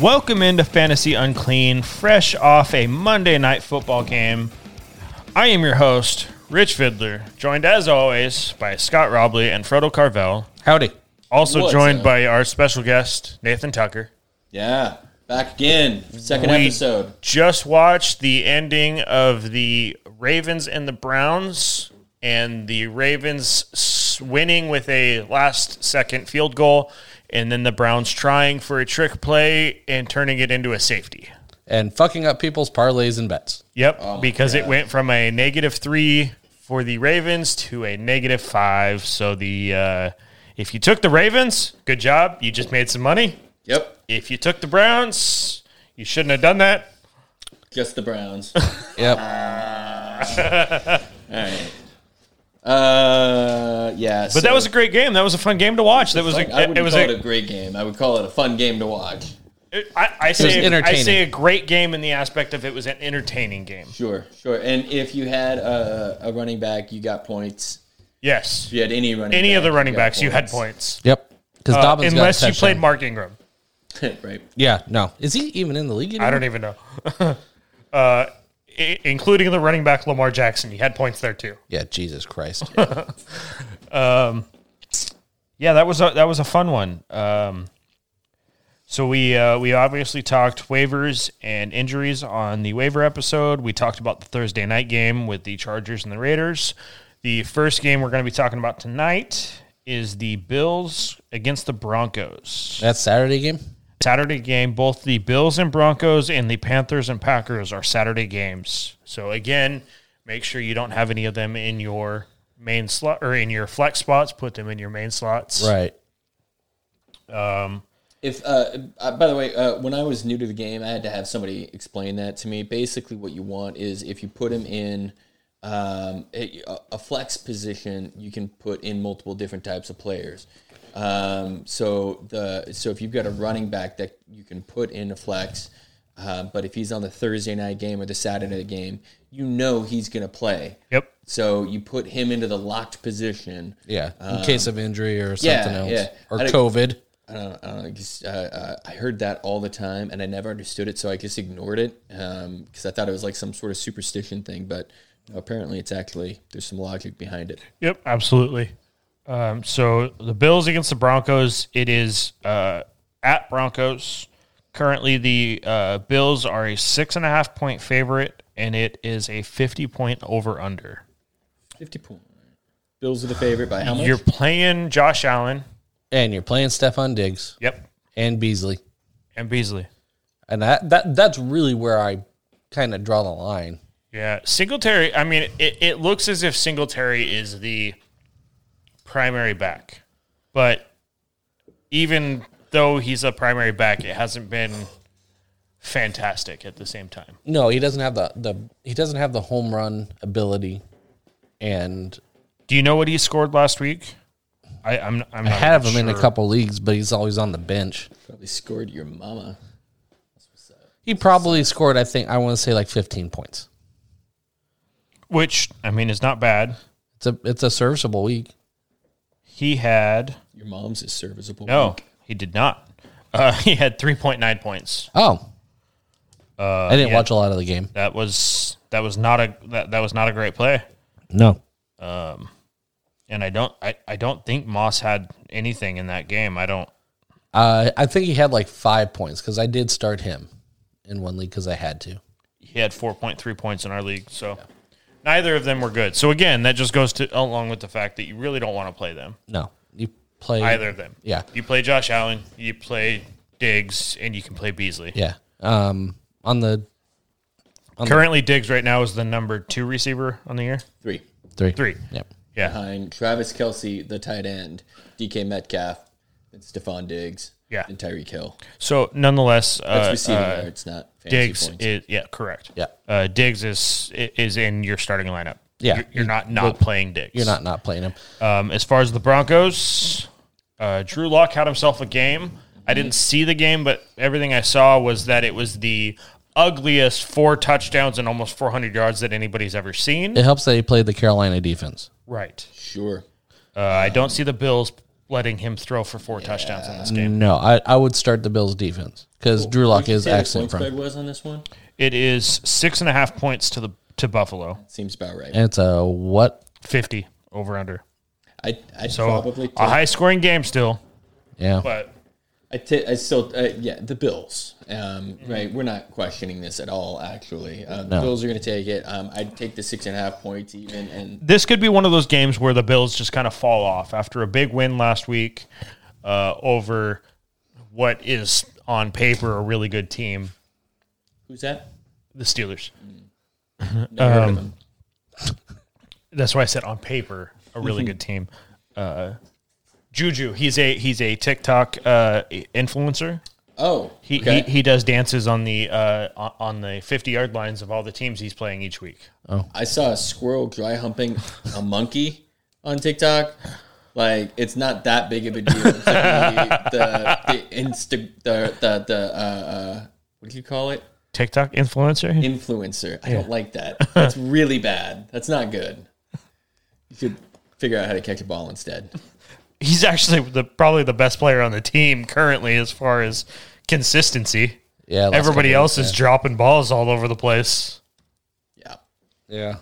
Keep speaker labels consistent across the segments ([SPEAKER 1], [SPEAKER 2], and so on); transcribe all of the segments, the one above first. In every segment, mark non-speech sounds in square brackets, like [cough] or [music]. [SPEAKER 1] Welcome into Fantasy Unclean, fresh off a Monday night football game. I am your host, Rich Fiddler, joined as always by Scott Robley and Frodo Carvel.
[SPEAKER 2] Howdy.
[SPEAKER 1] Also
[SPEAKER 3] What's
[SPEAKER 1] joined
[SPEAKER 3] up?
[SPEAKER 1] by our special guest, Nathan Tucker.
[SPEAKER 3] Yeah, back again. Second
[SPEAKER 1] We-
[SPEAKER 3] episode.
[SPEAKER 1] Just watched the ending of the Ravens and the Browns, and the Ravens s- winning with a last second field goal, and then the Browns trying for a trick play and turning it into a safety.
[SPEAKER 2] And fucking up people's parlays and bets.
[SPEAKER 1] Yep,
[SPEAKER 3] Oh
[SPEAKER 1] because it went from a negative three for the Ravens to a negative five. So the uh, if you took the Ravens, good job, you just made some money.
[SPEAKER 3] Yep,
[SPEAKER 1] If you took the Browns, you shouldn't have done that.
[SPEAKER 3] just
[SPEAKER 1] [laughs]
[SPEAKER 3] the Browns.
[SPEAKER 2] Yep.
[SPEAKER 3] All right. Uh, yeah.
[SPEAKER 1] But that was a great game. That was a fun game to watch. That was
[SPEAKER 3] I
[SPEAKER 1] a,
[SPEAKER 3] wouldn't
[SPEAKER 1] it was
[SPEAKER 3] call it
[SPEAKER 1] a,
[SPEAKER 3] a great game. I would call it a fun game to watch.
[SPEAKER 1] I, I say I
[SPEAKER 2] entertaining.
[SPEAKER 1] say a great game in the aspect of it was an entertaining game.
[SPEAKER 3] Sure, sure. And if you had a, a running back, you got points.
[SPEAKER 1] Yes,
[SPEAKER 3] If you had any running,
[SPEAKER 1] any
[SPEAKER 3] back,
[SPEAKER 1] of the running
[SPEAKER 3] got
[SPEAKER 1] backs, you had points.
[SPEAKER 2] Yep. Because
[SPEAKER 1] Uh,
[SPEAKER 2] Dobbins
[SPEAKER 1] unless
[SPEAKER 2] got a
[SPEAKER 1] you played
[SPEAKER 2] touchdown.
[SPEAKER 1] Mark Ingram.
[SPEAKER 3] [laughs] right?
[SPEAKER 2] Yeah, no. Is he even in the league anymore?
[SPEAKER 1] I don't even know. [laughs] uh, i- including the running back Lamar Jackson, he had points there too.
[SPEAKER 2] Yeah,
[SPEAKER 1] [laughs]
[SPEAKER 2] Jesus Christ.
[SPEAKER 1] Yeah, that was a, that was a fun one. Um, so we uh, we obviously talked waivers and injuries on the waiver episode. We talked about the Thursday night game with the Chargers and the Raiders. The first game we're going to be talking about tonight is the Bills against the Broncos.
[SPEAKER 2] That's Saturday game?
[SPEAKER 1] Saturday game. Both the Bills and Broncos and the Panthers and Packers are Saturday games. So again, make sure you don't have any of them in your main slot or in your flex spots. Put them in your main slots.
[SPEAKER 2] Right.
[SPEAKER 3] If uh, uh, by the way, uh, when I was new to the game, I had to have somebody explain that to me. Basically, what you want is if you put him in um, a, a flex position, you can put in multiple different types of players. Um, so the so if you've got a running back that you can put in a flex, uh, but if he's on the Thursday night game or the Saturday game, you know he's going to play.
[SPEAKER 1] Yep.
[SPEAKER 3] So you put him into the locked position.
[SPEAKER 2] Yeah. In case of injury or something
[SPEAKER 3] Um,
[SPEAKER 2] else.
[SPEAKER 3] yeah, yeah.
[SPEAKER 2] Or
[SPEAKER 3] I don't-
[SPEAKER 2] COVID.
[SPEAKER 3] I don't, I don't know. I guess, uh, uh, I heard that all the time, and I never understood it, so I just ignored it because I thought it was like some sort of superstition thing. But apparently, it's actually there's some logic behind it.
[SPEAKER 1] Yep. Absolutely. Um, so the Bills against the Broncos. It is uh, at Broncos. Currently, the uh, Bills are a six and a half point favorite, and it is a fifty point over under.
[SPEAKER 3] Fifty point. Bills are the favorite by how much?
[SPEAKER 1] You're playing Josh Allen.
[SPEAKER 2] And you're playing Stefan Diggs
[SPEAKER 1] Yep.
[SPEAKER 2] and Beasley.
[SPEAKER 1] And Beasley.
[SPEAKER 2] And that, that that's really where I kind of draw the line.
[SPEAKER 1] Yeah, Singletary. I mean, it, it looks as if Singletary is the primary back, but even though he's a primary back, it hasn't been fantastic at the same time.
[SPEAKER 2] No, he doesn't have the, the he doesn't have the home run ability and
[SPEAKER 1] Do you know what he scored last week? I, I'm I'm not
[SPEAKER 2] have him
[SPEAKER 1] even
[SPEAKER 2] in a
[SPEAKER 1] sure.
[SPEAKER 2] couple leagues, but he's always on the bench.
[SPEAKER 3] Probably scored your mama.
[SPEAKER 2] He probably scored, I think, I want to say like 15 points.
[SPEAKER 1] which I mean is not bad.
[SPEAKER 2] It's a it's a serviceable week.
[SPEAKER 1] He had
[SPEAKER 3] Your mom's is serviceable.
[SPEAKER 1] no, he did not. Uh, [laughs] he had three point nine points.
[SPEAKER 2] Oh, I didn't
[SPEAKER 1] Uh, yeah.
[SPEAKER 2] watch a lot of the game.
[SPEAKER 1] That was that was not a that, that was not a great play.
[SPEAKER 2] No,
[SPEAKER 1] and I don't I, I don't think Moss had anything in that game. I don't
[SPEAKER 2] uh, I think he had like five points because I did start him in one league because I had to.
[SPEAKER 1] he had 4.3 points in our league, so neither of them were good. So again, that just goes to along with the fact that you really don't want to play them.
[SPEAKER 2] No, you play
[SPEAKER 1] Either of them.
[SPEAKER 2] Yeah,
[SPEAKER 1] You play Josh Allen, you play Diggs, and you can play Beasley.
[SPEAKER 2] yeah. Um, on the
[SPEAKER 1] Currently Diggs right now is the number 2 receiver on the year.
[SPEAKER 3] three
[SPEAKER 2] 3
[SPEAKER 1] 3.
[SPEAKER 2] Yep. Uh-huh.
[SPEAKER 1] Yeah.
[SPEAKER 3] behind Travis Kelsey, the tight end, DK Metcalf, and Stephon Diggs,
[SPEAKER 1] Yeah.
[SPEAKER 3] and Tyreek Hill.
[SPEAKER 1] So nonetheless,
[SPEAKER 3] That's
[SPEAKER 1] uh,
[SPEAKER 3] receiving
[SPEAKER 1] uh,
[SPEAKER 3] yards, not fantasy
[SPEAKER 1] Diggs
[SPEAKER 3] points.
[SPEAKER 1] is yeah, correct.
[SPEAKER 2] Yeah.
[SPEAKER 1] Uh, Diggs is is in your starting lineup.
[SPEAKER 2] Yeah.
[SPEAKER 1] You're, you're not not playing Diggs.
[SPEAKER 2] You're not not playing him.
[SPEAKER 1] Um, as far as the Broncos, uh, Drew Lock had himself a game. I didn't see the game, but everything I saw was that it was the ugliest four touchdowns and almost 400 yards that anybody's ever seen.
[SPEAKER 2] It helps that he played the Carolina defense.
[SPEAKER 1] Right.
[SPEAKER 3] sure.
[SPEAKER 1] Uh, I don't see the Bills letting him throw for four touchdowns in this game.
[SPEAKER 2] No, I, I would start the Bills defense because Drew Lock
[SPEAKER 3] Did you
[SPEAKER 2] is
[SPEAKER 3] say the
[SPEAKER 2] excellent
[SPEAKER 3] point
[SPEAKER 2] from
[SPEAKER 3] spread was on this one.
[SPEAKER 1] It is six and a half points to the to Buffalo.
[SPEAKER 3] Seems about right.
[SPEAKER 2] It's a what?
[SPEAKER 1] Fifty over under.
[SPEAKER 3] I I
[SPEAKER 1] So
[SPEAKER 3] probably take,
[SPEAKER 1] a high scoring game still,
[SPEAKER 2] Yeah.
[SPEAKER 1] but
[SPEAKER 3] I ta- I still uh, yeah the Bills. Um, right, we're not questioning this at all. Actually, uh, the Bills are going to take it. Um, I'd take the six and a half points even, and
[SPEAKER 1] this could be one of those games where the Bills just kind of fall off after a big win last week uh, over what is on paper a really good team,
[SPEAKER 3] who's that?
[SPEAKER 1] the Steelers.
[SPEAKER 3] Never
[SPEAKER 1] Um,
[SPEAKER 3] heard of him.
[SPEAKER 1] That's why I said on paper a really good team. Uh, Juju, he's a he's a TikTok uh, influencer.
[SPEAKER 3] Oh,
[SPEAKER 1] He,
[SPEAKER 3] okay.
[SPEAKER 1] he he does dances on the uh, on- on the fifty yard lines of all the teams he's playing each week.
[SPEAKER 3] I saw a squirrel dry humping a monkey on TikTok. Like it's not that big of a deal. It's like the the, the insta the the, the uh, uh, what do you call it?
[SPEAKER 1] TikTok influencer.
[SPEAKER 3] Influencer. I don't like that. [laughs] That's really bad. That's not good. You should figure out how to catch a ball instead.
[SPEAKER 1] He's actually the probably the best player on the team currently as far as consistency.
[SPEAKER 2] Yeah. last
[SPEAKER 1] Everybody
[SPEAKER 2] couple
[SPEAKER 1] else is dropping balls all over the place.
[SPEAKER 3] Yeah.
[SPEAKER 2] of- Yeah.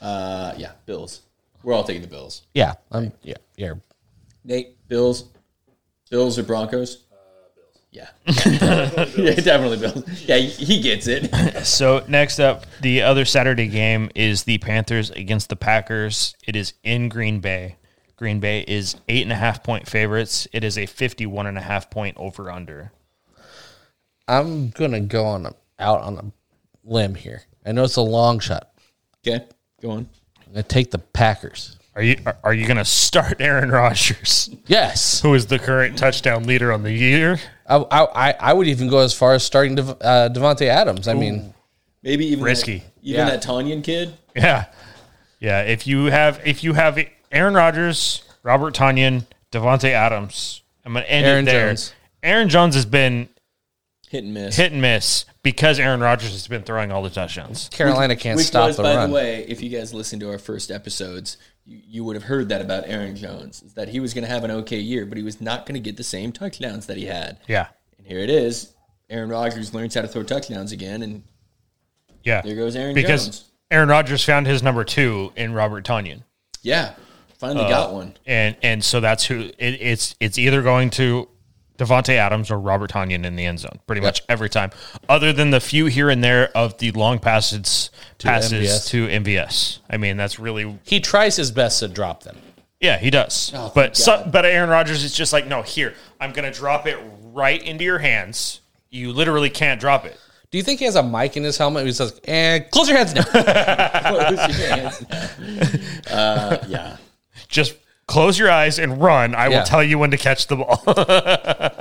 [SPEAKER 3] Uh, yeah. Bills. We're all taking the Bills.
[SPEAKER 2] Yeah. I'm, yeah. Yeah.
[SPEAKER 3] Nate. Bills. Bills or Broncos. Yeah, [laughs] yeah, definitely Bills. Yeah, he gets it.
[SPEAKER 1] So next up, the other Saturday game is the Panthers against the Packers. It is in Green Bay. Green Bay is eight and a half point favorites. It is a fifty-one and a half point over under.
[SPEAKER 2] I'm gonna go on a, out on a limb here. I know it's a long shot.
[SPEAKER 3] [laughs] Okay, go on.
[SPEAKER 2] I'm gonna take the Packers.
[SPEAKER 1] Are you are, are you going to start Aaron Rodgers,
[SPEAKER 2] Yes,
[SPEAKER 1] who is the current touchdown leader on the year?
[SPEAKER 2] I I, I- I would even go as far as starting Dev, uh, Devonte Adams. I mean,
[SPEAKER 3] Maybe even
[SPEAKER 1] Risky.
[SPEAKER 3] that- even
[SPEAKER 2] Yeah.
[SPEAKER 3] that Tanyan kid.
[SPEAKER 1] Yeah, yeah. If you have if you have Aaron Rodgers, Robert Tanyan, Devonte Adams, I'm going to end
[SPEAKER 2] Aaron
[SPEAKER 1] it there.
[SPEAKER 2] Jones.
[SPEAKER 1] Aaron Jones has been
[SPEAKER 3] Hit and miss.
[SPEAKER 1] hit and miss because Aaron Rodgers has been throwing all the touchdowns.
[SPEAKER 2] Carolina can't
[SPEAKER 3] Which
[SPEAKER 2] stop
[SPEAKER 3] was,
[SPEAKER 2] the
[SPEAKER 3] by
[SPEAKER 2] run.
[SPEAKER 3] the way, if you guys listened to our first episodes, you, you would have heard that about Aaron Jones is that he was going to have an okay year, but he was not going to get the same touchdowns that he had.
[SPEAKER 1] Yeah,
[SPEAKER 3] And here it is: Aaron Rodgers learns how to throw touchdowns again, and
[SPEAKER 1] yeah.
[SPEAKER 3] there goes Aaron
[SPEAKER 1] because
[SPEAKER 3] Jones.
[SPEAKER 1] Aaron Rodgers found his number two in Robert Tanyan,
[SPEAKER 3] Yeah,
[SPEAKER 2] Uh.
[SPEAKER 3] finally got one. [laughs]
[SPEAKER 1] and and so that's who it, it's it's either going to Devonte Adams or Robert Tanyan in the end zone pretty much every time, other than the few here and there of the long passes passes
[SPEAKER 2] MVS.
[SPEAKER 1] to MVS. I mean, that's really
[SPEAKER 2] he tries his best to drop them.
[SPEAKER 1] yeah, he does. but so, but Aaron Rodgers is just like no, here I'm going to drop it right into your hands. You literally can't drop it.
[SPEAKER 2] Do you think he has a mic in his helmet? He says, "And close your hands
[SPEAKER 3] [laughs]
[SPEAKER 2] now." [laughs]
[SPEAKER 3] uh, yeah.
[SPEAKER 1] Just close your eyes and run. I
[SPEAKER 2] Yeah.
[SPEAKER 1] will tell you when to catch the ball. [laughs]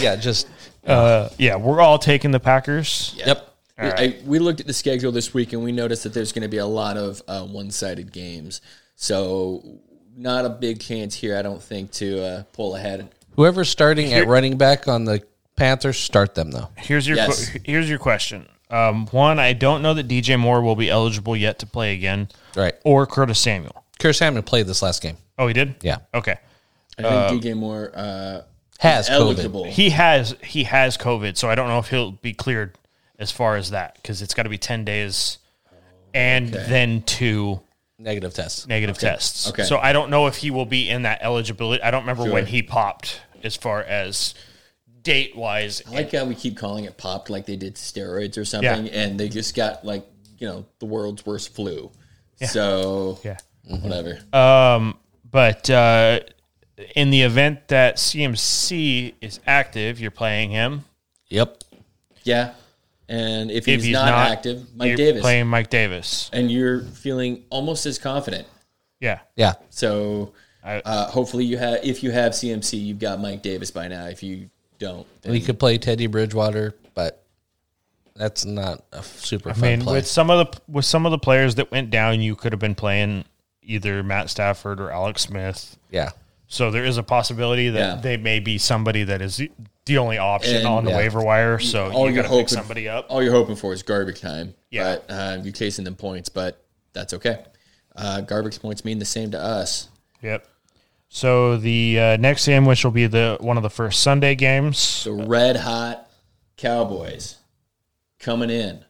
[SPEAKER 2] yeah, just
[SPEAKER 1] yeah, we're all taking the Packers.
[SPEAKER 2] Yep.
[SPEAKER 3] We- I, we looked at the schedule this week and we noticed that there's going to be a lot of uh, one-sided games. So not a big chance here, I don't think, to uh, pull ahead.
[SPEAKER 2] whoever's starting at running back on the Panthers, start them though.
[SPEAKER 1] Here's your
[SPEAKER 3] Yes.
[SPEAKER 1] que- here's your question. Um, one, I don't know that DJ Moore will be eligible yet to play again,
[SPEAKER 2] Right.
[SPEAKER 1] or Curtis Samuel.
[SPEAKER 2] Curtis Hammond played this last game.
[SPEAKER 1] Oh, he did.
[SPEAKER 2] Yeah,
[SPEAKER 1] Okay.
[SPEAKER 3] I think DJ Moore uh,
[SPEAKER 2] has COVID.
[SPEAKER 3] eligible.
[SPEAKER 1] He has he has COVID, so I don't know if he'll be cleared as far as that because it's got to be ten days, and then two
[SPEAKER 2] negative test.
[SPEAKER 1] negative tests.
[SPEAKER 3] Okay.
[SPEAKER 1] So I don't know if he will be in that eligibility. I don't remember when he popped as far as date wise.
[SPEAKER 3] I like how we keep calling it popped like they did steroids or something, and they just got like you know the world's worst flu. So
[SPEAKER 1] Yeah. Mm-hmm. Uh,
[SPEAKER 3] whatever.
[SPEAKER 1] But uh, in the event that CMC is active, you're playing him.
[SPEAKER 2] Yep.
[SPEAKER 3] yeah. And if,
[SPEAKER 1] If
[SPEAKER 3] he's, not, active, Mike
[SPEAKER 1] you're
[SPEAKER 3] Davis,
[SPEAKER 1] playing Mike Davis.
[SPEAKER 3] and you're feeling almost as confident.
[SPEAKER 1] Yeah,
[SPEAKER 2] Yeah.
[SPEAKER 3] So
[SPEAKER 1] I-
[SPEAKER 3] uh, hopefully you have if you have CMC, you've got Mike Davis by now. If you don't, then
[SPEAKER 2] We could play Teddy Bridgewater, but that's not a f- super fun
[SPEAKER 1] I mean,
[SPEAKER 2] play.
[SPEAKER 1] with some of the with some of the players that went down, you could have been playing either Matt Stafford or Alex Smith.
[SPEAKER 2] yeah.
[SPEAKER 1] So there is a possibility that
[SPEAKER 3] Yeah.
[SPEAKER 1] they may be somebody that is the only option
[SPEAKER 3] And-
[SPEAKER 1] on the
[SPEAKER 2] Yeah.
[SPEAKER 1] waiver wire. So
[SPEAKER 3] all
[SPEAKER 1] you got
[SPEAKER 3] you're
[SPEAKER 1] to pick
[SPEAKER 3] hoping-
[SPEAKER 1] somebody up.
[SPEAKER 3] all you're hoping for is garbage time.
[SPEAKER 1] Yeah.
[SPEAKER 3] but, uh, you're chasing them points, but that's okay. Uh, garbage points mean the same to us.
[SPEAKER 1] Yep. So the uh, next game, which will be the one of the first Sunday games,
[SPEAKER 3] The red hot Cowboys coming in.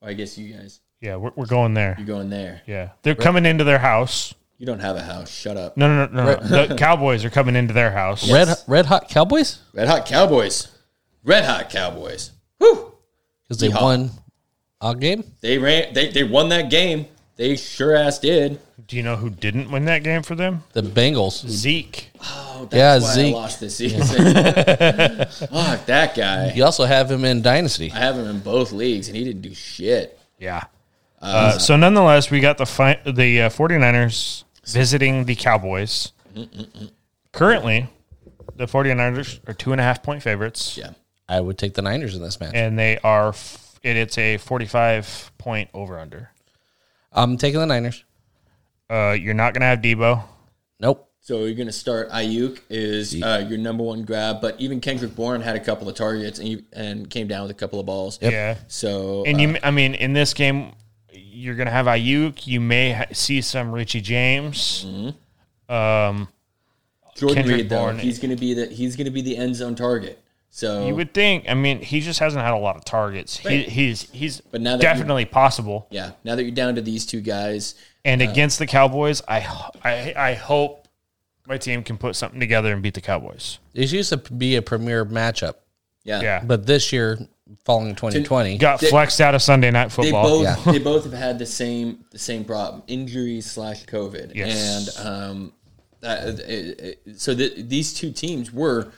[SPEAKER 3] Or I guess you guys,
[SPEAKER 1] yeah, we're, we're going there.
[SPEAKER 3] you're going there.
[SPEAKER 1] Yeah, they're coming into their house.
[SPEAKER 3] You don't have a house. Shut up.
[SPEAKER 1] No, no, no, no. no. the [laughs] Cowboys are coming into their house.
[SPEAKER 2] Red Red Hot Cowboys
[SPEAKER 3] Red hot Cowboys. Red hot Cowboys. Whew.
[SPEAKER 2] because they won a game.
[SPEAKER 3] They ran. They, they won that game. They sure ass did.
[SPEAKER 1] Do you know who didn't win that game for them?
[SPEAKER 2] The Bengals.
[SPEAKER 1] Zeke.
[SPEAKER 3] Oh, that's
[SPEAKER 2] Yeah,
[SPEAKER 3] why
[SPEAKER 2] Zeke.
[SPEAKER 3] I lost
[SPEAKER 2] [laughs]
[SPEAKER 3] this season. Fuck that guy.
[SPEAKER 2] You also have him in Dynasty.
[SPEAKER 3] I have him in both leagues, and he didn't do shit.
[SPEAKER 1] Yeah. Uh, so nonetheless, we got the fi- the uh, 49ers visiting the Cowboys. Currently, the 49ers are two and a half point favorites,
[SPEAKER 3] Yeah.
[SPEAKER 2] I would take the Niners in this match.
[SPEAKER 1] and they are f- and it's a 45 point over under.
[SPEAKER 2] I'm taking the Niners.
[SPEAKER 1] Uh, you're not gonna have Debo.
[SPEAKER 2] Nope.
[SPEAKER 3] So you're going to start Ayuk is uh, your number one grab, but even Kendrick Bourne had a couple of targets and, you, and came down with a couple of balls.
[SPEAKER 1] Yeah,
[SPEAKER 3] So
[SPEAKER 1] and you, I mean, in this game, you're gonna have Ayuk. You may ha- see some Richie James.
[SPEAKER 3] Jordan
[SPEAKER 1] Kendrick
[SPEAKER 3] Reed, though,
[SPEAKER 1] Bourne-
[SPEAKER 3] he's going to be the he's going to be the end zone target. So
[SPEAKER 1] You would think. I mean, he just hasn't had a lot of targets.
[SPEAKER 3] Right.
[SPEAKER 1] He, he's he's
[SPEAKER 3] But now that you-
[SPEAKER 1] definitely possible.
[SPEAKER 3] yeah, now that you're down to these two guys,
[SPEAKER 1] And against the Cowboys, I, ho- I I hope my team can put something together and beat the Cowboys.
[SPEAKER 2] This used to be a premier matchup,
[SPEAKER 3] yeah,
[SPEAKER 1] Yeah,
[SPEAKER 2] but this year, following 2020,
[SPEAKER 1] got flexed out of Sunday Night
[SPEAKER 3] they
[SPEAKER 1] Football.
[SPEAKER 3] both they both have had the same the same problem injuries slash COVID
[SPEAKER 1] Yes.
[SPEAKER 3] and um that, it- it- so th these two teams were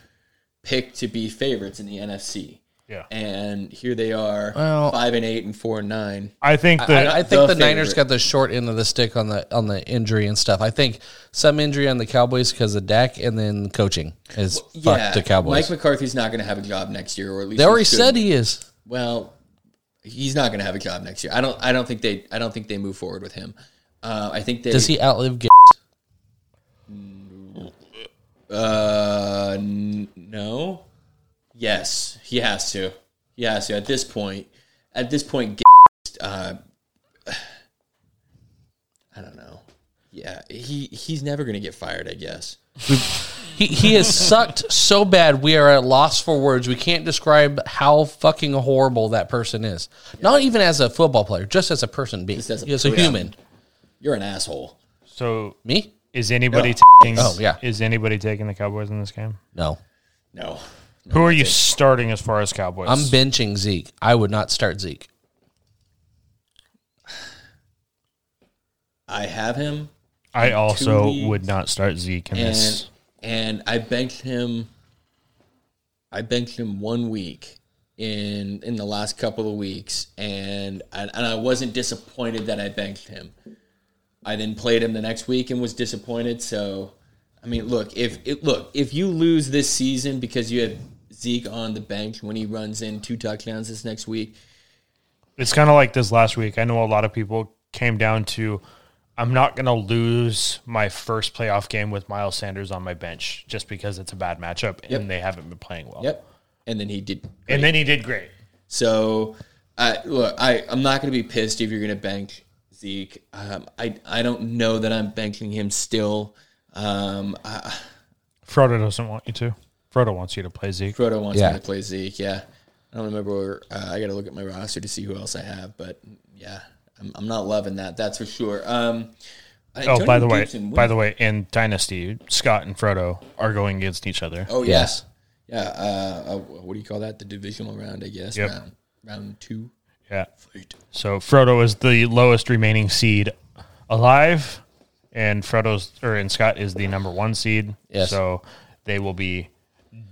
[SPEAKER 3] picked to be favorites in the NFC
[SPEAKER 1] Yeah,
[SPEAKER 3] and here they are
[SPEAKER 2] Well-
[SPEAKER 3] five and eight and four and nine
[SPEAKER 1] I think that
[SPEAKER 2] I, I think the,
[SPEAKER 3] the
[SPEAKER 2] Niners
[SPEAKER 3] favorite.
[SPEAKER 2] got the short end of the stick on the on the injury and stuff. I think some injury on the Cowboys because of Dak, and then coaching is
[SPEAKER 3] yeah,
[SPEAKER 2] fucked the Cowboys.
[SPEAKER 3] Mike McCarthy's not going to have a job next year, or at least
[SPEAKER 2] they
[SPEAKER 3] he
[SPEAKER 2] already
[SPEAKER 3] shouldn't.
[SPEAKER 2] said he is.
[SPEAKER 3] Well, he's not going to have a job next year. I don't. I don't think they. I don't think they move forward with him. Uh, I think they.
[SPEAKER 2] Does he outlive? G-
[SPEAKER 3] Uh, n- no. Yes, he has to. He has to at this point. At this point, G- uh, [sighs] I don't know. Yeah, he he's never going to get fired. I guess.
[SPEAKER 2] He, he [laughs] has sucked so bad we are at a loss for words. We can't describe how fucking horrible that person is. Not even as a football player, just as a person being
[SPEAKER 3] as
[SPEAKER 2] as
[SPEAKER 3] a
[SPEAKER 2] a,
[SPEAKER 3] person.
[SPEAKER 2] human.
[SPEAKER 3] You're an asshole.
[SPEAKER 1] so.
[SPEAKER 2] Me?
[SPEAKER 1] Is anybody taking?
[SPEAKER 2] Oh, yeah.
[SPEAKER 1] Is anybody taking the Cowboys in this game?
[SPEAKER 2] No.
[SPEAKER 3] No.
[SPEAKER 1] Who are you starting as far as Cowboys?
[SPEAKER 2] I'm benching Zeke. I would not start Zeke.
[SPEAKER 3] I have him
[SPEAKER 1] I also
[SPEAKER 3] leagues.
[SPEAKER 1] would not start Zeke in
[SPEAKER 3] and
[SPEAKER 1] this.
[SPEAKER 3] and I benched him. I benched him one week in in the last couple of weeks, and and, and I wasn't disappointed that I benched him. I then played him the next week and was disappointed. So, I mean, look if it, look if you lose this season because you have Zeke on the bench when he runs in two touchdowns this next week,
[SPEAKER 1] It's kind of like this last week. I know a lot of people came down to. I'm not going to lose my first playoff game with Miles Sanders on my bench just because it's a bad matchup and they haven't been playing well.
[SPEAKER 3] yep, and then he did
[SPEAKER 1] And then he did great.
[SPEAKER 3] So, I look, I I'm not going to be pissed if you're going to bank Zeke. Um, I I don't know that I'm banking him still. Um, I,
[SPEAKER 1] Frodo doesn't want you to. Frodo wants you to play Zeke.
[SPEAKER 3] Frodo wants
[SPEAKER 2] Yeah.
[SPEAKER 3] me to play Zeke. Yeah, I don't remember. Where, uh, I got to look at my roster to see who else I have. But yeah, I'm, I'm not loving that. That's for sure. Um,
[SPEAKER 1] Oh, by the way, by the way, in Dynasty, Scott and Frodo are going against each other.
[SPEAKER 3] oh yes,
[SPEAKER 2] Yes.
[SPEAKER 3] yeah. Uh, uh, what do you call that? The divisional round, I guess.
[SPEAKER 1] Yep.
[SPEAKER 3] Round, round two.
[SPEAKER 1] Yeah. So Frodo is the lowest remaining seed alive, and Frodo's or and Scott is the number one seed.
[SPEAKER 2] Yes.
[SPEAKER 1] So they will be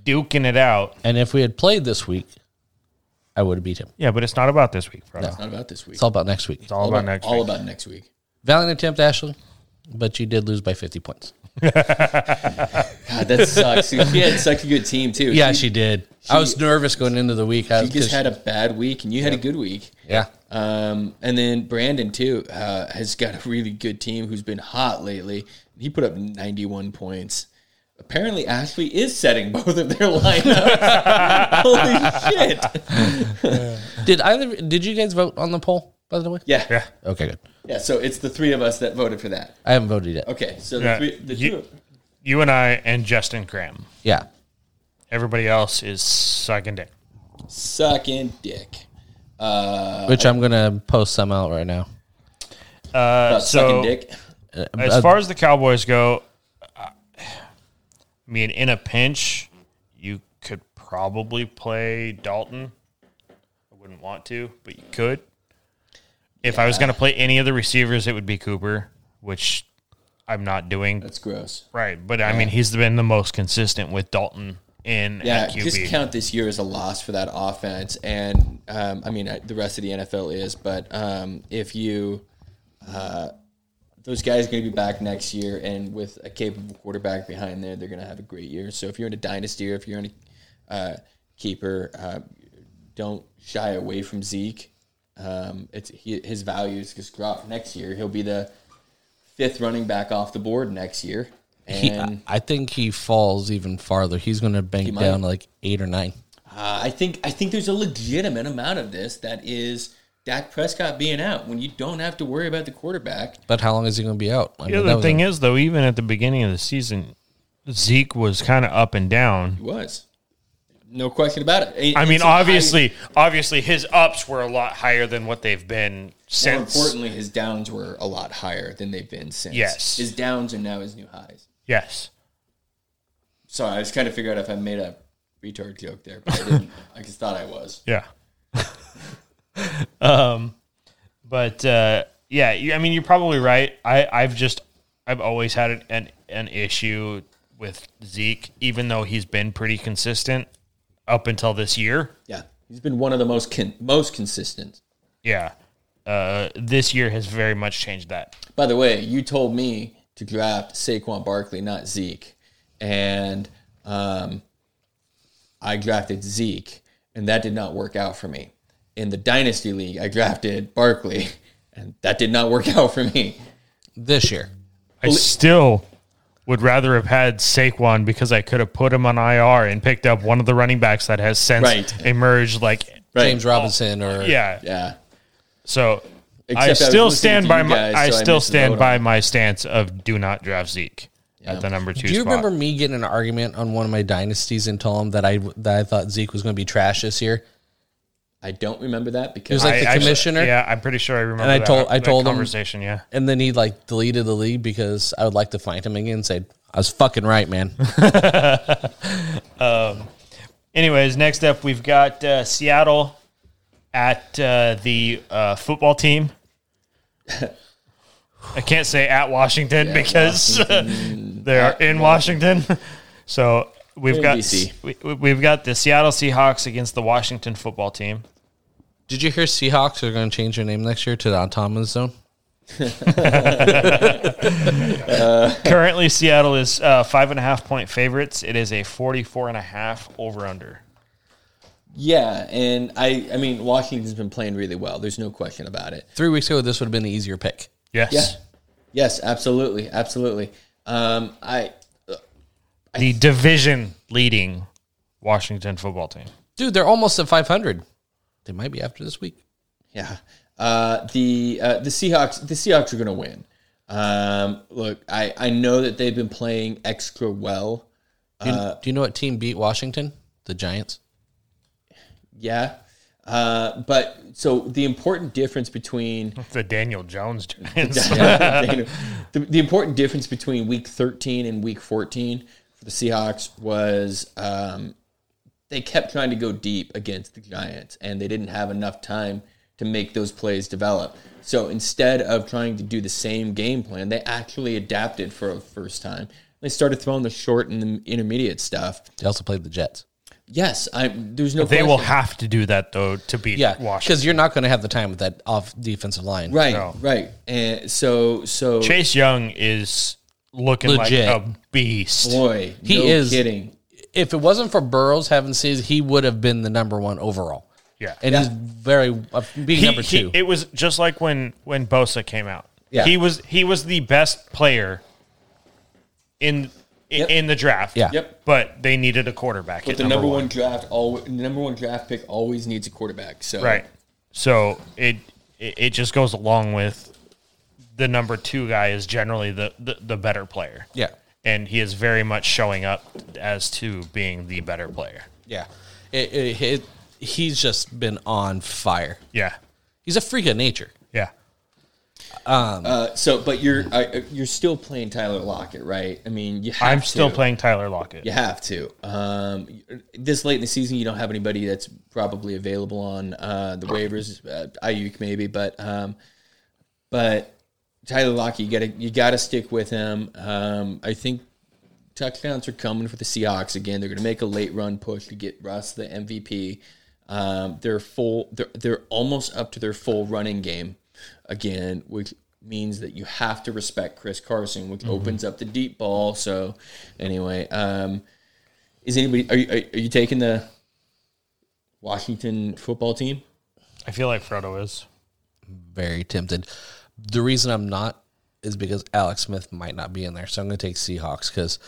[SPEAKER 1] duking it out.
[SPEAKER 2] And if we had played this week, I would have beat him.
[SPEAKER 1] Yeah, but it's not about this week, Frodo.
[SPEAKER 3] Not about this week.
[SPEAKER 2] It's all about next week.
[SPEAKER 1] It's all about next
[SPEAKER 3] all
[SPEAKER 1] week.
[SPEAKER 3] about next week.
[SPEAKER 2] Valiant attempt, Ashley, but you did lose by 50 points.
[SPEAKER 3] God, that sucks. [laughs] She had such a good team too.
[SPEAKER 2] Yeah, she did. I was nervous going into the week. I
[SPEAKER 3] you just had a bad week, and you had a good week.
[SPEAKER 2] yeah.
[SPEAKER 3] Um, and then Brandon too uh, has got a really good team who's been hot lately. He put up 91 points. Apparently, Ashley is setting [laughs] both of their
[SPEAKER 1] [laughs]
[SPEAKER 3] lineups. Holy shit!
[SPEAKER 2] Did either did you guys vote on the poll by the way?
[SPEAKER 3] Yeah. yeah,
[SPEAKER 1] Yeah.
[SPEAKER 2] Okay, good.
[SPEAKER 3] So it's the three of us that voted for that.
[SPEAKER 2] I haven't voted yet.
[SPEAKER 3] Okay, so the
[SPEAKER 1] Yeah.
[SPEAKER 3] three, the
[SPEAKER 1] You-
[SPEAKER 3] two.
[SPEAKER 1] you and I and Justin Graham.
[SPEAKER 2] Yeah.
[SPEAKER 1] Everybody else is sucking dick.
[SPEAKER 3] Sucking dick.
[SPEAKER 2] Which I'm gonna post some out right now.
[SPEAKER 1] Uh,
[SPEAKER 3] About
[SPEAKER 1] so
[SPEAKER 3] sucking dick.
[SPEAKER 1] as
[SPEAKER 3] Uh,
[SPEAKER 1] far as the Cowboys go, I mean, in a pinch, you could probably play Dalton. I wouldn't want to, but you could. If I was going to play any of the receivers, it would be Cooper, which I'm not doing.
[SPEAKER 3] That's gross.
[SPEAKER 1] Right, but I mean, he's been the most consistent with Dalton in
[SPEAKER 3] Yeah,
[SPEAKER 1] at QB.
[SPEAKER 3] just count this year as a loss for that offense, and um, I mean uh, the rest of the NFL is. But um, if you, uh, those guys are going to be back next year, and with a capable quarterback behind there, they're going to have a great year. So if you're in a dynasty or if you're in a uh, keeper, uh, don't shy away from Zeke. Um, it's he, his value is going to go up next year. He'll be the fifth running back off the board next year,
[SPEAKER 2] Uh, he,
[SPEAKER 3] and
[SPEAKER 2] I I think he falls even farther. He's gonna bank down like eight or nine.
[SPEAKER 3] Uh, I think I think there's a legitimate amount of this that is Dak Prescott being out when you don't have to worry about the quarterback.
[SPEAKER 2] But how long is he gonna be out? I
[SPEAKER 1] The other thing is, though, even at the beginning of the season, Zeke was kind of up and down.
[SPEAKER 3] He was, no question about it. It-
[SPEAKER 1] I mean,
[SPEAKER 3] it's an high-
[SPEAKER 1] obviously, obviously, his ups were a lot higher than what they've been
[SPEAKER 3] more
[SPEAKER 1] since.
[SPEAKER 3] importantly, his downs were a lot higher than they've been since.
[SPEAKER 1] Yes.
[SPEAKER 3] his downs are now his new highs.
[SPEAKER 1] Yes,
[SPEAKER 3] Sorry, I was trying to figure out if I made a retard joke there, but I didn't.
[SPEAKER 1] [laughs]
[SPEAKER 3] I just thought I was.
[SPEAKER 1] yeah. [laughs] um, but uh, yeah, you, I mean, you're probably right. I, I've just, I've always had an, an an issue with Zeke, even though he's been pretty consistent up until this year.
[SPEAKER 3] Yeah, he's been one of the most con- most consistent.
[SPEAKER 1] Yeah. Uh, this year has very much changed that.
[SPEAKER 3] By the way, you told me to draft Saquon Barkley, not Zeke, and um, I drafted Zeke, and that did not work out for me. In the dynasty league, I drafted Barkley, [laughs] and that did not work [laughs] out for me.
[SPEAKER 2] this year.
[SPEAKER 1] I still would rather have had Saquon because I could have put him on IR and picked up one of the running backs that has since
[SPEAKER 3] Right.
[SPEAKER 1] emerged. Like,
[SPEAKER 3] Right?
[SPEAKER 2] James Robinson or
[SPEAKER 1] yeah.
[SPEAKER 3] Yeah.
[SPEAKER 1] So
[SPEAKER 3] Except I
[SPEAKER 1] I
[SPEAKER 3] was
[SPEAKER 1] still
[SPEAKER 3] listening
[SPEAKER 1] stand
[SPEAKER 3] to
[SPEAKER 1] by
[SPEAKER 3] you
[SPEAKER 1] my
[SPEAKER 3] guys,
[SPEAKER 1] I
[SPEAKER 3] so I
[SPEAKER 1] still
[SPEAKER 3] missed the vote
[SPEAKER 1] stand
[SPEAKER 3] on
[SPEAKER 1] by
[SPEAKER 3] it.
[SPEAKER 1] my stance of do not draft Zeke at the number two.
[SPEAKER 2] Do you
[SPEAKER 1] spot.
[SPEAKER 2] remember me getting an argument on one of my dynasties and told him that I that I thought Zeke was going to be trash this year?
[SPEAKER 3] I don't remember that
[SPEAKER 2] It was
[SPEAKER 3] because
[SPEAKER 2] like the
[SPEAKER 1] I- I-
[SPEAKER 2] commissioner,
[SPEAKER 1] yeah, I'm pretty sure I remember.
[SPEAKER 2] I
[SPEAKER 1] that-
[SPEAKER 2] told- I
[SPEAKER 1] that
[SPEAKER 2] told him-
[SPEAKER 1] conversation. Yeah,
[SPEAKER 2] and then he like deleted the league because I would like to find him again and say I was fucking right,
[SPEAKER 1] [laughs]
[SPEAKER 2] man.
[SPEAKER 1] Anyways, next up we've got uh, Seattle at uh, the uh, football team. I can't say at Washington because [laughs] they're in Washington. so we've
[SPEAKER 3] in
[SPEAKER 1] got
[SPEAKER 3] DC.
[SPEAKER 1] we, we've got the Seattle Seahawks against the Washington football team.
[SPEAKER 2] Did you hear Seahawks are going to change their name next year to the Autonomous Zone?
[SPEAKER 1] [laughs] Currently, Seattle is uh, five and a half point favorites. It is a 44 and a half over under.
[SPEAKER 3] yeah, and I I mean Washington's been playing really well. There's no question about it.
[SPEAKER 2] Three weeks ago, this would have been the easier pick.
[SPEAKER 1] Yes.
[SPEAKER 3] Yeah. Yes, absolutely, absolutely. Um, I
[SPEAKER 1] The division leading Washington football team.
[SPEAKER 2] Dude, they're almost at 500. They might be after this week.
[SPEAKER 3] Yeah. Uh, the uh, the Seahawks the Seahawks are going to win. Um, look, I, I know that they've been playing extra well.
[SPEAKER 2] Do you, do you know what team beat Washington? The Giants.
[SPEAKER 3] Yeah. Uh, but so the important difference between
[SPEAKER 1] [laughs] The Daniel Jones [laughs]
[SPEAKER 3] [laughs]
[SPEAKER 1] Giants.
[SPEAKER 3] the, the important difference between week 13 and week 14 for the Seahawks was um, they kept trying to go deep against the Giants, and they didn't have enough time to make those plays develop. So instead of trying to do the same game plan, they actually adapted for a first time. They started throwing the short and the intermediate stuff.
[SPEAKER 2] They also played the Jets.
[SPEAKER 3] Yes, I, there's no.
[SPEAKER 1] They will
[SPEAKER 3] question.
[SPEAKER 1] have to do that though to beat
[SPEAKER 2] Yeah,
[SPEAKER 1] Washington.
[SPEAKER 2] because you're not going to have the time with that off defensive line.
[SPEAKER 3] right,
[SPEAKER 1] No.
[SPEAKER 3] right, and so so.
[SPEAKER 1] Chase Young is looking
[SPEAKER 2] Legit.
[SPEAKER 1] like a beast.
[SPEAKER 3] boy,
[SPEAKER 2] He
[SPEAKER 3] no
[SPEAKER 2] is-
[SPEAKER 3] kidding.
[SPEAKER 2] If it wasn't for Burrows having season, he would have been the number one overall.
[SPEAKER 1] Yeah.
[SPEAKER 2] and he's very uh, being
[SPEAKER 1] He-
[SPEAKER 2] number
[SPEAKER 1] he-
[SPEAKER 2] two.
[SPEAKER 1] it was just like when when Bosa came out.
[SPEAKER 2] Yeah.
[SPEAKER 1] He was he was the best player in in,
[SPEAKER 3] Yep.
[SPEAKER 1] in the draft.
[SPEAKER 2] Yeah.
[SPEAKER 3] Yep.
[SPEAKER 1] But they needed a quarterback.
[SPEAKER 3] But the number, one, draft, always, the number one draft pick always needs a quarterback. So
[SPEAKER 1] Right. So it, it it just goes along with the number two guy is generally the, the, the better player.
[SPEAKER 2] yeah,
[SPEAKER 1] and he is very much showing up as to being the better player.
[SPEAKER 2] Yeah, it, it, it, he's just been on fire.
[SPEAKER 1] Yeah,
[SPEAKER 2] He's a freak of nature.
[SPEAKER 1] yeah.
[SPEAKER 3] Uh, so, but you're uh, you're still playing Tyler Lockett, right? I mean, you have
[SPEAKER 1] I'm
[SPEAKER 3] to.
[SPEAKER 1] still playing Tyler Lockett.
[SPEAKER 3] You have to. Um, this late in the season, you don't have anybody that's probably available on uh, the waivers. Uh, Ayuk maybe, but um, but Tyler Lockett, you gotta you gotta stick with him. Um, I think touchdowns are coming for the Seahawks again. They're gonna make a late run push to get Russ the MVP. Um, they're full. They're they're almost up to their full running game again, which means that you have to respect Chris Carson, which opens up the deep ball. So anyway, um, is anybody are you are, are you taking the Washington football team?
[SPEAKER 1] I feel like Frodo is.
[SPEAKER 2] Very tempted. The reason I'm not is because Alex Smith might not be in there, so I'm going to take Seahawks because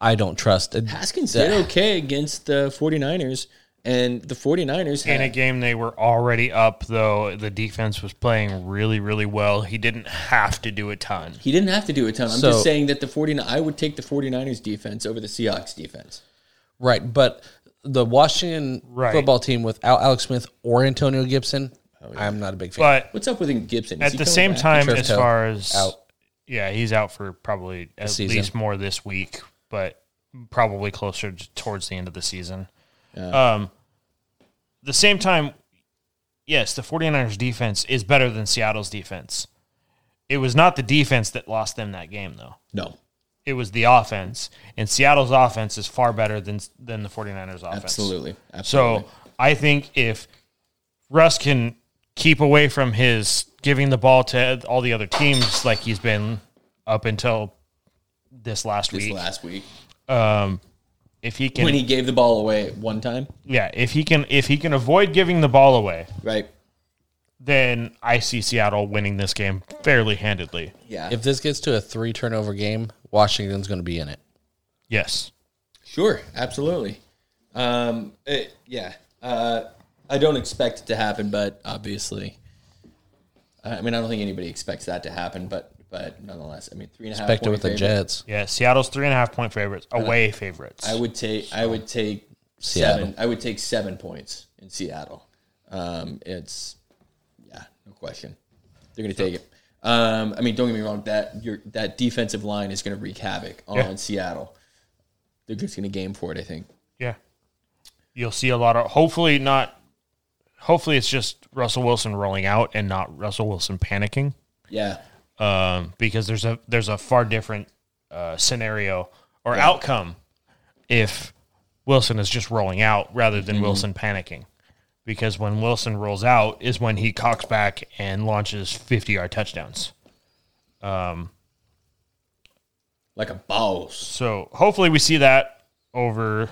[SPEAKER 2] I don't trust.
[SPEAKER 3] Haskins did okay against the 49ers, and the 49ers
[SPEAKER 1] In a
[SPEAKER 3] had,
[SPEAKER 1] game they were already up, though the defense was playing really, really well. He didn't have to do a ton.
[SPEAKER 3] he didn't have to do a ton. I'm
[SPEAKER 2] So-
[SPEAKER 3] just saying that the 49 I would take the 49ers defense over the Seahawks defense.
[SPEAKER 2] Right, but the Washington
[SPEAKER 1] Right.
[SPEAKER 2] football team without Alex Smith or Antonio Gibson,
[SPEAKER 3] Oh,
[SPEAKER 2] I'm not a big fan.
[SPEAKER 1] But
[SPEAKER 3] What's up with Gibson? Is
[SPEAKER 1] at
[SPEAKER 3] he
[SPEAKER 1] the
[SPEAKER 3] coming
[SPEAKER 1] same
[SPEAKER 3] back?
[SPEAKER 1] time,
[SPEAKER 2] Turf
[SPEAKER 1] as
[SPEAKER 2] toe.
[SPEAKER 1] far as
[SPEAKER 2] Out.
[SPEAKER 1] yeah, he's out for probably at
[SPEAKER 2] season.
[SPEAKER 1] least more this week, but probably closer t- towards the end of the season. Um, the same time, yes, the 49ers defense is better than Seattle's defense. It was not the defense that lost them that game, though.
[SPEAKER 3] No.
[SPEAKER 1] It was the offense, and Seattle's offense is far better than than the 49ers offense.
[SPEAKER 3] Absolutely. Absolutely.
[SPEAKER 1] So I think if Russ can keep away from his giving the ball to all the other teams like he's been up until this last
[SPEAKER 3] this
[SPEAKER 1] week,
[SPEAKER 3] last week.
[SPEAKER 1] um, if he can,
[SPEAKER 3] When he gave the ball away one time,
[SPEAKER 1] yeah, if he can, if he can avoid giving the ball away,
[SPEAKER 3] right?
[SPEAKER 1] then I see Seattle winning this game fairly handedly.
[SPEAKER 3] Yeah.
[SPEAKER 2] If this gets to a three turnover game, Washington's going to be in it.
[SPEAKER 1] Yes,
[SPEAKER 3] Sure, absolutely. Um, it- yeah, uh, I don't expect it to happen, but obviously, I mean, I don't think anybody expects that to happen, but but nonetheless, I mean, three and a half.
[SPEAKER 2] Back to
[SPEAKER 3] point
[SPEAKER 2] with the
[SPEAKER 3] favorites.
[SPEAKER 2] Jets.
[SPEAKER 1] yeah, Seattle's three and a half point favorites, away favorites.
[SPEAKER 3] I would take. I would take
[SPEAKER 2] Seattle.
[SPEAKER 3] seven. I would take seven points in Seattle. Um, it's yeah, no question. They're going to take it. Um, I mean, don't get me wrong. That your that defensive line is going to wreak havoc on
[SPEAKER 1] Yeah.
[SPEAKER 3] Seattle. They're just going to game for it. I think.
[SPEAKER 1] Yeah. You'll see a lot of hopefully not hopefully it's just Russell Wilson rolling out and not Russell Wilson panicking.
[SPEAKER 3] Yeah.
[SPEAKER 1] Um, because there's a there's a far different uh, scenario or outcome if Wilson is just rolling out rather than Wilson panicking. Because when Wilson rolls out is when he cocks back and launches fifty yard touchdowns.
[SPEAKER 3] Like a boss.
[SPEAKER 1] So hopefully we see that over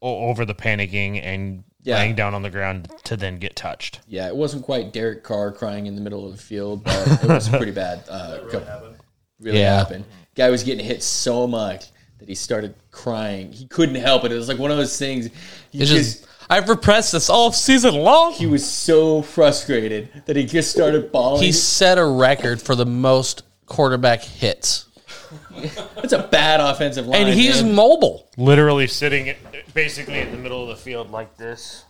[SPEAKER 1] o- over the panicking and
[SPEAKER 3] Yeah.
[SPEAKER 1] laying down on the ground to then get touched.
[SPEAKER 3] Yeah, it wasn't quite Derek Carr crying in the middle of the field, but it was pretty bad. [laughs] Uh, really happened.
[SPEAKER 2] Yeah.
[SPEAKER 3] Guy was getting hit so much that he started crying. He couldn't help it. It was like one of those things. He
[SPEAKER 2] It's
[SPEAKER 3] just,
[SPEAKER 2] just I've repressed this all season long.
[SPEAKER 3] he was so frustrated that he just started bawling.
[SPEAKER 2] He set a record for the most quarterback hits,
[SPEAKER 3] That's a bad offensive line.
[SPEAKER 2] and he's [laughs]
[SPEAKER 3] man.
[SPEAKER 2] mobile.
[SPEAKER 1] Literally sitting at- basically in the middle of the field like this.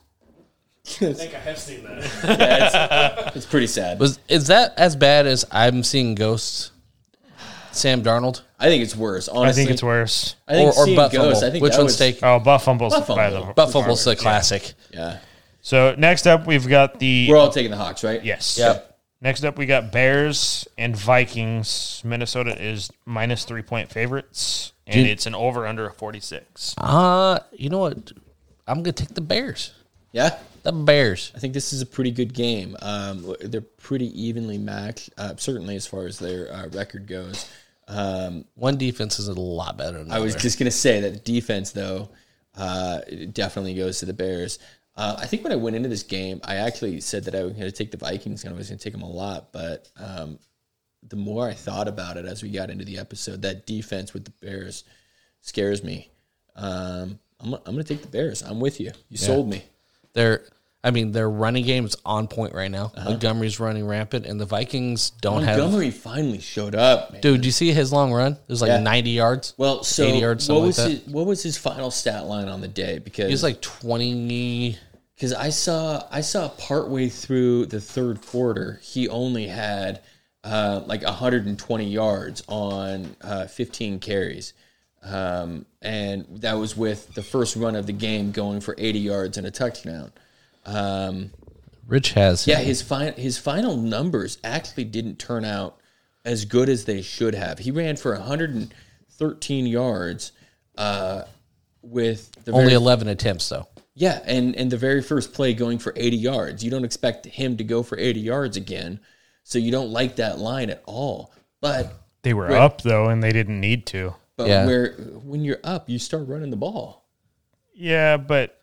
[SPEAKER 1] I think I have seen that.
[SPEAKER 3] it's pretty sad.
[SPEAKER 2] Was is that as bad as I'm seeing ghosts? Sam Darnold
[SPEAKER 3] I think it's worse. Honestly,
[SPEAKER 1] I think it's worse.
[SPEAKER 3] I think
[SPEAKER 2] or, or
[SPEAKER 3] seeing
[SPEAKER 2] butt
[SPEAKER 3] ghosts,
[SPEAKER 2] fumble?
[SPEAKER 3] I think
[SPEAKER 2] Which
[SPEAKER 3] that
[SPEAKER 2] one's
[SPEAKER 3] was-
[SPEAKER 2] taken?
[SPEAKER 1] Oh, butt fumbles
[SPEAKER 3] Butt
[SPEAKER 1] by
[SPEAKER 3] fumble.
[SPEAKER 1] the
[SPEAKER 2] Butt fumble's the classic.
[SPEAKER 3] Yeah,
[SPEAKER 1] So next up we've got the
[SPEAKER 3] we're all taking the Hawks, right?
[SPEAKER 1] yes.
[SPEAKER 3] Yep.
[SPEAKER 1] Next up we got Bears and Vikings. Minnesota is minus 3 point favorites and it's an over under of 46.
[SPEAKER 2] Uh you know what? I'm gonna take the Bears.
[SPEAKER 3] Yeah.
[SPEAKER 2] The Bears.
[SPEAKER 3] I think this is a pretty good game. Um, they're pretty evenly matched, uh, certainly as far as their uh, record goes. Um,
[SPEAKER 2] One defense is a lot better than the
[SPEAKER 3] I was
[SPEAKER 2] other.
[SPEAKER 3] just going to say that the defense, though, uh, it definitely goes to the Bears. Uh, I think when I went into this game, I actually said that I was going to take the Vikings and I was going to take them a lot. But um, the more I thought about it as we got into the episode, that defense with the Bears scares me. Um, I'm, I'm going to take the Bears. I'm with you. You sold me.
[SPEAKER 2] They're I mean, their running game is on point right now. Montgomery's running rampant, and the Vikings don't have.
[SPEAKER 3] Uh-huh. Montgomery finally showed up, man.
[SPEAKER 2] Dude, you see his long run? It was like
[SPEAKER 3] Yeah.
[SPEAKER 2] 90 yards.
[SPEAKER 3] Well, so
[SPEAKER 2] 80 yards,
[SPEAKER 3] what
[SPEAKER 2] something
[SPEAKER 3] was
[SPEAKER 2] like
[SPEAKER 3] his, what was his final stat line on the day?
[SPEAKER 2] He was
[SPEAKER 3] Because
[SPEAKER 2] like 20.
[SPEAKER 3] because I saw I saw partway through the third quarter, he only had uh, like 120 yards on uh, 15 carries, um, and that was with the first run of the game going for 80 yards and a touchdown. Um,
[SPEAKER 2] Rich has.
[SPEAKER 3] yeah, his fin- his final numbers actually didn't turn out as good as they should have. He ran for 113 yards uh, with the
[SPEAKER 2] Only
[SPEAKER 3] very
[SPEAKER 2] 11 attempts, though.
[SPEAKER 3] yeah, and and the very first play going for 80 yards. You don't expect him to go for 80 yards again, so you don't like that line at all. But
[SPEAKER 1] They were up though, and they didn't need to.
[SPEAKER 3] but
[SPEAKER 2] Yeah.
[SPEAKER 3] where when you're up, you start running the ball.
[SPEAKER 1] Yeah, but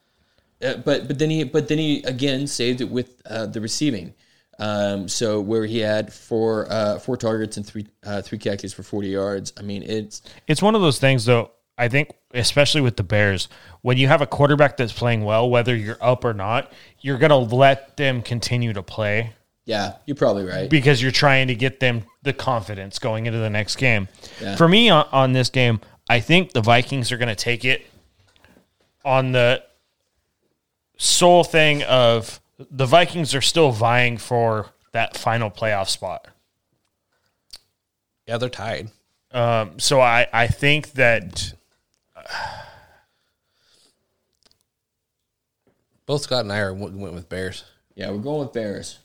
[SPEAKER 3] Uh, but but then he but then he again saved it with uh, the receiving. Um, so where he had four uh, four targets and three uh, three catches for 40 yards. I mean, it's
[SPEAKER 1] it's one of those things though. I think, especially with the Bears, when you have a quarterback that's playing well, whether you're up or not, you're gonna let them continue to play
[SPEAKER 3] yeah, you're probably right.
[SPEAKER 1] because you're trying to get them the confidence going into the next game. For me on, on this game, I think the Vikings are going to take it on the sole thing of the Vikings are still vying for that final playoff spot.
[SPEAKER 2] Yeah, they're tied.
[SPEAKER 1] Um, so I, I think that
[SPEAKER 2] Both Scott and I are, went went with Bears.
[SPEAKER 3] Yeah, we're going with Bears.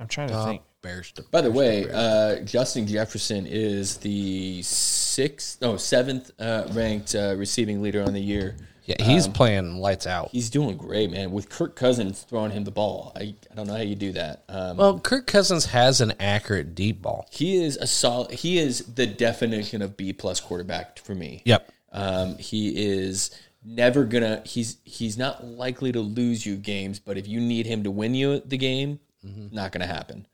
[SPEAKER 1] I'm trying to think.
[SPEAKER 2] Bears. to-
[SPEAKER 3] By the way, uh, Justin Jefferson is the sixth, no, seventh uh, ranked uh, receiving leader on the year.
[SPEAKER 2] Yeah, he's playing lights out.
[SPEAKER 3] He's doing great, man. With Kirk Cousins throwing him the ball, I, I don't know how you do that. Um,
[SPEAKER 2] Well, Kirk Cousins has an accurate deep ball.
[SPEAKER 3] he is a solid. He is the definition of B plus quarterback for me.
[SPEAKER 2] Yep.
[SPEAKER 3] Um, he is never gonna. He's he's not likely to lose you games, but if you need him to win you the game, not gonna happen.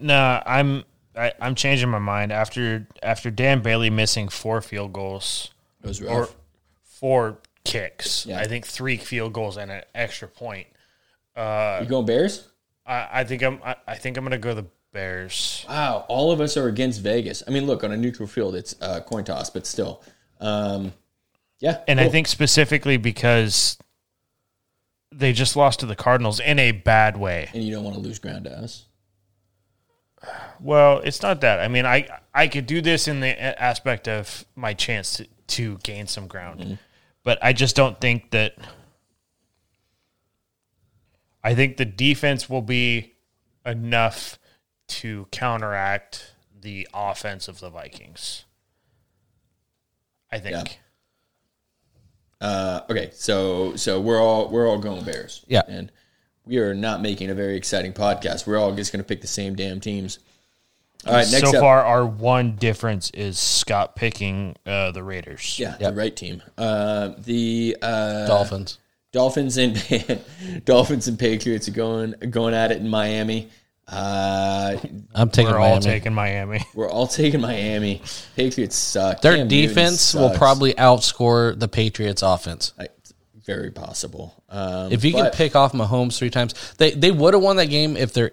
[SPEAKER 1] Nah, I'm I, I'm changing my mind after after Dan Bailey missing four field goals
[SPEAKER 3] It was rough.
[SPEAKER 1] or four kicks. I think three field goals and an extra point.
[SPEAKER 3] you going Bears?
[SPEAKER 1] I, I think I'm. I, I think I'm gonna go the Bears.
[SPEAKER 3] Wow, all of us are against Vegas. I mean, look on a neutral field, it's uh, coin toss, but still, um, yeah.
[SPEAKER 1] And I
[SPEAKER 3] cool.
[SPEAKER 1] think specifically because they just lost to the Cardinals in a bad way.
[SPEAKER 3] and you don't want to lose ground to us.
[SPEAKER 1] Well, it's not that. I mean, I I could do this in the a- aspect of my chance to, to gain some ground,
[SPEAKER 3] Mm-hmm.
[SPEAKER 1] but I just don't think that. I think the defense will be enough to counteract the offense of the Vikings. I think.
[SPEAKER 3] Uh, okay, so so we're all we're all going Bears.
[SPEAKER 2] Yeah.
[SPEAKER 3] and we are not making a very exciting podcast. We're all just going to pick the same damn teams. All right, next
[SPEAKER 1] so
[SPEAKER 3] up,
[SPEAKER 1] far, our one difference is Scott picking uh, the Raiders.
[SPEAKER 3] yeah, the right team. Uh, the uh,
[SPEAKER 2] Dolphins.
[SPEAKER 3] Dolphins and [laughs] Dolphins and Patriots are going going at it in Miami. Uh,
[SPEAKER 2] I'm taking
[SPEAKER 1] we're all
[SPEAKER 2] Miami.
[SPEAKER 1] taking Miami.
[SPEAKER 3] we're all [laughs] taking Miami. Patriots suck.
[SPEAKER 2] Their
[SPEAKER 3] Cam Newton
[SPEAKER 2] defense will
[SPEAKER 3] sucks.
[SPEAKER 2] probably outscore the Patriots' offense.
[SPEAKER 3] I, it's very possible. Um,
[SPEAKER 2] If you can
[SPEAKER 3] but-
[SPEAKER 2] pick off Mahomes three times, they they would have won that game if their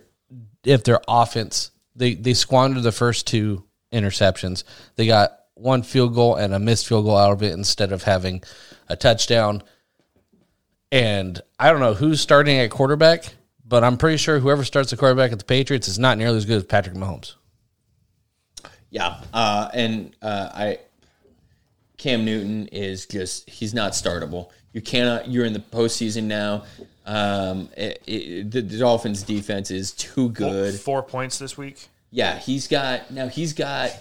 [SPEAKER 2] if their offense they they squandered the first two interceptions. They got one field goal and a missed field goal out of it instead of having a touchdown. And I don't know who's starting at quarterback, but I'm pretty sure whoever starts the quarterback at the Patriots is not nearly as good as Patrick Mahomes.
[SPEAKER 3] yeah, uh, and uh, I, Cam Newton is just he's not startable. You cannot. You're in the postseason now. Um, it, it, the, the Dolphins' defense is too good.
[SPEAKER 1] Four points this week.
[SPEAKER 3] Yeah, he's got now. He's got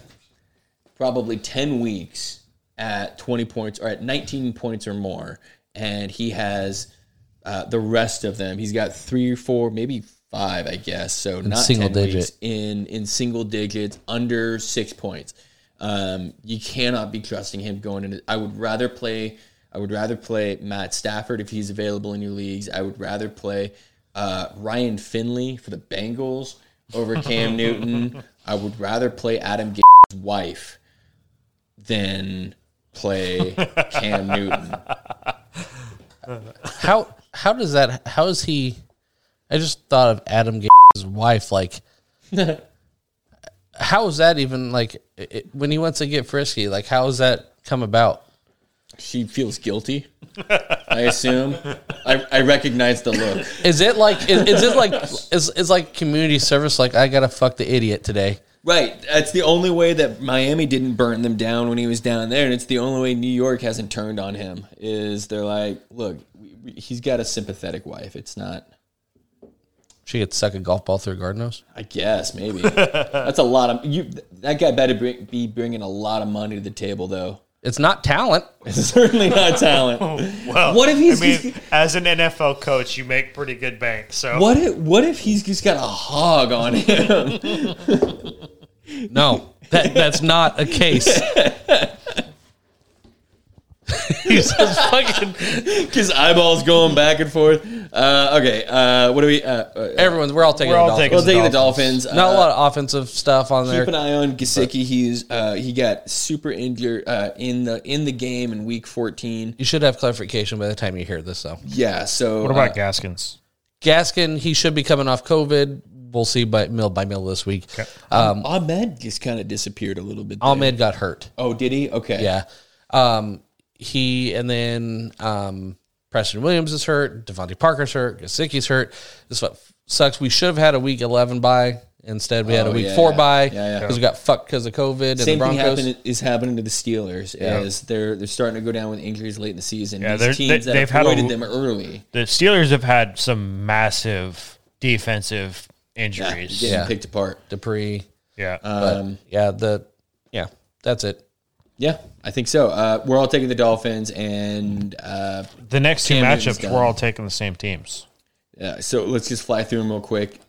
[SPEAKER 3] probably ten weeks at twenty points or at nineteen points or more, and he has uh, the rest of them. He's got three or four, maybe five, I guess. So not
[SPEAKER 2] single
[SPEAKER 3] 10 weeks,
[SPEAKER 2] digit.
[SPEAKER 3] in in single digits under six points. Um, you cannot be trusting him going into. I would rather play. I would rather play Matt Stafford if he's available in your leagues. I would rather play uh, Ryan Finley for the Bengals over
[SPEAKER 2] [laughs]
[SPEAKER 3] Cam Newton. I would rather play Adam Gase's wife than play Cam Newton.
[SPEAKER 2] how how does that? How is he? I just thought of Adam Gase's
[SPEAKER 1] [laughs]
[SPEAKER 2] wife. Like, how is that even like it, when he wants to get frisky? Like, how has that come about?
[SPEAKER 3] She feels guilty. I assume. I, I recognize the look.
[SPEAKER 2] Is it like is, is it like is is like community service? Like, I gotta fuck the idiot today.
[SPEAKER 3] Right. That's the only way that Miami didn't burn them down when he was down there, and it's the only way New York hasn't turned on him. Is they're like, look, we, we, he's got a sympathetic wife. It's not.
[SPEAKER 2] She could suck a golf ball through her garden hose.
[SPEAKER 3] I guess [laughs] maybe that's a lot of you. That guy better bring, be bringing a lot of money to the table, though. [laughs]
[SPEAKER 2] It's not talent.
[SPEAKER 3] It's certainly not [laughs] talent.
[SPEAKER 1] Well,
[SPEAKER 3] What if he's-
[SPEAKER 1] Oh, I mean, as an NFL coach, you make pretty good bank. So
[SPEAKER 3] What if what if he's just got a hog on him? [laughs]
[SPEAKER 2] No, that that's not a case. [laughs] He's just fucking.
[SPEAKER 3] His eyeballs going back and forth. Uh, okay, uh, what do we? Uh, uh,
[SPEAKER 2] Everyone's. We're all taking.
[SPEAKER 1] We're
[SPEAKER 2] the
[SPEAKER 1] all
[SPEAKER 2] Dolphins.
[SPEAKER 1] taking
[SPEAKER 3] we'll take the Dolphins.
[SPEAKER 2] Not
[SPEAKER 3] Uh,
[SPEAKER 2] a lot of offensive stuff on there.
[SPEAKER 3] Keep an eye on Gasicki. He's uh, he got super injured uh, in the in the game in week 14.
[SPEAKER 2] You should have clarification by the time you hear this, though.
[SPEAKER 3] Yeah. So
[SPEAKER 1] What about Gaskins?
[SPEAKER 2] Gaskin, he should be coming off COVID. We'll see by mill by mill this week.
[SPEAKER 3] uh, Ahmed just kind of disappeared a little bit. there.
[SPEAKER 2] Ahmed got hurt.
[SPEAKER 3] Oh, did he? Okay.
[SPEAKER 2] Yeah. Um, he and then um, Preston Williams is hurt. Devontae Parker's hurt. Gasicki's hurt. This is what sucks. We should have had a week 11 bye. Instead, we had a
[SPEAKER 3] Oh,
[SPEAKER 2] week
[SPEAKER 3] yeah,
[SPEAKER 2] four
[SPEAKER 3] yeah.
[SPEAKER 2] bye because
[SPEAKER 3] Yeah, yeah.
[SPEAKER 2] we got fucked because of COVID and the
[SPEAKER 3] Same thing
[SPEAKER 2] Broncos.
[SPEAKER 3] happened, is happening to the Steelers. Is they're they're starting to go down with injuries late in the season.
[SPEAKER 1] Yeah, they're-
[SPEAKER 3] These teams
[SPEAKER 1] they-
[SPEAKER 3] that
[SPEAKER 1] they've had a-
[SPEAKER 3] avoided them early
[SPEAKER 1] The Steelers have had some massive defensive injuries.
[SPEAKER 3] getting
[SPEAKER 1] Yeah.
[SPEAKER 2] Yeah.
[SPEAKER 3] picked apart.
[SPEAKER 2] Dupree. But,
[SPEAKER 3] Um,
[SPEAKER 2] yeah, the yeah, that's it.
[SPEAKER 3] yeah, I think so. Uh, we're all taking the Dolphins, and uh,
[SPEAKER 1] The next two
[SPEAKER 3] Cam Newton's
[SPEAKER 1] matchups,
[SPEAKER 3] done.
[SPEAKER 1] we're all taking the same teams.
[SPEAKER 3] yeah, uh, so let's just fly through them real quick.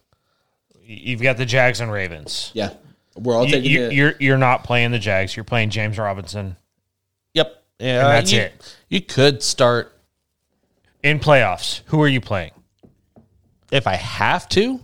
[SPEAKER 1] You've got the Jags and Ravens.
[SPEAKER 3] Yeah, we're all
[SPEAKER 1] You,
[SPEAKER 3] taking
[SPEAKER 1] you,
[SPEAKER 3] the,
[SPEAKER 1] you're you're not playing the Jags. You're playing James Robinson
[SPEAKER 2] Yep. Yeah,
[SPEAKER 1] that's
[SPEAKER 2] you-
[SPEAKER 1] it.
[SPEAKER 2] You could start
[SPEAKER 1] in playoffs. Who are you playing?
[SPEAKER 2] if I have to.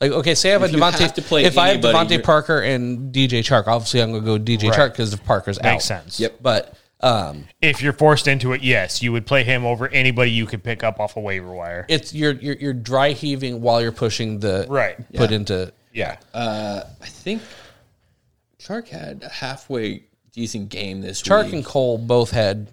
[SPEAKER 2] Like okay, say I have
[SPEAKER 3] If
[SPEAKER 2] a
[SPEAKER 3] you
[SPEAKER 2] Devontae.
[SPEAKER 3] have to play
[SPEAKER 2] if I have
[SPEAKER 3] anybody,
[SPEAKER 2] Devontae
[SPEAKER 3] you're-
[SPEAKER 2] Parker and DJ Chark, obviously I'm gonna go DJ
[SPEAKER 1] Right.
[SPEAKER 2] Chark because if Parker's out,
[SPEAKER 1] Makes sense.
[SPEAKER 3] Yep.
[SPEAKER 2] But um,
[SPEAKER 1] If you're forced into it, yes, you would play him over anybody you could pick up off a waiver wire.
[SPEAKER 2] it's you're, you're you're dry heaving while you're pushing the
[SPEAKER 1] Right.
[SPEAKER 2] put into
[SPEAKER 1] yeah.
[SPEAKER 3] I think Chark had a halfway decent game this
[SPEAKER 2] Chark
[SPEAKER 3] week.
[SPEAKER 2] and Cole both had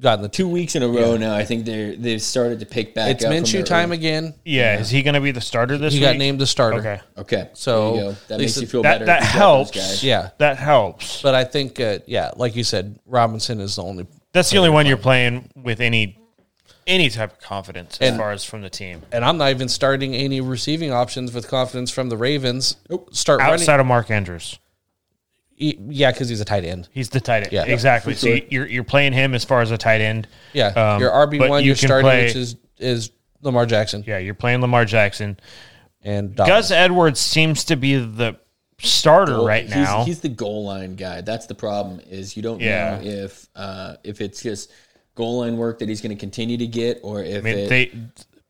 [SPEAKER 2] gotten the two.
[SPEAKER 3] Two weeks in a row now. I think they they've started to pick back.
[SPEAKER 2] It's
[SPEAKER 3] up from
[SPEAKER 2] Minshew
[SPEAKER 3] their
[SPEAKER 2] time
[SPEAKER 3] early-
[SPEAKER 2] again.
[SPEAKER 3] Uh,
[SPEAKER 1] yeah. Is he going to be the starter this
[SPEAKER 2] He
[SPEAKER 1] week?
[SPEAKER 2] got named the starter.
[SPEAKER 1] Okay.
[SPEAKER 3] Okay,
[SPEAKER 2] So,
[SPEAKER 3] there you go. that
[SPEAKER 2] at
[SPEAKER 3] makes
[SPEAKER 2] least
[SPEAKER 3] you feel
[SPEAKER 1] that-
[SPEAKER 3] better.
[SPEAKER 1] that
[SPEAKER 3] if you got those
[SPEAKER 1] helps.
[SPEAKER 3] guys.
[SPEAKER 2] Yeah,
[SPEAKER 1] That helps.
[SPEAKER 2] but I think uh, yeah, like you said, Robinson is the only.
[SPEAKER 1] That's the only one you're playing with any any type of confidence as
[SPEAKER 2] And-
[SPEAKER 1] far as from the team.
[SPEAKER 2] And I'm not even starting any receiving options with confidence from the Ravens.
[SPEAKER 3] Nope.
[SPEAKER 2] Start running.
[SPEAKER 1] Outside of Mark Andrews.
[SPEAKER 2] E- Yeah, because he's a tight end.
[SPEAKER 1] He's the tight end.
[SPEAKER 2] Yeah.
[SPEAKER 1] exactly.
[SPEAKER 3] For
[SPEAKER 1] So
[SPEAKER 3] sure.
[SPEAKER 1] you- you're you're playing him as far as a tight end.
[SPEAKER 2] Yeah,
[SPEAKER 1] Um,
[SPEAKER 2] your RB
[SPEAKER 1] but
[SPEAKER 2] one,
[SPEAKER 1] you
[SPEAKER 2] your
[SPEAKER 1] can
[SPEAKER 2] starting,
[SPEAKER 1] play-
[SPEAKER 2] which is is Lamar Jackson
[SPEAKER 1] Yeah, you're playing Lamar Jackson.
[SPEAKER 2] and Dobbins.
[SPEAKER 1] Gus Edwards seems to be the starter
[SPEAKER 3] Well,
[SPEAKER 1] right
[SPEAKER 3] he's,
[SPEAKER 1] now.
[SPEAKER 3] He's the goal line guy. That's the problem. Is you don't
[SPEAKER 1] Yeah.
[SPEAKER 3] know if uh, if it's just goal line work that he's going to continue to get, or if
[SPEAKER 1] I mean,
[SPEAKER 3] it,
[SPEAKER 1] they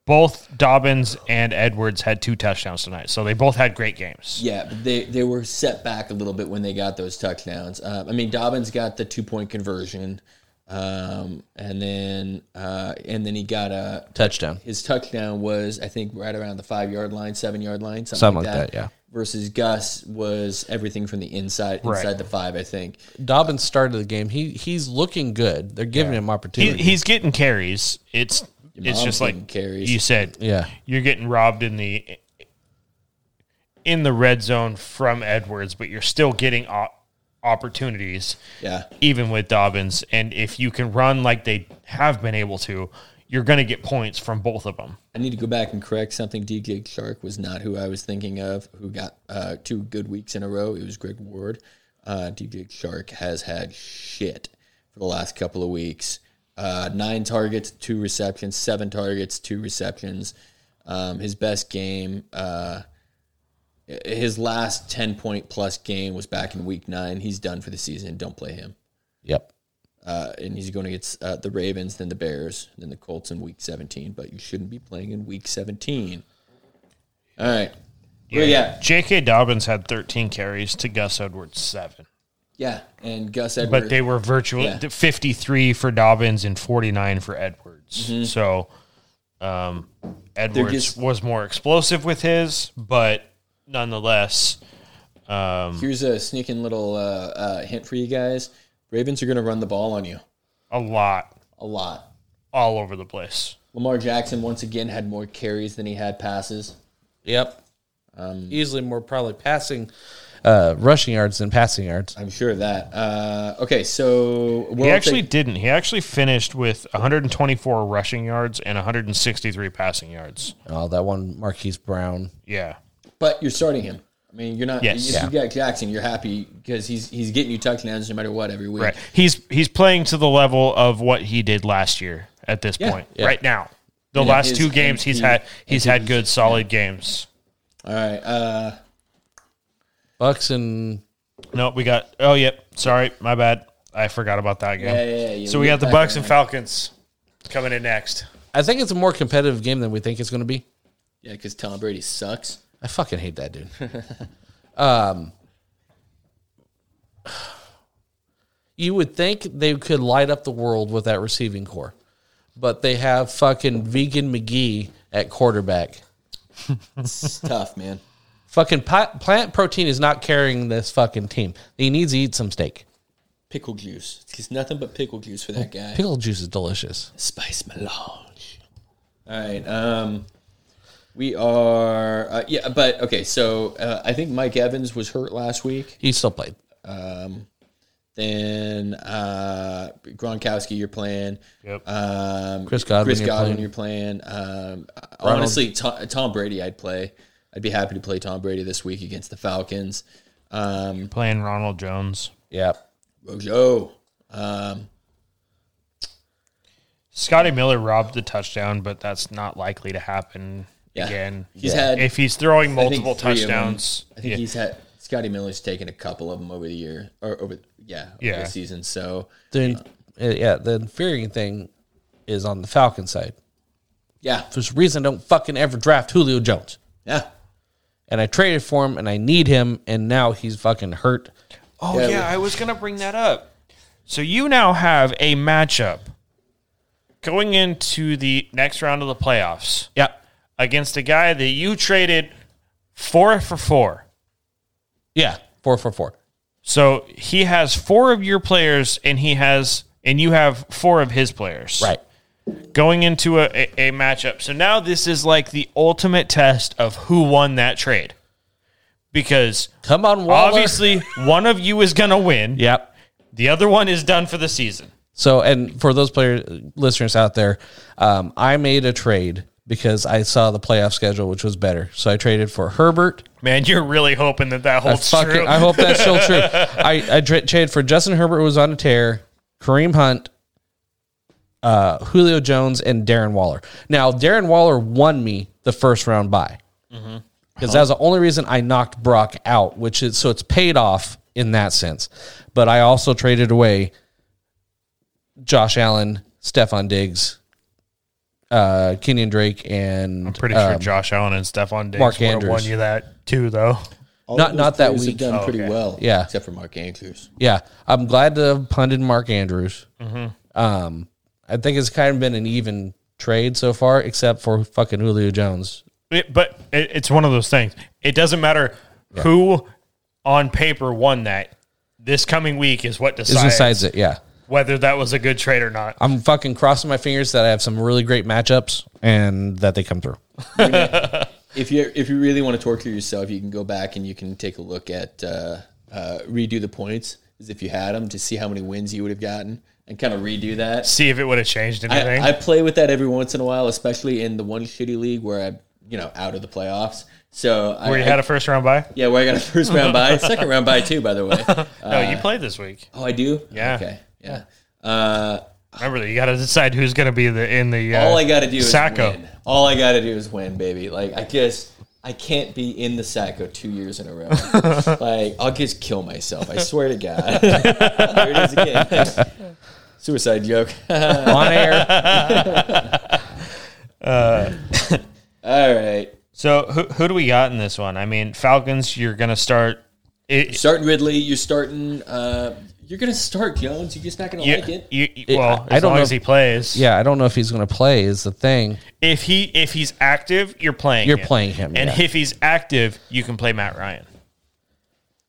[SPEAKER 1] both Dobbins and Edwards had two touchdowns tonight, so they both had great games.
[SPEAKER 3] yeah, but they they were set back a little bit when they got those touchdowns. Uh, I mean, Dobbins got the two point conversion, um, and then uh, and then he got a
[SPEAKER 2] touchdown.
[SPEAKER 3] his touchdown was I think right around the five yard line, seven yard line, something,
[SPEAKER 2] Something
[SPEAKER 3] like,
[SPEAKER 2] like
[SPEAKER 3] that.
[SPEAKER 2] that, yeah.
[SPEAKER 3] Versus Gus was everything from the inside
[SPEAKER 1] Right.
[SPEAKER 3] inside the five, I think.
[SPEAKER 2] Dobbins started the game. He he's looking good. They're giving him
[SPEAKER 1] He,
[SPEAKER 2] opportunity.
[SPEAKER 1] he's getting carries. It's it's
[SPEAKER 3] mom's
[SPEAKER 1] just
[SPEAKER 3] getting
[SPEAKER 1] like
[SPEAKER 3] carries.
[SPEAKER 1] you said.
[SPEAKER 2] yeah,
[SPEAKER 1] you're getting robbed in the in the red zone from Edwards, but you're still getting op- opportunities
[SPEAKER 3] Yeah.
[SPEAKER 1] even with Dobbins. And if you can run like they have been able to, you're going to get points from both of them.
[SPEAKER 3] I need to go back and correct something. DJ Shark was not who I was thinking of, who got uh, two good weeks in a row. It was Greg Ward. Uh, DJ Shark has had shit for the last couple of weeks. Uh, nine targets, two receptions, seven targets, two receptions. Um, his best game, uh, his last 10 point plus game was back in week nine. He's done for the season. Don't play him.
[SPEAKER 2] yep.
[SPEAKER 3] Uh, and he's going against uh, the Ravens, then the Bears, then the Colts in Week 17. But you shouldn't be playing in Week 17. All right. Yeah. yeah.
[SPEAKER 1] J.K. Dobbins had 13 carries to Gus Edwards seven.
[SPEAKER 3] Yeah, and Gus Edwards.
[SPEAKER 1] but they were virtually
[SPEAKER 3] Yeah.
[SPEAKER 1] 53 for Dobbins and 49 for Edwards. So um, Edwards
[SPEAKER 3] Mm-hmm. just-
[SPEAKER 1] was more explosive with his, but nonetheless, um,
[SPEAKER 3] Here's a sneaking little uh, uh, hint for you guys: Ravens are going to run the ball on you
[SPEAKER 1] a lot
[SPEAKER 3] a lot.
[SPEAKER 1] all over the place.
[SPEAKER 3] Lamar Jackson once again had more carries than he had passes.
[SPEAKER 2] Yep. Um, Easily more probably passing, uh, rushing yards than passing yards.
[SPEAKER 3] I'm sure of that. Uh, okay, so we'll
[SPEAKER 1] He actually didn't. He actually finished with 124 rushing yards and 163 passing yards.
[SPEAKER 2] Oh, that one Marquise Brown.
[SPEAKER 1] Yeah.
[SPEAKER 3] but you're starting him. I mean, you're not.
[SPEAKER 1] Yes.
[SPEAKER 3] if you got Jackson, you're happy because he's he's getting you touchdowns no matter what every week.
[SPEAKER 1] Right. He's he's playing to the level of what he did last year at this point.
[SPEAKER 2] yeah.
[SPEAKER 1] Right now. The
[SPEAKER 3] Yeah,
[SPEAKER 1] last
[SPEAKER 3] his
[SPEAKER 1] two games he's
[SPEAKER 3] MP
[SPEAKER 1] had he's had good solid games.
[SPEAKER 3] All right. Uh,
[SPEAKER 2] Bucks and
[SPEAKER 1] No, we got. Oh, yep. Sorry, my bad. I forgot about that game.
[SPEAKER 3] Yeah, yeah, yeah.
[SPEAKER 1] So we
[SPEAKER 3] We'll
[SPEAKER 1] got the
[SPEAKER 3] get back
[SPEAKER 1] Bucks
[SPEAKER 3] on
[SPEAKER 1] and Falcons coming in next.
[SPEAKER 2] I think it's a more competitive game than we think it's going to be.
[SPEAKER 3] yeah, because Tom Brady sucks.
[SPEAKER 2] I fucking hate that dude. um, you would think they could light up the world with that receiving core, but they have fucking Vegan McGee at quarterback. [laughs]
[SPEAKER 3] It's tough, man.
[SPEAKER 2] Fucking pi- plant protein is not carrying this fucking team. He needs to eat some steak.
[SPEAKER 3] Pickle juice. It's nothing but pickle juice for that guy.
[SPEAKER 2] Pickle juice is delicious.
[SPEAKER 3] Spice melange. All right. Um, we are. Uh, yeah, but okay. So uh, I think Mike Evans was hurt last week.
[SPEAKER 2] He still played.
[SPEAKER 3] Then uh, Gronkowski, you're playing.
[SPEAKER 1] Yep.
[SPEAKER 3] Um,
[SPEAKER 2] Chris Godwin,
[SPEAKER 3] Chris
[SPEAKER 2] you're
[SPEAKER 3] Godwin,
[SPEAKER 2] playing.
[SPEAKER 3] you're playing. Um, honestly, Tom, Tom Brady, I'd play. I'd be happy to play Tom Brady this week against the Falcons. Um,
[SPEAKER 1] Playing Ronald Jones,
[SPEAKER 2] Yeah.
[SPEAKER 3] Rojo. Um,
[SPEAKER 1] Scotty Miller robbed the touchdown, but that's not likely to happen
[SPEAKER 3] Yeah.
[SPEAKER 1] again.
[SPEAKER 3] He's had-
[SPEAKER 1] if he's throwing multiple
[SPEAKER 3] three of them.
[SPEAKER 1] touchdowns.
[SPEAKER 3] I think
[SPEAKER 1] yeah.
[SPEAKER 3] he's had Scotty Miller's taken a couple of them over the year or over yeah over
[SPEAKER 1] Yeah.
[SPEAKER 3] the season. So
[SPEAKER 2] The, uh, yeah, the infuriating thing is on the Falcon side.
[SPEAKER 3] yeah,
[SPEAKER 2] For some reason, don't fucking ever draft Julio Jones.
[SPEAKER 3] yeah.
[SPEAKER 2] and I traded for him and I need him and now he's fucking hurt.
[SPEAKER 1] Oh
[SPEAKER 3] Yeah.
[SPEAKER 1] yeah, I was gonna bring that up. So you now have a matchup going into the next round of the playoffs.
[SPEAKER 2] Yep.
[SPEAKER 1] Against a guy that you traded four for four.
[SPEAKER 2] Yeah. Four four four.
[SPEAKER 1] So he has four of your players, and he has, and you have four of his players.
[SPEAKER 2] Right.
[SPEAKER 1] Going into a, a, a matchup. So now this is like the ultimate test of who won that trade. Because
[SPEAKER 2] Come on, Waller.
[SPEAKER 1] obviously one of you is going to win,
[SPEAKER 2] Yep.
[SPEAKER 1] the other one is done for the season.
[SPEAKER 2] So and for those player listeners out there, um, I made a trade because I saw the playoff schedule, which was better. So I traded for Herbert.
[SPEAKER 1] Man, you're really hoping that that
[SPEAKER 2] I
[SPEAKER 1] holds
[SPEAKER 2] fucking,
[SPEAKER 1] true.
[SPEAKER 2] I hope that's still
[SPEAKER 1] [laughs]
[SPEAKER 2] true. I, I tra- traded for Justin Herbert, who was on a tear, Kareem Hunt, uh, Julio Jones, and Darren Waller. Now, Darren Waller won me the first round bye
[SPEAKER 1] Mm-hmm.
[SPEAKER 2] because that was the only reason I knocked Brock out, which is so it's paid off in that sense. But I also traded away Josh Allen, Stefan Diggs, uh, Kenyon Drake, and
[SPEAKER 1] I'm pretty sure Josh Allen and Stephon Diggs
[SPEAKER 2] um, Mark
[SPEAKER 1] would have
[SPEAKER 2] Andrews.
[SPEAKER 1] won you that too, though.
[SPEAKER 3] All
[SPEAKER 2] Not-
[SPEAKER 3] of those
[SPEAKER 2] not that
[SPEAKER 3] players have
[SPEAKER 2] week.
[SPEAKER 3] done
[SPEAKER 1] Oh,
[SPEAKER 3] pretty well.
[SPEAKER 2] Yeah.
[SPEAKER 3] except for Mark Andrews.
[SPEAKER 2] Yeah, I'm glad to have punted Mark Andrews. Um, I think it's kind of been an even trade so far, except for fucking Julio Jones.
[SPEAKER 1] It- but it, it's one of those things. It doesn't matter who on paper won that. This coming week is what
[SPEAKER 2] Is
[SPEAKER 1] decides
[SPEAKER 2] besides it, yeah.
[SPEAKER 1] whether that was a good trade or not.
[SPEAKER 2] I'm fucking crossing my fingers that I have some really great matchups and that they come through.
[SPEAKER 3] If you if you really want to torture yourself, you can go back and you can take a look at uh, uh, redo the points as if you had them to see how many wins you would have gotten and kind of redo that.
[SPEAKER 1] See if it would have changed anything.
[SPEAKER 3] I, I play with that every once in a while, especially in the one shitty league where I'm you know out of the playoffs. So I,
[SPEAKER 1] where you
[SPEAKER 3] I-
[SPEAKER 1] had a first round bye?
[SPEAKER 3] yeah, where I got a first
[SPEAKER 1] [laughs]
[SPEAKER 3] round bye, second round bye too. By the way,
[SPEAKER 1] No, you played this week.
[SPEAKER 3] oh, I do.
[SPEAKER 1] Yeah.
[SPEAKER 3] Okay. Yeah. Uh,
[SPEAKER 1] Remember that you got to decide who's going to be the in the. Uh,
[SPEAKER 3] all I got to do is
[SPEAKER 1] Sacco.
[SPEAKER 3] win. All I got to do is win, baby. Like I just I can't be in the Sacco two years in
[SPEAKER 1] [laughs]
[SPEAKER 3] a row. like I'll just kill myself. I swear to God. [laughs] there it is again. [laughs] Suicide joke.
[SPEAKER 2] [laughs]
[SPEAKER 3] [laughs]
[SPEAKER 2] On air,
[SPEAKER 3] All right.
[SPEAKER 1] So who who do we got in this one? I mean, Falcons. You're going to start It,
[SPEAKER 3] Starting Ridley, you're starting. Uh, you're gonna start Jones. You're just not gonna
[SPEAKER 1] you-
[SPEAKER 3] like it.
[SPEAKER 1] you- you- well,
[SPEAKER 2] I
[SPEAKER 1] as
[SPEAKER 2] don't
[SPEAKER 1] long
[SPEAKER 2] know
[SPEAKER 1] as he
[SPEAKER 2] if-
[SPEAKER 1] plays,
[SPEAKER 2] Yeah, I don't know if he's going to play. Is the thing.
[SPEAKER 1] If he if he's active, you're playing.
[SPEAKER 2] You're playing him,
[SPEAKER 1] and
[SPEAKER 2] yeah.
[SPEAKER 1] if he's active, you can play Matt Ryan.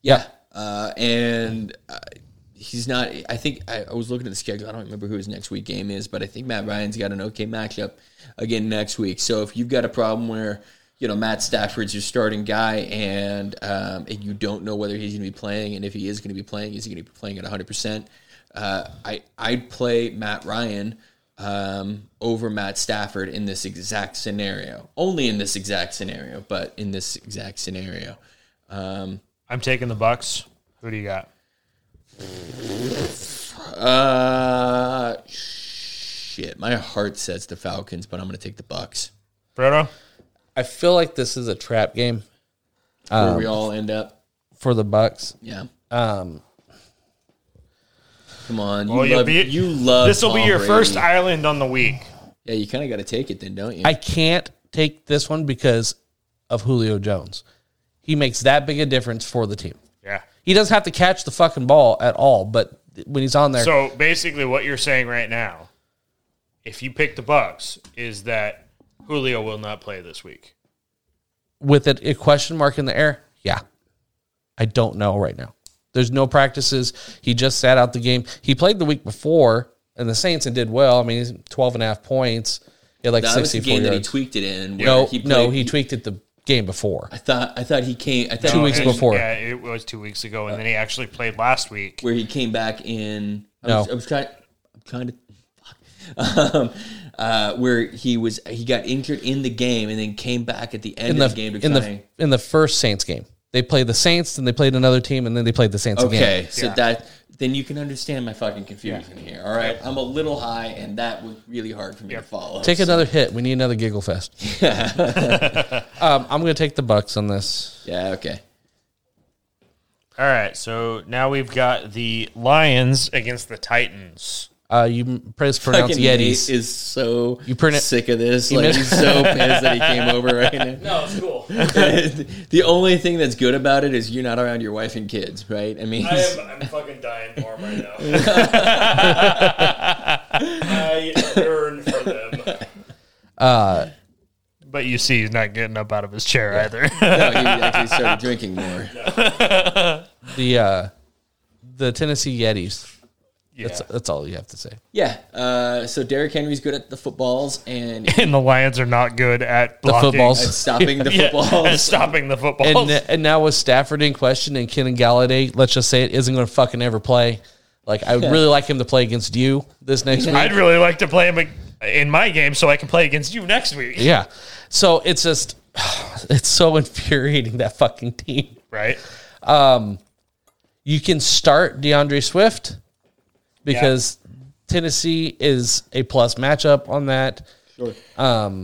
[SPEAKER 2] Yeah.
[SPEAKER 3] Uh, and uh, he's not. I think I, I was looking at the schedule. I don't remember who his next week game is, but I think Matt Ryan's got an okay matchup again next week. So if you've got a problem where you know Matt Stafford's your starting guy, and um, and you don't know whether he's going to be playing, and if he is going to be playing, is he going to be playing at 100? percent uh, I I'd play Matt Ryan um, over Matt Stafford in this exact scenario. Only in this exact scenario, but in this exact scenario. Um,
[SPEAKER 1] I'm taking the Bucks. Who do you got?
[SPEAKER 3] Uh, shit. My heart says the Falcons, but I'm going to take the Bucks.
[SPEAKER 1] Brodo?
[SPEAKER 2] I feel like this is a trap game
[SPEAKER 3] Where we all end up.
[SPEAKER 2] for the Bucks.
[SPEAKER 3] Yeah.
[SPEAKER 2] Um,
[SPEAKER 3] Come on. You
[SPEAKER 1] Well, Oh, you'll
[SPEAKER 3] love.
[SPEAKER 1] be-
[SPEAKER 3] you love.
[SPEAKER 1] This will be
[SPEAKER 3] Tom
[SPEAKER 1] your
[SPEAKER 3] Brady.
[SPEAKER 1] first island on the week.
[SPEAKER 3] yeah, you kind of got to take it then, don't you?
[SPEAKER 2] I can't take this one because of Julio Jones. He makes that big a difference for the team.
[SPEAKER 1] Yeah.
[SPEAKER 2] He doesn't have to catch the fucking ball at all, but when he's on
[SPEAKER 1] [laughs]
[SPEAKER 2] there,
[SPEAKER 1] So basically, what you're saying right now, if you pick the Bucks, is that Julio will not play this week.
[SPEAKER 2] with it, a question mark in the air, yeah. I don't know right now. There's no practices. He just sat out the game. He played the week before and the Saints and did well. I mean, he's 12 and a half points. He had like
[SPEAKER 3] that was the
[SPEAKER 2] 64
[SPEAKER 3] game that he
[SPEAKER 2] yards.
[SPEAKER 3] tweaked it in. Where
[SPEAKER 2] no,
[SPEAKER 3] he played,
[SPEAKER 2] no, he tweaked it the game before.
[SPEAKER 3] I thought. I thought he came. I thought
[SPEAKER 2] Two
[SPEAKER 3] he
[SPEAKER 2] weeks
[SPEAKER 3] came-
[SPEAKER 2] before.
[SPEAKER 1] Yeah, it was two weeks ago, and then he actually played last week.
[SPEAKER 3] where he came back in. I
[SPEAKER 2] No.
[SPEAKER 3] was, I was kind. I'm kind of. Fuck. [laughs] Um, uh, where he was, he got injured in the game and then came back at the end
[SPEAKER 2] in
[SPEAKER 3] of
[SPEAKER 2] the
[SPEAKER 3] the game to
[SPEAKER 2] in
[SPEAKER 3] try
[SPEAKER 2] the
[SPEAKER 3] and-
[SPEAKER 2] in the first Saints game. They played the Saints, then they played another team, and then they played the Saints
[SPEAKER 3] Okay,
[SPEAKER 2] again.
[SPEAKER 3] so that then you can understand my fucking confusion here. All right, I'm a little high, and that was really hard for me to follow.
[SPEAKER 2] Take another hit. We need another giggle fest.
[SPEAKER 3] [laughs]
[SPEAKER 2] um, I'm going to take the Bucks on this.
[SPEAKER 3] yeah, okay.
[SPEAKER 1] All right, so now we've got the Lions against the Titans.
[SPEAKER 2] Uh, you m- pres- pronounce
[SPEAKER 3] Fucking
[SPEAKER 2] Yetis.
[SPEAKER 3] Nate is so you
[SPEAKER 2] pronoun-
[SPEAKER 3] sick of this. Like
[SPEAKER 2] [laughs]
[SPEAKER 3] he's so pissed that he came over right now.
[SPEAKER 1] No, it's [laughs] cool.
[SPEAKER 3] [laughs] the only thing that's good about it is you're not around your wife and kids, right? I mean,
[SPEAKER 1] I'm fucking dying for them right now. [laughs] I yearn for them. Uh, but you see, he's not getting up out of his chair either.
[SPEAKER 3] [laughs]
[SPEAKER 1] [laughs]
[SPEAKER 3] no, he actually started drinking more.
[SPEAKER 2] the uh, the Tennessee Yetis.
[SPEAKER 1] yeah.
[SPEAKER 2] That's, that's all you have to say.
[SPEAKER 3] Yeah. Uh, so Derrick Henry's good at the footballs
[SPEAKER 2] [laughs]
[SPEAKER 3] and
[SPEAKER 1] And the Lions are not good at
[SPEAKER 2] The
[SPEAKER 1] blocking.
[SPEAKER 2] footballs.
[SPEAKER 3] stopping the
[SPEAKER 1] Yeah, [laughs] and
[SPEAKER 3] footballs.
[SPEAKER 1] stopping the footballs.
[SPEAKER 2] And, and now with Stafford in question and Kenan Galladay, let's just say it isn't going to fucking ever play. Like I would really like him to play against you this next week.
[SPEAKER 1] I'd really like to play him ag- in my game so I can play against you next week.
[SPEAKER 2] Yeah. So it's just [sighs] it's so [laughs] infuriating that fucking team.
[SPEAKER 1] Right?
[SPEAKER 2] You can start DeAndre Swift because Tennessee is a plus matchup on that.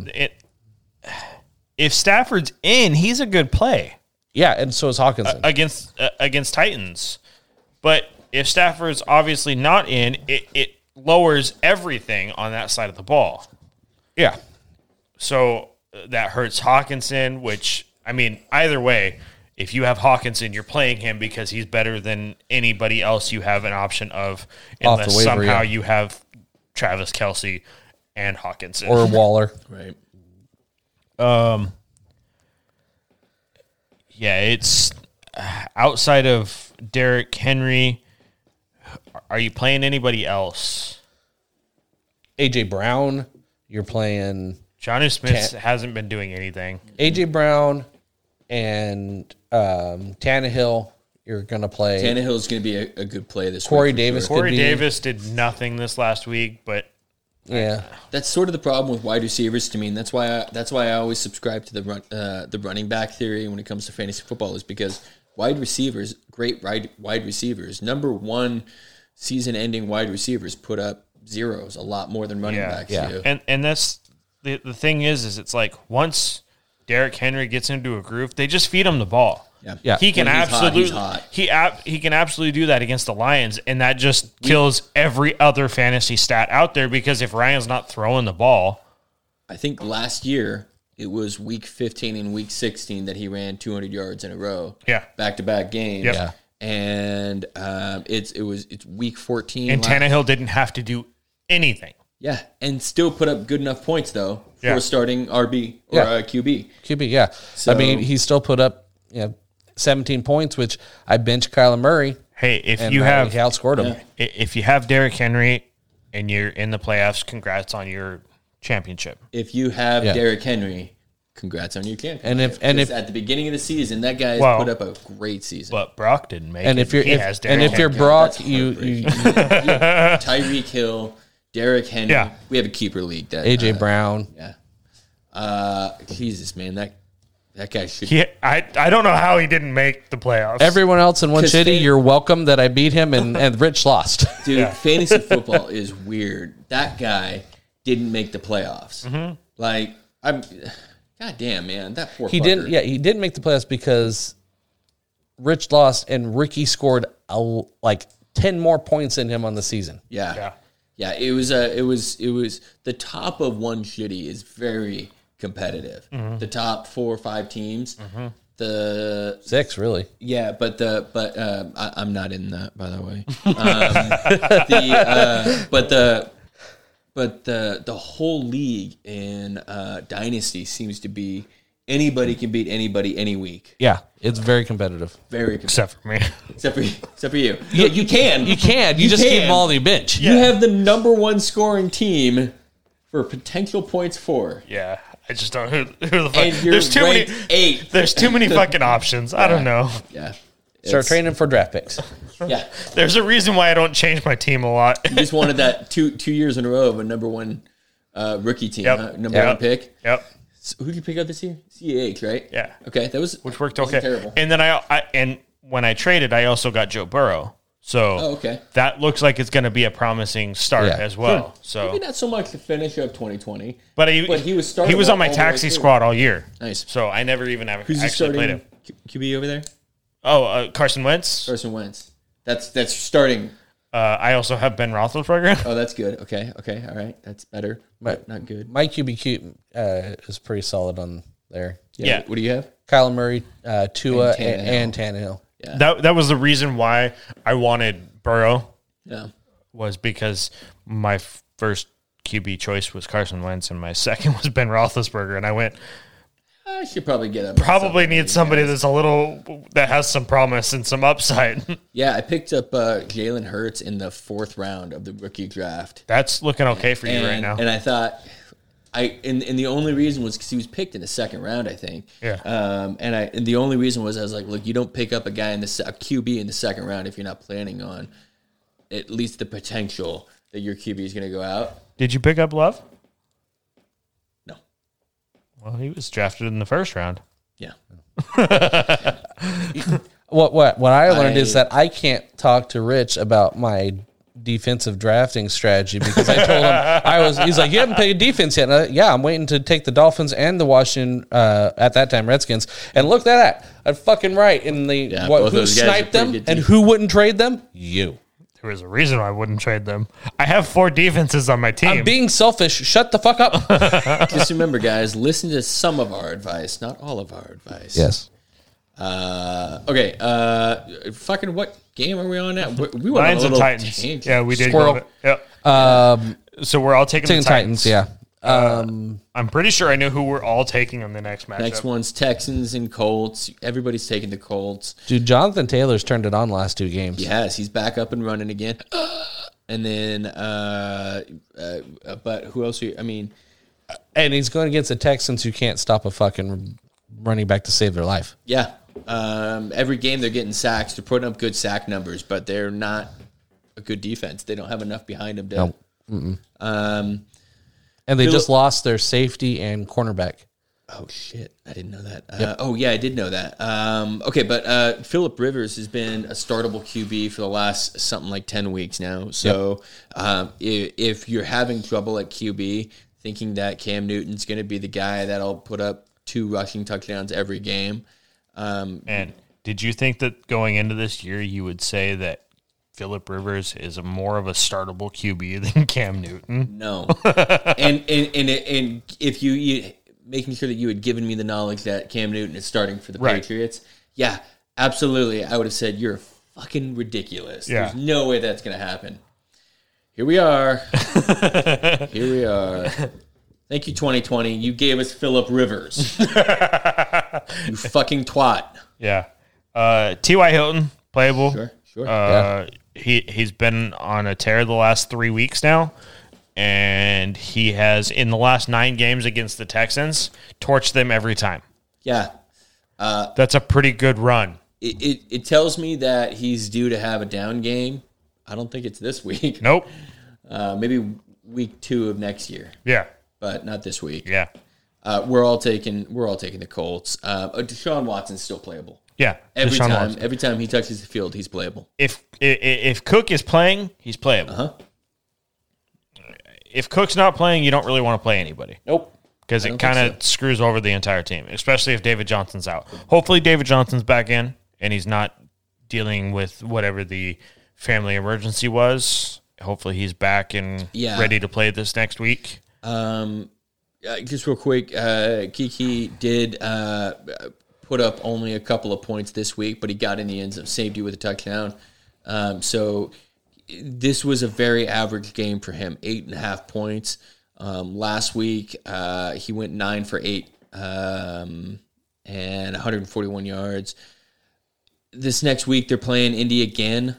[SPEAKER 1] It, if Stafford's in, he's a good play
[SPEAKER 2] Yeah, and so is Hawkinson.
[SPEAKER 1] against uh, against Titans. But if Stafford's obviously not in, it, it lowers everything on that side of the ball.
[SPEAKER 2] yeah.
[SPEAKER 1] So uh, that hurts Hawkinson, which, I mean, either way, if you have Hawkinson, you're playing him because he's better than anybody else you have an option of,
[SPEAKER 2] Off the
[SPEAKER 1] unless
[SPEAKER 2] waiver,
[SPEAKER 1] somehow
[SPEAKER 2] yeah.
[SPEAKER 1] you have Travis Kelsey and Hawkinson.
[SPEAKER 2] Or
[SPEAKER 1] [laughs]
[SPEAKER 2] Waller.
[SPEAKER 3] right.
[SPEAKER 1] yeah, it's uh, outside of Derrick Henry. Are you playing anybody else?
[SPEAKER 2] AJ Brown. You're playing
[SPEAKER 1] Johnny Smith hasn't been doing anything.
[SPEAKER 2] AJ Brown and um Tannehill. You're gonna play
[SPEAKER 3] Tannehill's going to be a, a good play this
[SPEAKER 2] Corey
[SPEAKER 3] week. for
[SPEAKER 2] Davis. could
[SPEAKER 1] Corey
[SPEAKER 2] be-
[SPEAKER 1] Davis did nothing this last week, but
[SPEAKER 2] Yeah.
[SPEAKER 3] That's sort of the problem with wide receivers to me, and that's why I, that's why I always subscribe to the run, uh, the running back theory when it comes to fantasy football is because wide receivers, great wide wide receivers, number one season ending wide receivers put up zeros a lot more than running
[SPEAKER 1] Yeah,
[SPEAKER 3] backs
[SPEAKER 2] yeah.
[SPEAKER 3] do.
[SPEAKER 1] and and that's the the thing is is it's like once Derrick Henry gets into a groove, they just feed him the ball.
[SPEAKER 3] Yeah.
[SPEAKER 2] Yeah.
[SPEAKER 1] He can
[SPEAKER 3] When he's hot,
[SPEAKER 1] absolutely
[SPEAKER 3] he's hot.
[SPEAKER 1] he ab- he can absolutely do that against the Lions, and that just kills every other fantasy stat out there because if Ryan's not throwing the ball,
[SPEAKER 3] I think last year it was week 15 and week 16 that he ran 200 yards in a row.
[SPEAKER 1] Yeah.
[SPEAKER 3] Back to back games.
[SPEAKER 1] Yep. Yeah.
[SPEAKER 3] And um, it's it was it's week 14.
[SPEAKER 1] And
[SPEAKER 3] la-
[SPEAKER 1] Tannehill didn't have to do anything.
[SPEAKER 3] yeah. And still put up good enough points, though, for
[SPEAKER 1] Yeah.
[SPEAKER 3] starting RB or
[SPEAKER 2] Yeah.
[SPEAKER 3] uh, QB.
[SPEAKER 2] QB, yeah. I mean, he still put up you know, 17 points, which I benched Kyler Murray.
[SPEAKER 1] Hey, if
[SPEAKER 2] And
[SPEAKER 1] you
[SPEAKER 2] I-
[SPEAKER 1] have
[SPEAKER 2] he outscored him.
[SPEAKER 1] i- if you have Derrick Henry and you're in the playoffs, congrats on your championship.
[SPEAKER 3] If you have
[SPEAKER 2] Yeah.
[SPEAKER 3] Derrick Henry, congrats on your camp.
[SPEAKER 2] And if and if
[SPEAKER 3] at the beginning of the season, that guy has
[SPEAKER 1] Wow.
[SPEAKER 3] put up a great season.
[SPEAKER 1] But Brock didn't make
[SPEAKER 2] and
[SPEAKER 1] it.
[SPEAKER 2] if you're
[SPEAKER 1] he
[SPEAKER 2] if,
[SPEAKER 1] has
[SPEAKER 2] and
[SPEAKER 1] Derrick
[SPEAKER 2] if you're
[SPEAKER 1] Henry.
[SPEAKER 2] Brock,
[SPEAKER 3] that's
[SPEAKER 2] you you
[SPEAKER 3] Tyreek Hill, Derrick Henry.
[SPEAKER 1] Yeah.
[SPEAKER 3] We have a keeper league that
[SPEAKER 2] AJ
[SPEAKER 3] uh,
[SPEAKER 2] Brown,
[SPEAKER 3] Yeah. Uh, Jesus, man, that that guy should.
[SPEAKER 1] he, I I don't know how he didn't make the playoffs.
[SPEAKER 2] everyone else in one
[SPEAKER 3] 'Cause
[SPEAKER 2] city,
[SPEAKER 3] they-
[SPEAKER 2] you're welcome that I beat him and and Rich lost. [laughs]
[SPEAKER 3] Dude,
[SPEAKER 1] Yeah.
[SPEAKER 3] fantasy football is weird. That guy didn't make the playoffs.
[SPEAKER 2] Mm-hmm.
[SPEAKER 3] Like I'm, god damn, man, that poor.
[SPEAKER 2] He
[SPEAKER 3] fucker.
[SPEAKER 2] didn't. Yeah, he didn't make the playoffs because Rich lost and Ricky scored a, l- like ten more points than him on the season.
[SPEAKER 3] Yeah.
[SPEAKER 1] Yeah.
[SPEAKER 3] yeah. it was a it was it was the top of one shitty is very competitive.
[SPEAKER 2] Mm-hmm.
[SPEAKER 3] The top 4 or 5 teams. The
[SPEAKER 2] Six, really.
[SPEAKER 3] yeah, but the but um I, I'm not in that by
[SPEAKER 2] [laughs]
[SPEAKER 3] the way. Um, the uh, but the but the the whole league in uh, dynasty seems to be anybody can beat anybody any week.
[SPEAKER 2] Yeah, it's very competitive.
[SPEAKER 3] Very competitive.
[SPEAKER 1] except for me. [laughs]
[SPEAKER 3] except for except for you. No, you can
[SPEAKER 2] You can. You, just keep
[SPEAKER 3] can.
[SPEAKER 2] them all on your bench.
[SPEAKER 3] You have the number one scoring team for potential points for.
[SPEAKER 1] yeah, I just don't. Who, who the
[SPEAKER 3] And
[SPEAKER 1] fuck?
[SPEAKER 3] you're
[SPEAKER 1] There's too many.
[SPEAKER 3] ranked eight.
[SPEAKER 1] There's too
[SPEAKER 3] [laughs]
[SPEAKER 1] many fucking options. I don't know.
[SPEAKER 3] Yeah.
[SPEAKER 2] Start
[SPEAKER 3] It's-
[SPEAKER 2] training for draft picks.
[SPEAKER 3] Yeah.
[SPEAKER 1] There's a reason why I don't change my team a lot.
[SPEAKER 3] You just wanted that two two years in a row of a number one uh, rookie
[SPEAKER 1] [laughs]
[SPEAKER 3] team,
[SPEAKER 1] Yep.
[SPEAKER 3] huh? number
[SPEAKER 1] Yep.
[SPEAKER 3] one pick.
[SPEAKER 1] yep.
[SPEAKER 3] So who did you pick up this year? CAH, right?
[SPEAKER 1] Yeah.
[SPEAKER 3] Okay, that was
[SPEAKER 1] which worked
[SPEAKER 3] wasn't
[SPEAKER 1] okay.
[SPEAKER 3] Terrible.
[SPEAKER 1] And then I, I and when I traded, I also got Joe Burrow. So
[SPEAKER 3] Oh, okay. Hmm.
[SPEAKER 1] that looks like it's going to be a promising start
[SPEAKER 2] Yeah.
[SPEAKER 1] as well. So,
[SPEAKER 3] Maybe not so much the finish of 2020.
[SPEAKER 1] but he,
[SPEAKER 3] but he was starting
[SPEAKER 1] he was
[SPEAKER 3] all-
[SPEAKER 1] on my
[SPEAKER 3] all the way
[SPEAKER 1] taxi
[SPEAKER 3] through.
[SPEAKER 1] squad all year.
[SPEAKER 3] Nice.
[SPEAKER 1] So I never even have
[SPEAKER 3] Who's he
[SPEAKER 1] actually played
[SPEAKER 3] starting
[SPEAKER 1] him.
[SPEAKER 3] Q- QB over there?
[SPEAKER 1] Oh, uh, Carson Wentz. Uh,
[SPEAKER 3] Carson Wentz. That's that's starting.
[SPEAKER 1] I also have Ben Roethlisberger. [laughs]
[SPEAKER 3] Oh, that's good. Okay, okay, all right. That's better. But not good.
[SPEAKER 2] My QBQ uh, is pretty solid on there.
[SPEAKER 1] yeah.
[SPEAKER 3] What do you have?
[SPEAKER 2] Kyler Murray, uh, Tua,
[SPEAKER 3] And Tannehill.
[SPEAKER 2] and Tannehill. And Tannehill.
[SPEAKER 1] That that was the reason why I wanted Burrow
[SPEAKER 3] Yeah.
[SPEAKER 1] was because my f- first QB choice was Carson Wentz and my [laughs] second was Ben Roethlisberger, and I went.
[SPEAKER 3] I should probably get up.
[SPEAKER 1] probably need somebody that's a little that has some promise and some upside. [laughs]
[SPEAKER 3] Yeah, I picked up uh, Jalen Hurts in the fourth round of the rookie draft,
[SPEAKER 1] that's looking okay for you
[SPEAKER 3] and,
[SPEAKER 1] right now.
[SPEAKER 3] and I thought, I and, and the only reason was because he was picked in the second round, I think.
[SPEAKER 1] Yeah.
[SPEAKER 3] Um, and I and the only reason was I was like, look, you don't pick up a guy in the se- a QB in the second round if you're not planning on at least the potential that your QB is going to go out.
[SPEAKER 1] Did you pick up Love?
[SPEAKER 3] No.
[SPEAKER 1] Well, he was drafted in the first round. [laughs]
[SPEAKER 3] Yeah.
[SPEAKER 2] What what what I learned is
[SPEAKER 3] I-
[SPEAKER 2] that I can't talk to Rich about my defensive drafting strategy because I told him I was. He's like, you haven't played defense yet. And I- yeah, I'm waiting to take the Dolphins and the Washington uh, at that time Redskins. And look at that, I'm fucking right. And the
[SPEAKER 3] Yeah,
[SPEAKER 2] what,
[SPEAKER 3] both
[SPEAKER 2] who
[SPEAKER 3] those guys are
[SPEAKER 2] sniped
[SPEAKER 3] pretty
[SPEAKER 2] them
[SPEAKER 3] good
[SPEAKER 2] and
[SPEAKER 3] teams.
[SPEAKER 2] who wouldn't trade them? You.
[SPEAKER 1] There was a reason why I wouldn't trade them. I have four defenses on my team.
[SPEAKER 2] I'm being selfish. Shut the fuck up.
[SPEAKER 3] Just remember, guys, listen to some of our advice, not all of our advice.
[SPEAKER 2] yes.
[SPEAKER 3] Uh, okay. Uh, fucking what game are we on now? We, we went on a
[SPEAKER 1] Lions and
[SPEAKER 3] little
[SPEAKER 1] Titans.
[SPEAKER 3] tangent.
[SPEAKER 1] Yeah, we did.
[SPEAKER 2] Squirrel.
[SPEAKER 1] Go to- yep. so we're all taking,
[SPEAKER 2] Taking
[SPEAKER 1] the Titans.
[SPEAKER 2] Titans. Yeah. Um,
[SPEAKER 1] I'm pretty sure I know who we're all taking on the next matchup.
[SPEAKER 3] Next one's Texans and Colts. Everybody's taking the Colts.
[SPEAKER 2] dude, Jonathan Taylor's turned it on last two games.
[SPEAKER 3] Yes, he's back up and running again. [gasps] And then, uh, uh, but who else? Are you, I mean,
[SPEAKER 2] and he's going against the Texans who can't stop a fucking running back to save their life.
[SPEAKER 3] yeah. Um, every game they're getting sacks. They're putting up good sack numbers, but they're not a good defense. They don't have enough behind them to.
[SPEAKER 2] No.
[SPEAKER 3] Um,
[SPEAKER 2] And they
[SPEAKER 3] Phil-
[SPEAKER 2] just lost their safety and cornerback.
[SPEAKER 3] Oh shit! I didn't know that. Uh, oh yeah, I did know that. Um, okay, but uh, Philip Rivers has been a startable QB for the last something like ten weeks now. So um, if, if you're having trouble at QB, thinking that Cam Newton's going to be the guy that'll put up two rushing touchdowns every game, um,
[SPEAKER 1] And did you think that going into this year, you would say that Philip Rivers is a more of a startable [laughs] QB than Cam Newton?
[SPEAKER 3] no. and and and, and if you, you making sure that you had given me the knowledge that Cam Newton is starting for the
[SPEAKER 1] Right.
[SPEAKER 3] Patriots, yeah, absolutely, I would have said you're fucking ridiculous.
[SPEAKER 1] Yeah.
[SPEAKER 3] There's no way that's gonna happen. Here we are.
[SPEAKER 1] [laughs]
[SPEAKER 3] Here we are. Thank you, 2020. You gave us Philip
[SPEAKER 1] [laughs]
[SPEAKER 3] Rivers. you fucking twat.
[SPEAKER 1] Yeah. Uh, T.Y. Hilton, playable.
[SPEAKER 3] Sure, sure.
[SPEAKER 1] Uh, He he's been on a tear the last three weeks now, and he has in the last nine games against the Texans torched them every time.
[SPEAKER 3] yeah.
[SPEAKER 1] That's a pretty good run.
[SPEAKER 3] It, it, it tells me that he's due to have a down game. I don't think it's this week.
[SPEAKER 1] Nope.
[SPEAKER 3] Uh, maybe week two of next year,
[SPEAKER 1] Yeah.
[SPEAKER 3] but not this week.
[SPEAKER 1] Yeah.
[SPEAKER 3] Uh, we're all taking we're all taking the Colts. Uh, oh, Deshaun Watson's still playable.
[SPEAKER 1] Yeah.
[SPEAKER 3] Every
[SPEAKER 1] Deshaun
[SPEAKER 3] time
[SPEAKER 1] Watson.
[SPEAKER 3] every time he touches the field, he's playable.
[SPEAKER 1] if i- i- if Cook is playing, he's playable.
[SPEAKER 3] Uh-huh.
[SPEAKER 1] If Cook's not playing, you don't really want to play anybody
[SPEAKER 3] Nope.
[SPEAKER 1] because it
[SPEAKER 3] don't
[SPEAKER 1] kind
[SPEAKER 3] think
[SPEAKER 1] of screws over the entire team, especially if David Johnson's out. Hopefully, David Johnson's back in and he's not dealing with whatever the family emergency was. Hopefully, he's back and
[SPEAKER 3] Yeah.
[SPEAKER 1] ready to play this next week.
[SPEAKER 3] Um, uh, just real quick, uh, Kiki did uh, put up only a couple of points this week, but he got in the end zone, saved you with a touchdown. Um, so this was a very average game for him, eight and a half points. Um, last week, uh, he went nine for eight um, and 141 yards. This next week, they're playing Indy again.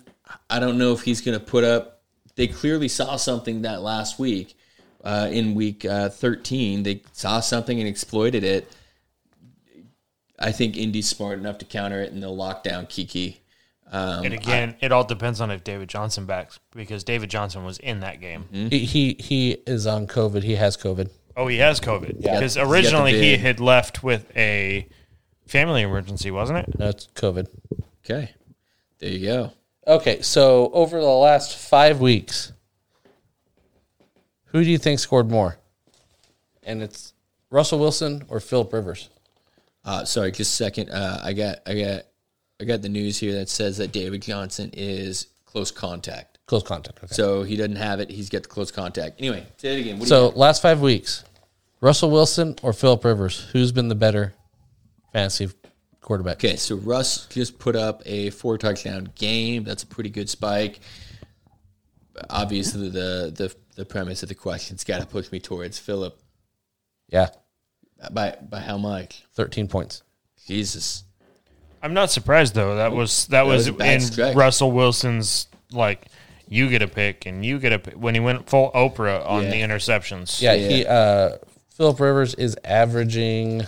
[SPEAKER 3] I don't know if he's going to put up. They clearly saw something that last week uh, in week uh, 13. They saw something and exploited it. I think Indy's smart enough to counter it, and they'll lock down Kiki. Um,
[SPEAKER 1] and again, it all depends on if David Johnson backs because David Johnson was in that game.
[SPEAKER 2] He, he he is on COVID. He has COVID.
[SPEAKER 1] Oh, he has COVID because
[SPEAKER 3] He's got the
[SPEAKER 1] originally he
[SPEAKER 3] bid.
[SPEAKER 1] had left with a family emergency, wasn't it?
[SPEAKER 2] No, it's COVID.
[SPEAKER 3] Okay. There you go.
[SPEAKER 2] Okay, so over the last five weeks, who do you think scored more? And it's Russell Wilson or Philip Rivers.
[SPEAKER 3] Uh, sorry, just a second. Uh, I got, I got, I got the news here that says that David Johnson is close contact,
[SPEAKER 2] Close contact. Okay. So,
[SPEAKER 3] so he doesn't have it. He's got the close contact. Anyway, say it again. What do you
[SPEAKER 2] so last five weeks, Russell Wilson or Philip Rivers, who's been the better fantasy quarterback?
[SPEAKER 3] okay, so Russ just put up a four touchdown game. That's a pretty good spike. Obviously, the the the premise of the question's got to push me towards Philip.
[SPEAKER 2] Yeah,
[SPEAKER 3] By by how much?
[SPEAKER 2] thirteen points.
[SPEAKER 3] Jesus.
[SPEAKER 1] I'm not surprised though. That was that, was,
[SPEAKER 3] was a bad
[SPEAKER 1] in
[SPEAKER 3] stretch.
[SPEAKER 1] Russell Wilson's like you get a pick and you get a pick when he went full Oprah on
[SPEAKER 3] Yeah.
[SPEAKER 1] the interceptions.
[SPEAKER 2] Yeah, he uh Philip Rivers is averaging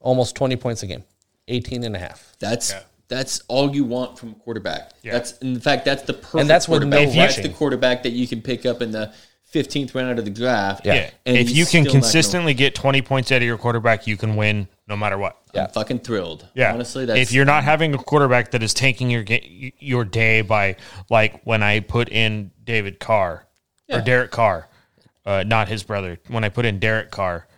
[SPEAKER 2] almost 20 points a game. 18 and a half.
[SPEAKER 3] That's that's all you want from a quarterback. That's in fact that's the perfect
[SPEAKER 2] that's with no
[SPEAKER 3] quarterback. that's
[SPEAKER 2] rushing.
[SPEAKER 3] the quarterback that you can pick up in the fifteenth round of the draft.
[SPEAKER 1] Yeah.
[SPEAKER 3] And
[SPEAKER 1] if
[SPEAKER 3] he's
[SPEAKER 1] you can
[SPEAKER 3] still not gonna-
[SPEAKER 1] consistently get 20 points out of your quarterback, you can win no matter what.
[SPEAKER 3] I'm fucking thrilled.
[SPEAKER 1] Yeah.
[SPEAKER 3] Honestly, that's
[SPEAKER 1] if you're not having a quarterback that is tanking your ga- your day by like when I put in David Carr or Derek Carr, uh, not his brother, when I put in Derek Carr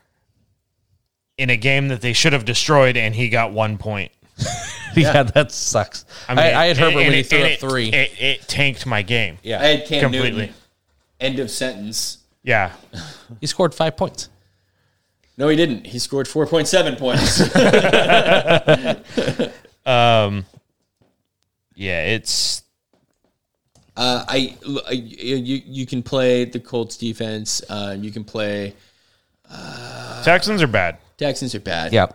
[SPEAKER 1] in a game that they should have destroyed and he got one point.
[SPEAKER 2] [laughs] Yeah, that sucks. I,
[SPEAKER 1] mean,
[SPEAKER 2] I, had Herbert
[SPEAKER 1] and
[SPEAKER 2] when he
[SPEAKER 1] it-
[SPEAKER 2] threw
[SPEAKER 1] and
[SPEAKER 2] up
[SPEAKER 1] it-
[SPEAKER 2] three.
[SPEAKER 1] It, it tanked my game. Yeah.
[SPEAKER 3] I had Cam
[SPEAKER 1] Completely.
[SPEAKER 3] Newton. End of sentence.
[SPEAKER 1] Yeah.
[SPEAKER 2] he scored five points.
[SPEAKER 3] No, he didn't. He scored four point seven points.
[SPEAKER 1] It's
[SPEAKER 3] Uh, I, l- I- you you can play the Colts defense. Uh, you can play
[SPEAKER 1] Texans are bad.
[SPEAKER 3] Texans are bad.
[SPEAKER 2] Yeah.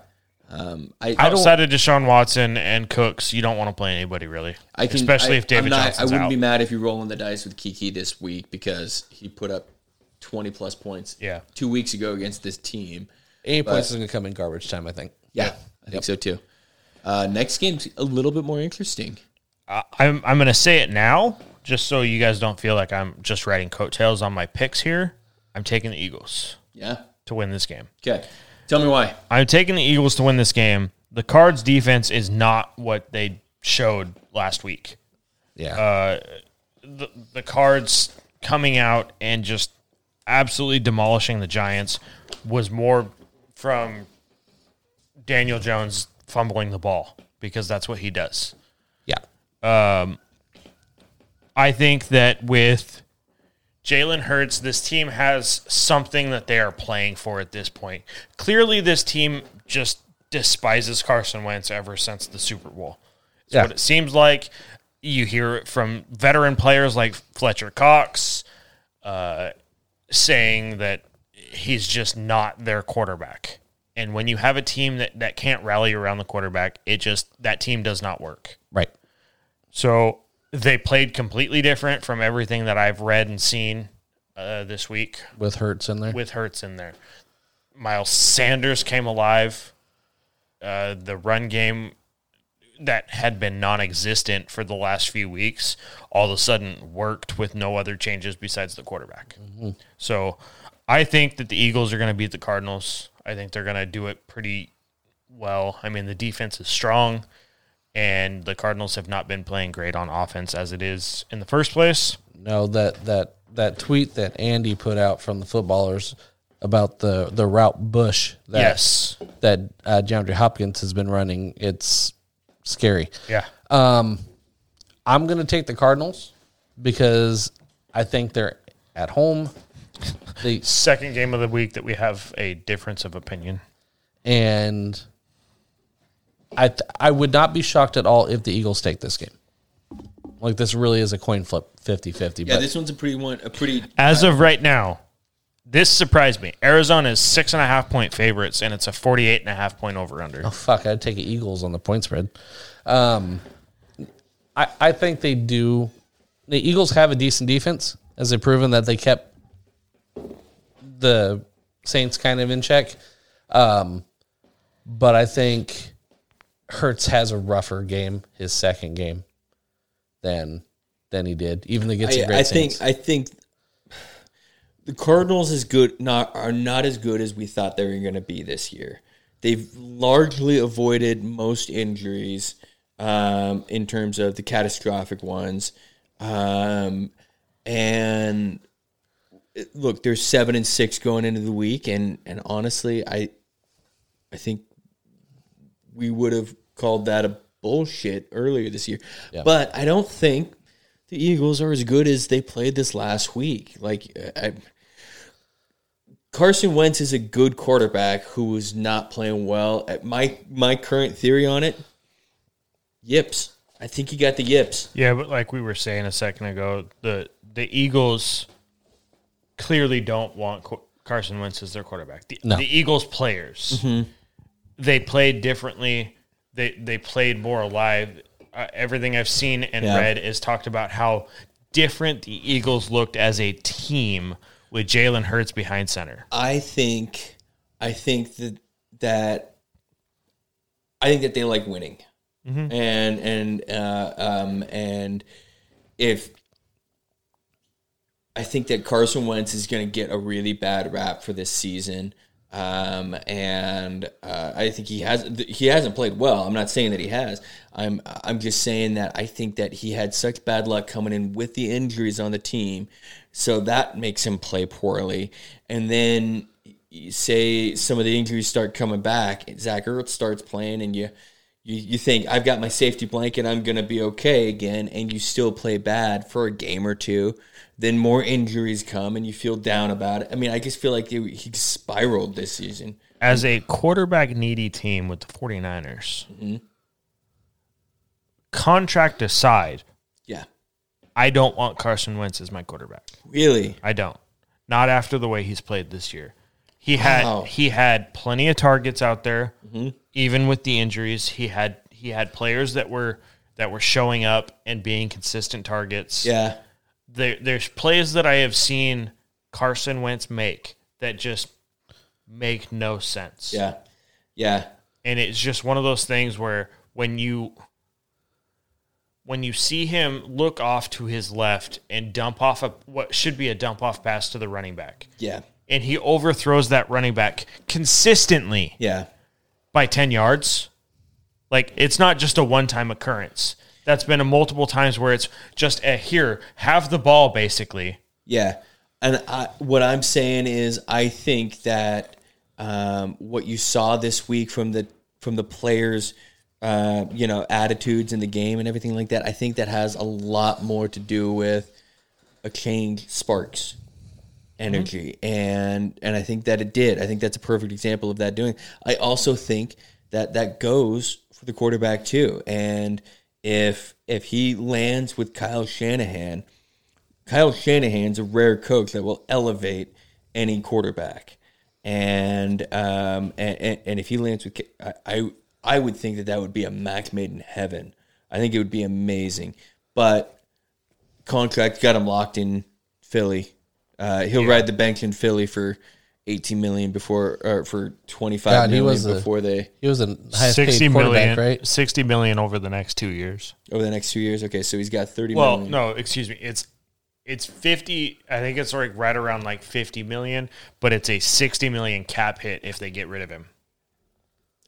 [SPEAKER 3] Um, I,
[SPEAKER 1] I Outside of Deshaun Watson and Cooks, you don't want to play anybody really.
[SPEAKER 3] I can,
[SPEAKER 1] especially
[SPEAKER 3] I-
[SPEAKER 1] if David
[SPEAKER 3] I'm not-
[SPEAKER 1] Johnson's
[SPEAKER 3] I wouldn't
[SPEAKER 1] out.
[SPEAKER 3] be mad if you're rolling the dice with Kiki this week because he put up 20 plus points.
[SPEAKER 1] Yeah.
[SPEAKER 3] two weeks ago against this team.
[SPEAKER 2] Eight points is going to come in garbage time, I think.
[SPEAKER 3] Yeah, I think so too. Uh, next game's a little bit more interesting.
[SPEAKER 1] I- I'm I'm gonna say it now, just so you guys don't feel like I'm just riding coattails on my picks here. I'm taking the Eagles
[SPEAKER 3] Yeah.
[SPEAKER 1] to win this game.
[SPEAKER 3] Okay. Tell me why.
[SPEAKER 1] I'm taking the Eagles to win this game. The Cards defense is not what they showed last week.
[SPEAKER 2] Yeah.
[SPEAKER 1] Uh, the, the cards coming out and just absolutely demolishing the Giants was more from Daniel Jones fumbling the ball because that's what he does.
[SPEAKER 2] yeah.
[SPEAKER 1] I think that with Jalen Hurts, this team has something that they are playing for at this point. Clearly, this team just despises Carson Wentz ever since the Super Bowl. It's
[SPEAKER 2] Yeah.
[SPEAKER 1] what it seems like. You hear it from veteran players like Fletcher Cox uh, saying that he's just not their quarterback. And when you have a team that, that can't rally around the quarterback, it just that team does not work.
[SPEAKER 2] Right.
[SPEAKER 1] So they played completely different from everything that I've read and seen uh, this week
[SPEAKER 2] With Hurts in there.
[SPEAKER 1] with Hertz in there. Miles Sanders came alive. Uh, the run game that had been non existent for the last few weeks all of a sudden worked with no other changes besides the quarterback. So I think that the Eagles are going to beat the Cardinals. I think they're going to do it pretty well. I mean, the defense is strong, and the Cardinals have not been playing great on offense as it is in the first place.
[SPEAKER 2] No, that that that tweet that Andy put out from the footballers about the the route Bush that
[SPEAKER 1] Yes.
[SPEAKER 2] that uh, DeAndre Hopkins has been running. It's scary.
[SPEAKER 1] Yeah.
[SPEAKER 2] I'm going to take the Cardinals because I think they're at home. [laughs] They
[SPEAKER 1] second game of the week that we have a difference of opinion.
[SPEAKER 2] and I th- I would not be shocked at all if the Eagles take this game. Like this really is a coin flip 50-50
[SPEAKER 3] Yeah,
[SPEAKER 1] Uh,
[SPEAKER 2] but
[SPEAKER 3] this one's a pretty one, a pretty
[SPEAKER 1] As of right now, this surprised me. Arizona is six and a half point favorites, and it's a 48 and a half point over under.
[SPEAKER 2] Oh, fuck, I'd take Eagles on the point spread. Um, I I think they do. The Eagles have a decent defense, as they've proven that they kept the Saints kind of in check. Um, but I think Hertz has a rougher game, his second game, than than he did, even against the
[SPEAKER 3] I,
[SPEAKER 2] great
[SPEAKER 3] I think
[SPEAKER 2] Saints.
[SPEAKER 3] I think the Cardinals is good not are not as good as we thought they were going to be this year. They've largely avoided most injuries um, in terms of the catastrophic ones, um, and it- look, they're seven and six going into the week, and and honestly, I I think we would have called that a bullshit earlier this year. But I don't think the Eagles are as good as they played this last week. Like I, Carson Wentz is a good quarterback who is not playing well. At my my current theory on it, yips. I think he got the yips.
[SPEAKER 1] Yeah, but like we were saying a second ago, the the Eagles clearly don't want Qu- Carson Wentz as their quarterback. The, the Eagles players, they played differently. They they played more alive. Uh, everything I've seen and
[SPEAKER 3] Yeah.
[SPEAKER 1] read is talked about how different the Eagles looked as a team with Jalen Hurts behind center.
[SPEAKER 3] I think I think that that I think that they like winning, and and uh, um, and if I think that Carson Wentz is going to get a really bad rap for this season. Um, and uh, I think he has th- he hasn't played well. I'm not saying that he has. I'm I'm just saying that I think that he had such bad luck coming in with the injuries on the team, so that makes him play poorly. And then you say some of the injuries start coming back, and Zach Ertz starts playing, and you you, you think I've got my safety blanket, I'm gonna be okay again, and you still play bad for a game or two. Then more injuries come, and you feel down about it. I mean, I just feel like he, he spiraled this season.
[SPEAKER 1] as a quarterback needy team with the 49ers, contract aside,
[SPEAKER 3] Yeah,
[SPEAKER 1] I don't want Carson Wentz as my quarterback.
[SPEAKER 3] really.
[SPEAKER 1] I don't. Not after the way he's played this year. He had
[SPEAKER 3] Wow. Mm-hmm.
[SPEAKER 1] he had plenty of targets out there, even with the injuries. He had he had players that were that were showing up and being consistent targets
[SPEAKER 3] Yeah,
[SPEAKER 1] there, there's plays that I have seen Carson Wentz make that just make no sense.
[SPEAKER 3] yeah, yeah,
[SPEAKER 1] and it's just one of those things where when you when you see him look off to his left and dump off a what should be a dump off pass to the running back
[SPEAKER 3] yeah,
[SPEAKER 1] and he overthrows that running back consistently
[SPEAKER 3] yeah.
[SPEAKER 1] by 10 yards like it's not just a one time occurrence that's been a multiple times where it's just a here have the ball basically
[SPEAKER 3] Yeah, and I, what I'm saying is, I think that um, what you saw this week from the from the players, uh, you know, attitudes in the game and everything like that, I think that has a lot more to do with a change sparks energy and and I think that it did. I think that's a perfect example of that doing. I also think that that goes for the quarterback too. And if if he lands with Kyle Shanahan, Kyle Shanahan's a rare coach that will elevate any quarterback, and um, and, and, and if he lands with, K- I, I I would think that that would be a match made in heaven. I think it would be amazing, but contract got him locked in Philly. Uh, he'll ride the bench in Philly for eighteen million before or for twenty five
[SPEAKER 2] God, he
[SPEAKER 3] million
[SPEAKER 2] was a-
[SPEAKER 3] before they
[SPEAKER 2] He was the highest
[SPEAKER 1] Sixty
[SPEAKER 2] paid quarterback,
[SPEAKER 1] million,
[SPEAKER 2] right?
[SPEAKER 1] sixty million over the next two years.
[SPEAKER 3] over the next two years. Okay, so he's got thirty million.
[SPEAKER 1] Well, no, excuse me. It's it's fifty. I think it's like right around like fifty million, but it's a sixty million cap hit if they get rid of him.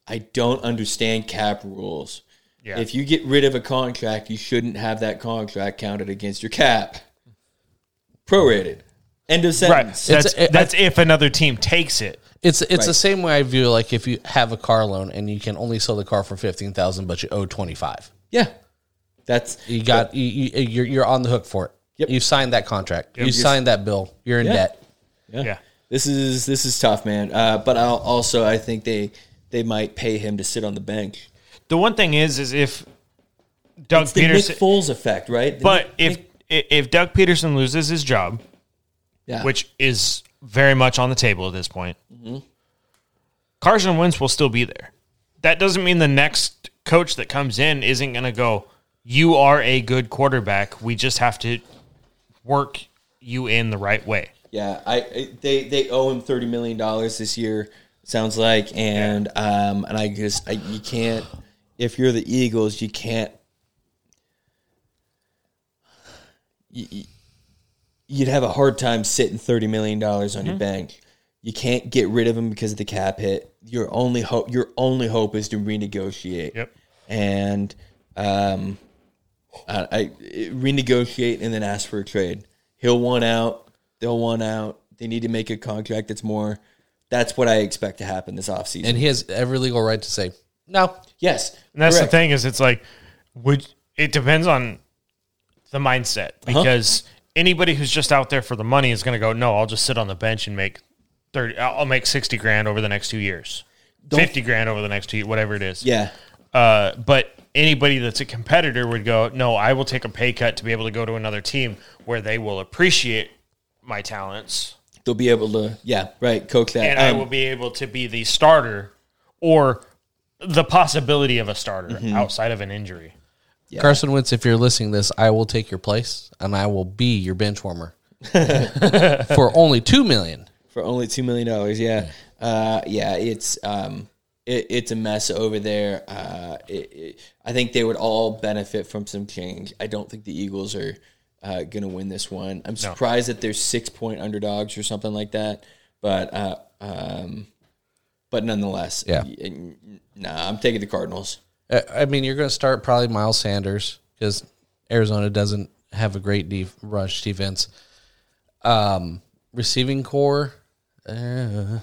[SPEAKER 3] I don't understand cap rules.
[SPEAKER 1] Yeah.
[SPEAKER 3] If you get rid of a contract, you shouldn't have that contract counted against your cap. Prorated. End of
[SPEAKER 1] Right.
[SPEAKER 3] sentence.
[SPEAKER 1] That's
[SPEAKER 2] it-
[SPEAKER 1] that's if another team takes it.
[SPEAKER 2] It's it's the
[SPEAKER 3] Right.
[SPEAKER 2] same way I view like if you have a car loan and you can only sell the car for fifteen thousand, but you owe twenty five.
[SPEAKER 3] Yeah. That's
[SPEAKER 2] You got you, you you're you're on the hook for it.
[SPEAKER 3] Yep.
[SPEAKER 2] You signed that contract. You
[SPEAKER 1] Yes.
[SPEAKER 2] signed that bill. You're in
[SPEAKER 3] Yeah.
[SPEAKER 2] debt.
[SPEAKER 1] Yeah.
[SPEAKER 3] this is this is tough, man. Uh, but I'll also I think they they might pay him to sit on the bench.
[SPEAKER 1] The one thing is, is if Doug
[SPEAKER 3] It's the
[SPEAKER 1] Peterson,
[SPEAKER 3] Nick Foles effect, right? The
[SPEAKER 1] but
[SPEAKER 3] Nick-
[SPEAKER 1] if if Doug Peterson loses his job,
[SPEAKER 3] yeah.
[SPEAKER 1] which is very much on the table at this point, Mm-hmm. Carson Wentz will still be there. That doesn't mean the next coach that comes in isn't going to go. You are a good quarterback. We just have to work you in the right way.
[SPEAKER 3] Yeah, I- I they they owe him thirty million dollars this year. Sounds like, and um, and I just I, you can't if you're the Eagles, you can't. You, you- you'd have a hard time sitting thirty million dollars on your bank. You can't get rid of him because of the cap hit. Your only hope, your only hope, is to renegotiate.
[SPEAKER 1] Yep.
[SPEAKER 3] And um, I, I renegotiate and then ask for a trade. He'll want out. They'll want out. They need to make a contract that's more. That's what I expect to happen this offseason.
[SPEAKER 2] And he has every legal right to say no.
[SPEAKER 3] yes,
[SPEAKER 1] And that's
[SPEAKER 3] correct.
[SPEAKER 1] the thing is, it's like, would it depends on the mindset because anybody who's just out there for the money is going to go, no, I'll just sit on the bench and make thirty. I'll I'll make sixty grand over the next two years, fifty grand over the next two, years, whatever it is.
[SPEAKER 3] Yeah,
[SPEAKER 1] Uh, but anybody that's a competitor would go, no, I will take a pay cut to be able to go to another team where they will appreciate my talents
[SPEAKER 3] they'll be able to. Yeah, right. Coach that.
[SPEAKER 1] and I
[SPEAKER 3] Um,
[SPEAKER 1] will be able to be the starter or the possibility of a starter outside of an injury.
[SPEAKER 2] Carson Wentz, if you're listening to this, I will take your place and I will be your bench
[SPEAKER 3] [laughs]
[SPEAKER 2] warmer for only two million.
[SPEAKER 3] for only two million dollars. Yeah, uh, yeah, it's um, it, it's a mess over there. Uh, it, it, I think they would all benefit from some change. I don't think the Eagles are uh, going to win this one. I'm surprised that they're six point underdogs or something like that. But uh, um, but nonetheless,
[SPEAKER 2] Yeah.
[SPEAKER 3] y- n- Nah, I'm taking the Cardinals.
[SPEAKER 2] Uh, I mean, you're going to start probably Miles Sanders because Arizona doesn't have a great def- rush defense. Um, receiving core, uh, you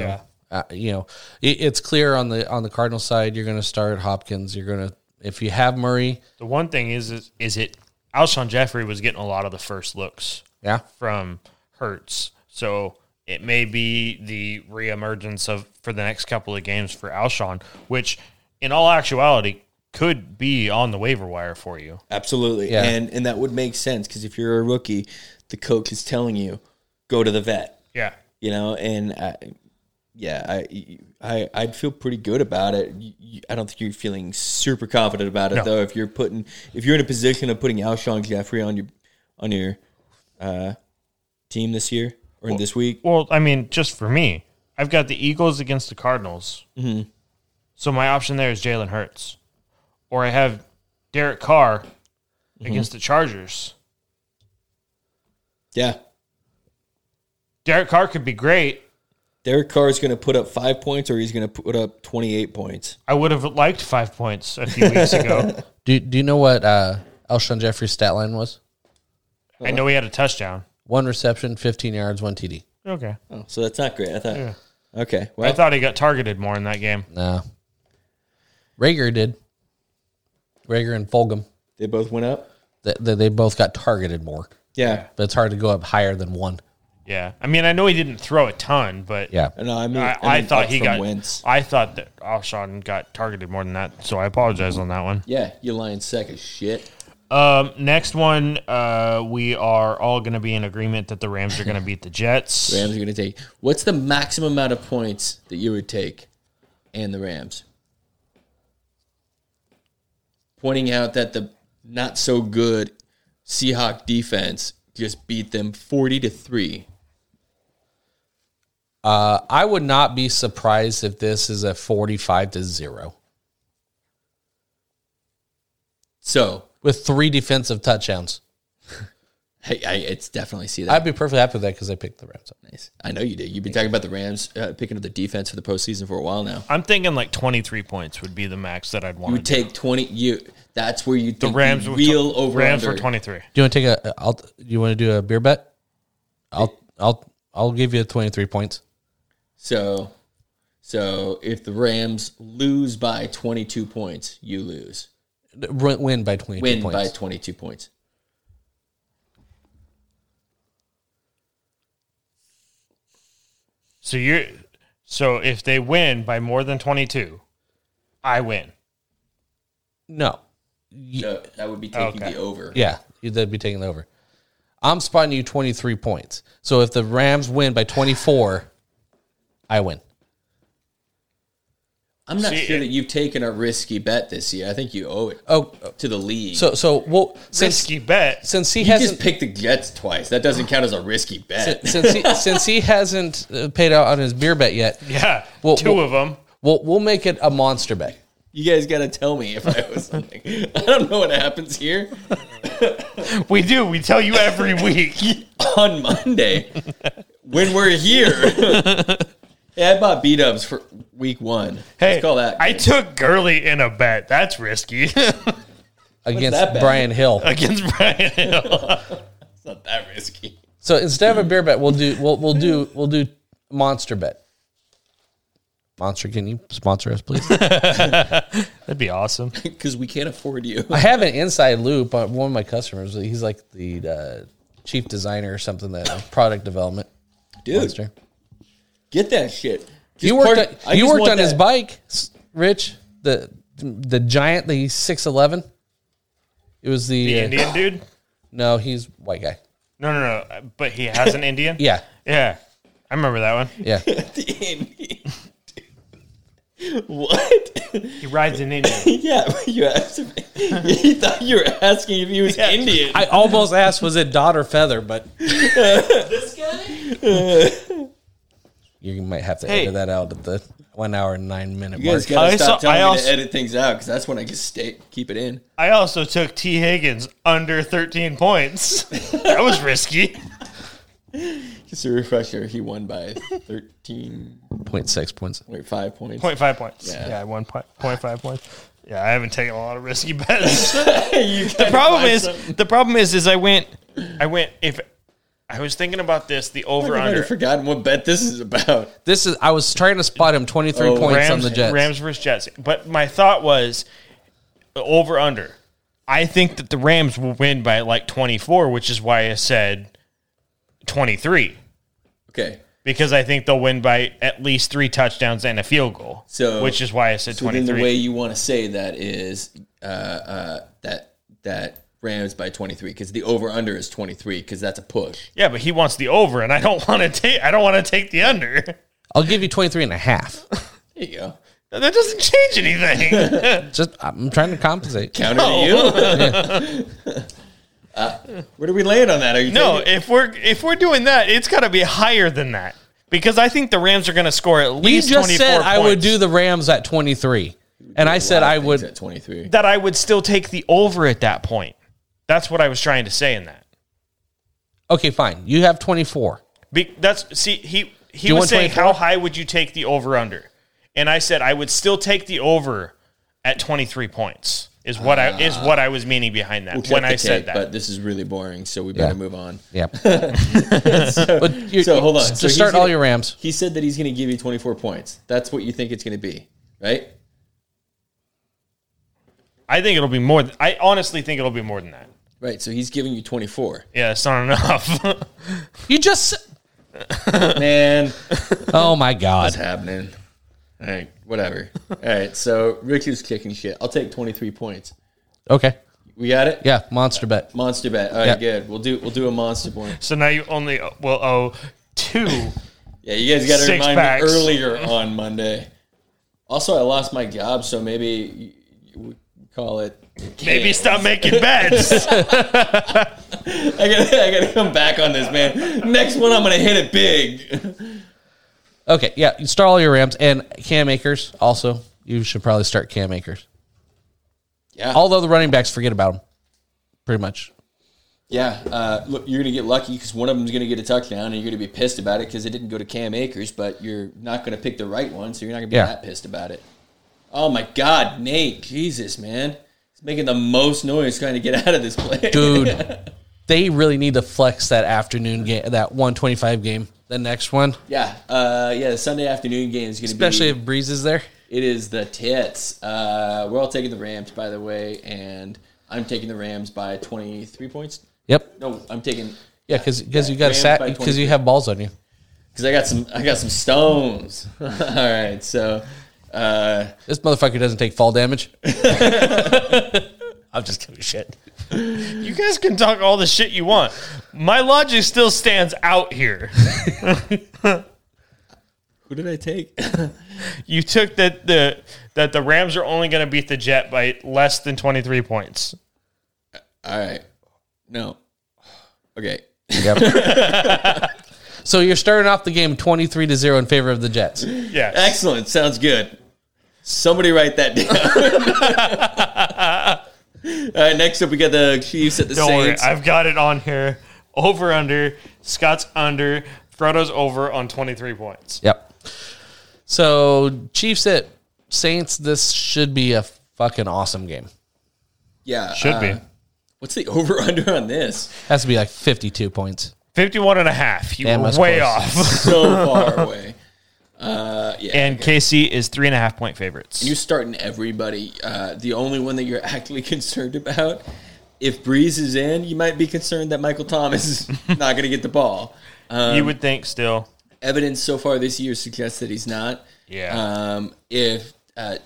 [SPEAKER 1] Yeah.
[SPEAKER 2] know, uh, you know, it, it's clear on the on the Cardinal side. You're going to start Hopkins. You're going to if you have Murray,
[SPEAKER 1] The one thing is, is, is it Alshon Jeffrey was getting a lot of the first looks
[SPEAKER 2] yeah,
[SPEAKER 1] from Hertz, so it may be the reemergence of for the next couple of games for Alshon, which in all actuality could be on the waiver wire for you.
[SPEAKER 3] Absolutely,
[SPEAKER 2] Yeah.
[SPEAKER 3] and and that would make sense because if you're a rookie, the coach is telling you go to the vet.
[SPEAKER 1] Yeah,
[SPEAKER 3] you know and I, yeah I, I i'd feel pretty good about it You- you- i don't think you're feeling super confident about it though if you're putting if you're in a position of putting Alshon Jeffrey on your on your uh team this year or this week
[SPEAKER 1] Well, I mean, just for me, I've got the Eagles against the Cardinals. Mm-hmm. So my option there is Jalen Hurts, or I have Derek Carr against the Chargers.
[SPEAKER 3] yeah
[SPEAKER 1] Derek Carr could be great.
[SPEAKER 3] Derek Carr is going to put up 5 points or he's going to put up 28 points
[SPEAKER 1] I would have liked five points a few weeks ago.
[SPEAKER 2] do do you know what uh, Elshon Jeffrey's stat line was?
[SPEAKER 1] I know he had a touchdown.
[SPEAKER 2] One reception, 15 yards, one TD.
[SPEAKER 1] Okay.
[SPEAKER 3] oh, so that's not great i thought okay well
[SPEAKER 1] I thought he got targeted more in that game.
[SPEAKER 2] No, Rager did. Rager and Fulgham,
[SPEAKER 3] they both went up
[SPEAKER 2] they, they, they both got targeted more.
[SPEAKER 3] Yeah.
[SPEAKER 2] but it's hard to go up higher than one.
[SPEAKER 1] Yeah, I mean, I know he didn't throw a ton, but
[SPEAKER 2] Yeah.
[SPEAKER 3] No, I mean,
[SPEAKER 1] I, I
[SPEAKER 3] mean,
[SPEAKER 1] thought
[SPEAKER 3] up
[SPEAKER 1] he
[SPEAKER 3] from
[SPEAKER 1] got.
[SPEAKER 3] Wentz.
[SPEAKER 1] I thought that Alshon got targeted more than that, so I apologize on that one.
[SPEAKER 3] Yeah, you lying sack of shit.
[SPEAKER 1] Um, next one, uh, we are all going to be in agreement that the Rams are going to beat the Jets.
[SPEAKER 3] [laughs] Rams are going to take. What's the maximum amount of points that you would take, and the Rams? Pointing out that the not so good Seahawk defense just beat them forty to three.
[SPEAKER 2] Uh, I would not be surprised if this is a 45 to zero
[SPEAKER 3] So
[SPEAKER 2] with three defensive touchdowns.
[SPEAKER 3] I, I it's definitely see that.
[SPEAKER 2] I'd be perfectly happy with that because I picked the Rams up.
[SPEAKER 3] Nice. I know you did. You've been talking about the Rams uh, picking up the defense for the postseason for a while now.
[SPEAKER 1] I'm thinking like 23 points would be the max that I'd want.
[SPEAKER 3] You would take twenty. You that's where you
[SPEAKER 1] the
[SPEAKER 3] think
[SPEAKER 1] Rams
[SPEAKER 3] the
[SPEAKER 1] were
[SPEAKER 3] real over
[SPEAKER 1] Rams were
[SPEAKER 3] under.
[SPEAKER 1] 23.
[SPEAKER 2] Do you want to take a? I'll. Do you want to do a beer bet? I'll. I'll. I'll give you 23 points.
[SPEAKER 3] So, so if the Rams lose by 22 points, you lose.
[SPEAKER 2] Win win by 22
[SPEAKER 3] Win
[SPEAKER 2] points.
[SPEAKER 3] by 22 points.
[SPEAKER 1] So you're so if they win by more than 22, I win.
[SPEAKER 2] no. Y-
[SPEAKER 3] No, that would be taking
[SPEAKER 1] Okay.
[SPEAKER 3] the over.
[SPEAKER 2] Yeah, you- they'd be taking over. I'm spotting you 23 points. So if the Rams win by 24, I win.
[SPEAKER 3] I'm not
[SPEAKER 1] See,
[SPEAKER 3] sure that you've taken a risky bet this year. I think you owe it
[SPEAKER 2] Oh,
[SPEAKER 3] to the league.
[SPEAKER 2] so so well since
[SPEAKER 1] Risky bet.
[SPEAKER 2] since he
[SPEAKER 3] you just [laughs]
[SPEAKER 2] hasn't
[SPEAKER 3] picked the Jets twice. That doesn't count as a risky bet.
[SPEAKER 2] since he, since he hasn't uh, paid out on his beer bet yet,
[SPEAKER 1] Yeah,
[SPEAKER 2] Well,
[SPEAKER 1] two
[SPEAKER 2] well-
[SPEAKER 1] of them.
[SPEAKER 2] we'll we'll make it a monster bet.
[SPEAKER 3] You guys got to tell me if I owe something. [laughs] I don't know what happens here
[SPEAKER 1] We do. We tell you every week.
[SPEAKER 3] on Monday when
[SPEAKER 2] [laughs]
[SPEAKER 3] we're here. yeah, I bought beat ups for week one.
[SPEAKER 1] Hey,
[SPEAKER 3] Let's call that.
[SPEAKER 1] I took Gurley in a bet. That's risky [laughs]
[SPEAKER 2] Against
[SPEAKER 3] that bet?
[SPEAKER 2] Brian Hill,
[SPEAKER 1] against Brian Hill.
[SPEAKER 3] it's not that risky. [laughs]
[SPEAKER 2] so instead of a beer bet, we'll do we'll we'll do we'll do monster bet. Monster, can you sponsor us, please?
[SPEAKER 1] That'd be awesome.
[SPEAKER 3] because we can't afford you.
[SPEAKER 2] I have an inside loop on one of my customers. He's like the uh, chief designer or something that of product development.
[SPEAKER 3] Dude,
[SPEAKER 2] Monster.
[SPEAKER 3] get that shit. Just
[SPEAKER 2] You worked
[SPEAKER 3] part- I
[SPEAKER 2] on, you
[SPEAKER 3] just
[SPEAKER 2] worked
[SPEAKER 3] want
[SPEAKER 2] on his
[SPEAKER 3] that-
[SPEAKER 2] bike, S- Rich. The the giant, the six eleven. It was the,
[SPEAKER 1] The
[SPEAKER 2] uh,
[SPEAKER 1] Indian dude?
[SPEAKER 2] no, he's white guy.
[SPEAKER 1] No, no, no. But he has an Indian.
[SPEAKER 2] Yeah,
[SPEAKER 1] yeah. I remember that one.
[SPEAKER 2] yeah.
[SPEAKER 3] [laughs] The Indian. what? [laughs]
[SPEAKER 1] He rides an Indian.
[SPEAKER 3] yeah, you asked. [laughs] Him, you thought you were asking if he was Indian.
[SPEAKER 2] I almost asked, was it dot or feather? But
[SPEAKER 3] [laughs] this guy.
[SPEAKER 2] you might have to
[SPEAKER 1] Hey.
[SPEAKER 2] edit that out at the one hour and nine minute
[SPEAKER 3] You
[SPEAKER 2] mark.
[SPEAKER 3] guys gotta
[SPEAKER 1] I
[SPEAKER 3] stop
[SPEAKER 1] saw-
[SPEAKER 3] telling
[SPEAKER 1] I
[SPEAKER 3] me
[SPEAKER 1] also-
[SPEAKER 3] to edit things out because that's when I just stay keep it in.
[SPEAKER 1] I also took T. Higgins under 13 points. that was risky.
[SPEAKER 3] Just a refresher. He won by thirteen
[SPEAKER 2] Point six points.
[SPEAKER 3] point five points. [laughs]
[SPEAKER 1] 0.5 points.
[SPEAKER 3] Yeah.
[SPEAKER 1] Yeah, one point, 0.5 points. Yeah, I haven't taken a lot of risky bets.
[SPEAKER 3] You
[SPEAKER 1] the
[SPEAKER 3] gotta
[SPEAKER 1] problem
[SPEAKER 3] find
[SPEAKER 1] is,
[SPEAKER 3] something.
[SPEAKER 1] the problem is, is I went, I went. If I was thinking about this, the over
[SPEAKER 3] I've already
[SPEAKER 1] under
[SPEAKER 3] forgotten what bet this is about.
[SPEAKER 2] This is. I was trying to spot him twenty three
[SPEAKER 3] Oh,
[SPEAKER 2] points
[SPEAKER 1] Rams,
[SPEAKER 2] on the Jets.
[SPEAKER 1] Rams versus Jets. But my thought was over under. I think that the Rams will win by like 24, which is why I said 23
[SPEAKER 3] Okay,
[SPEAKER 1] because I think they'll win by at least three touchdowns and a field goal.
[SPEAKER 3] So-
[SPEAKER 1] which is why I said
[SPEAKER 3] So then the
[SPEAKER 1] 23.
[SPEAKER 3] way you want to say that is uh, uh, that that Rams by 23 because the over under is 23 because that's a push.
[SPEAKER 1] yeah, but he wants the over, and I don't [laughs] want to take. I don't want to take the under.
[SPEAKER 2] I'll give you 23 and a half.
[SPEAKER 3] There you go.
[SPEAKER 1] That doesn't change
[SPEAKER 2] [laughs]
[SPEAKER 1] anything.
[SPEAKER 2] Just I'm trying to compensate.
[SPEAKER 3] Counter to you. uh, [laughs] what are Uh, we laying on that? Are you
[SPEAKER 1] no,
[SPEAKER 3] taking-
[SPEAKER 1] if we're if we're doing that, it's got to be higher than that because I think the Rams are going to score at
[SPEAKER 2] You
[SPEAKER 1] least.
[SPEAKER 2] just
[SPEAKER 1] 24
[SPEAKER 2] said I would
[SPEAKER 1] points.
[SPEAKER 2] do the Rams at 23, and I said
[SPEAKER 3] Wow,
[SPEAKER 2] I
[SPEAKER 3] things
[SPEAKER 2] would.
[SPEAKER 3] at 23.
[SPEAKER 1] that I would still take the over at that point. That's what I was trying to say in that.
[SPEAKER 2] Okay, fine. You have 24.
[SPEAKER 1] Be, that's see he he
[SPEAKER 2] you want
[SPEAKER 1] was saying
[SPEAKER 2] 24?
[SPEAKER 1] how high would you take the over under, and I said I would still take the over at twenty three points is what I is what I was meaning behind that
[SPEAKER 3] Ah. We'll cut
[SPEAKER 1] when
[SPEAKER 3] the
[SPEAKER 1] I said
[SPEAKER 3] tape,
[SPEAKER 1] that.
[SPEAKER 3] but this is really boring, so we better
[SPEAKER 2] Yeah.
[SPEAKER 3] move on. [laughs]
[SPEAKER 2] Yeah. but you
[SPEAKER 3] So hold on.
[SPEAKER 2] Just
[SPEAKER 3] So he's
[SPEAKER 2] start all
[SPEAKER 3] gonna-
[SPEAKER 2] your Rams.
[SPEAKER 3] He said that he's going to give you 24 points. That's what you think it's going to be, right?
[SPEAKER 1] I think it'll be more. Th- I honestly think it'll be more than that.
[SPEAKER 3] Right, so he's giving you 24.
[SPEAKER 1] Yeah, it's not enough. [laughs]
[SPEAKER 2] You just. s-
[SPEAKER 3] Man,
[SPEAKER 2] Oh my God.
[SPEAKER 3] what's happening? All right, whatever. All right, so Ricky's kicking shit. I'll take 23 points.
[SPEAKER 2] Okay.
[SPEAKER 3] We got it?
[SPEAKER 2] Yeah. Monster bet.
[SPEAKER 3] Monster bet. All right,
[SPEAKER 2] Yeah.
[SPEAKER 3] good. We'll do we'll do a monster point.
[SPEAKER 1] so now you only will owe
[SPEAKER 3] [laughs]
[SPEAKER 1] two.
[SPEAKER 3] Yeah, you guys got to
[SPEAKER 1] Six
[SPEAKER 3] remind
[SPEAKER 1] packs.
[SPEAKER 3] me earlier on Monday. Also, I lost my job, so maybe we call it.
[SPEAKER 1] Maybe stop making bets.
[SPEAKER 3] I gotta, I gotta come back on this, man. Next one, I'm gonna hit it big.
[SPEAKER 2] Okay. Yeah. You start all your Rams and Cam Akers also. You should probably start Cam Akers.
[SPEAKER 3] Yeah.
[SPEAKER 2] Although the running backs, forget about them pretty much.
[SPEAKER 3] Yeah, uh, look, you're gonna get lucky because one of them's gonna get a touchdown, and you're gonna be pissed about it because it didn't go to Cam Akers. But you're not gonna pick the right one, so you're not gonna be
[SPEAKER 2] Yeah.
[SPEAKER 3] that pissed about it. Oh my God, Nate, Jesus, man, he's making the most noise trying to get [laughs] out of this play.
[SPEAKER 2] Dude, they really need to flex that afternoon game, that 125 game, the next one,
[SPEAKER 3] [laughs] yeah, uh, yeah, the Sunday afternoon game is gonna
[SPEAKER 2] especially
[SPEAKER 3] be
[SPEAKER 2] if Breeze is there.
[SPEAKER 3] It is the tits. Uh, we're all taking the Rams, by the way, and I'm taking the Rams by 23 points.
[SPEAKER 2] Yep.
[SPEAKER 3] No, I'm taking
[SPEAKER 2] Yeah. Cause, 'cause you got a
[SPEAKER 3] Rams
[SPEAKER 2] sack,
[SPEAKER 3] by
[SPEAKER 2] because you have balls on you.
[SPEAKER 3] because I got some. I got some stones. [laughs] all right, so. Uh,
[SPEAKER 2] This motherfucker doesn't take fall damage. I'm just giving shit.
[SPEAKER 1] you guys can talk all the shit you want. My logic still stands out here.
[SPEAKER 3] Who did I take?
[SPEAKER 1] You took that the that the Rams are only going to beat the Jet by less than twenty three points.
[SPEAKER 3] [laughs] All right. No. Okay.
[SPEAKER 2] So you're starting off the game 23 to 0 in favor of the Jets.
[SPEAKER 1] Yeah,
[SPEAKER 3] Excellent. Sounds good. Somebody write that down. [laughs] All right. Next up, we got the Chiefs at the
[SPEAKER 1] don't worry,
[SPEAKER 3] Saints.
[SPEAKER 1] I've got it on here. Over under Scott's under Frodo's over on twenty three points.
[SPEAKER 2] Yep. So Chiefs at Saints, this should be a fucking awesome game.
[SPEAKER 3] yeah.
[SPEAKER 1] Should
[SPEAKER 3] uh,
[SPEAKER 1] be
[SPEAKER 3] What's the over under on this?
[SPEAKER 2] Has to be like 52 points.
[SPEAKER 1] 51 and a half. You
[SPEAKER 2] Damn,
[SPEAKER 1] were
[SPEAKER 2] that's
[SPEAKER 1] way off.
[SPEAKER 3] [laughs] So far away. Uh, yeah.
[SPEAKER 1] [laughs] and KC is three and a half point favorites.
[SPEAKER 3] you starting everybody. Uh, the only one that you're actually [laughs] concerned about. If Breeze is in, you might be concerned that Michael Thomas is [laughs] not going to get the ball.
[SPEAKER 1] you
[SPEAKER 3] um,
[SPEAKER 1] would think still.
[SPEAKER 3] evidence so far this year suggests that he's not.
[SPEAKER 1] Yeah.
[SPEAKER 3] Um, if uh,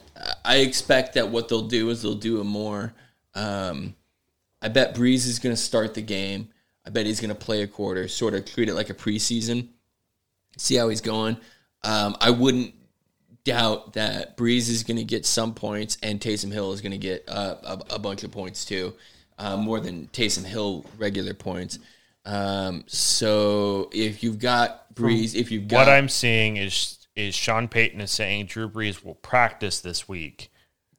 [SPEAKER 3] I expect that what they'll do is they'll do a more. Um, I bet Breeze is going to start the game. I bet he's going to play a quarter, sort of treat it like a preseason. See how he's going. Um, I wouldn't doubt that Breeze is going to get some points and Taysom Hill is going to get uh, a, a bunch of points too, uh, more than Taysom Hill regular points. Um, so if you've got Breeze, if you've got
[SPEAKER 1] What I'm seeing is is Sean Payton is saying Drew Brees will practice this week,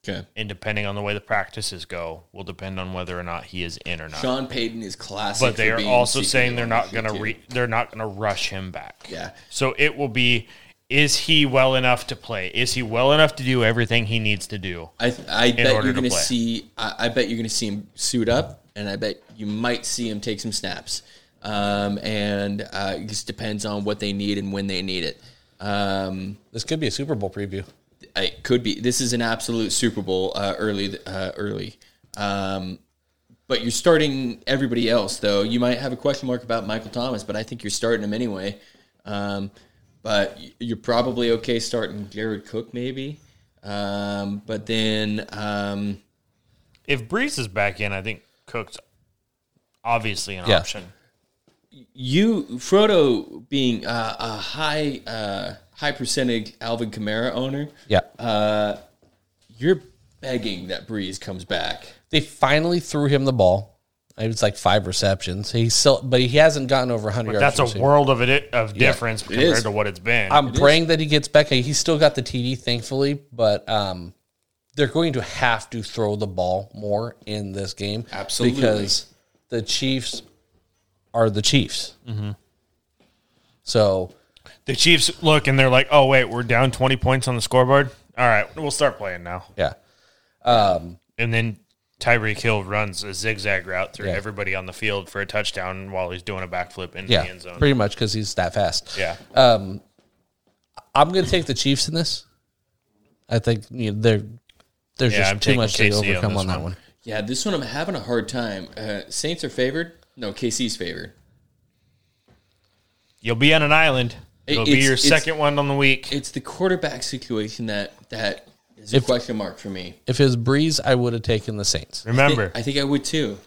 [SPEAKER 3] okay.
[SPEAKER 1] and depending on the way the practices go, will depend on whether or not he is in or not.
[SPEAKER 3] Sean Payton is classic,
[SPEAKER 1] Uh, but they
[SPEAKER 3] for
[SPEAKER 1] are
[SPEAKER 3] being
[SPEAKER 1] also
[SPEAKER 3] secretly
[SPEAKER 1] saying they're not
[SPEAKER 3] ownership,
[SPEAKER 1] going to
[SPEAKER 3] too.
[SPEAKER 1] re- they're not going to rush him back.
[SPEAKER 3] Yeah.
[SPEAKER 1] So it will be is he well enough to play? Is he well enough to do everything he needs to do?
[SPEAKER 3] I, I bet
[SPEAKER 1] order
[SPEAKER 3] you're
[SPEAKER 1] to
[SPEAKER 3] going to
[SPEAKER 1] play.
[SPEAKER 3] see. I, I bet you're going to see him suit up, and I bet you might see him take some snaps. Um, and uh, it just depends on what they need and when they need it. Um,
[SPEAKER 2] This could be a Super Bowl preview.
[SPEAKER 3] it could be. This is an absolute Super Bowl uh, early, uh, early. Um, but you're starting everybody else, though. You might have a question mark about Michael Thomas, but I think you're starting him anyway. Um, but y- you're probably okay starting Jared Cook, maybe. Um, but then, um,
[SPEAKER 1] If Brees is back in, I think Cook's obviously an
[SPEAKER 2] Yeah.
[SPEAKER 1] option.
[SPEAKER 3] you Frodo being uh, a high uh, high percentage Alvin Kamara owner,
[SPEAKER 2] Yeah.
[SPEAKER 3] you're begging that Breeze comes back.
[SPEAKER 2] they finally threw him the ball. It was like five receptions. He still, but he hasn't gotten over 100 yards.
[SPEAKER 1] That's a
[SPEAKER 2] receiving.
[SPEAKER 1] world of it of difference
[SPEAKER 3] is.
[SPEAKER 1] compared to what it's been.
[SPEAKER 2] I'm praying that he gets back. He's still got the TD, thankfully, but um, they're going to have to throw the ball more in this game.
[SPEAKER 3] Absolutely.
[SPEAKER 2] Because the Chiefs are the Chiefs. So,
[SPEAKER 1] the Chiefs look and they're like, "Oh wait, we're down 20 points on the scoreboard. All right, we'll start playing now."
[SPEAKER 2] yeah.
[SPEAKER 1] And then Tyreek Hill runs a zigzag route through
[SPEAKER 2] Yeah.
[SPEAKER 1] everybody on the field for a touchdown while he's doing a backflip into the
[SPEAKER 2] Yeah.
[SPEAKER 1] end zone.
[SPEAKER 2] Pretty much because he's that fast.
[SPEAKER 1] yeah. Uh,
[SPEAKER 2] I'm going to take the Chiefs in this. I think you know, they're, there's
[SPEAKER 1] Yeah, I'm
[SPEAKER 2] just too
[SPEAKER 1] taking
[SPEAKER 2] much
[SPEAKER 1] KC
[SPEAKER 2] to
[SPEAKER 1] on
[SPEAKER 2] overcome
[SPEAKER 1] this
[SPEAKER 2] on that
[SPEAKER 1] one.
[SPEAKER 2] one.
[SPEAKER 3] Yeah, this one I'm having a hard time. Uh, Saints are favored. No, KC's favored.
[SPEAKER 1] You'll be on an island.
[SPEAKER 3] It-
[SPEAKER 1] It'll be
[SPEAKER 3] it's-
[SPEAKER 1] your
[SPEAKER 3] it's-
[SPEAKER 1] second one on the week.
[SPEAKER 3] It's the quarterback situation that that is a
[SPEAKER 2] If-
[SPEAKER 3] question mark for me.
[SPEAKER 2] If it was Breeze, I would have taken the Saints.
[SPEAKER 1] Remember,
[SPEAKER 3] I think I would too.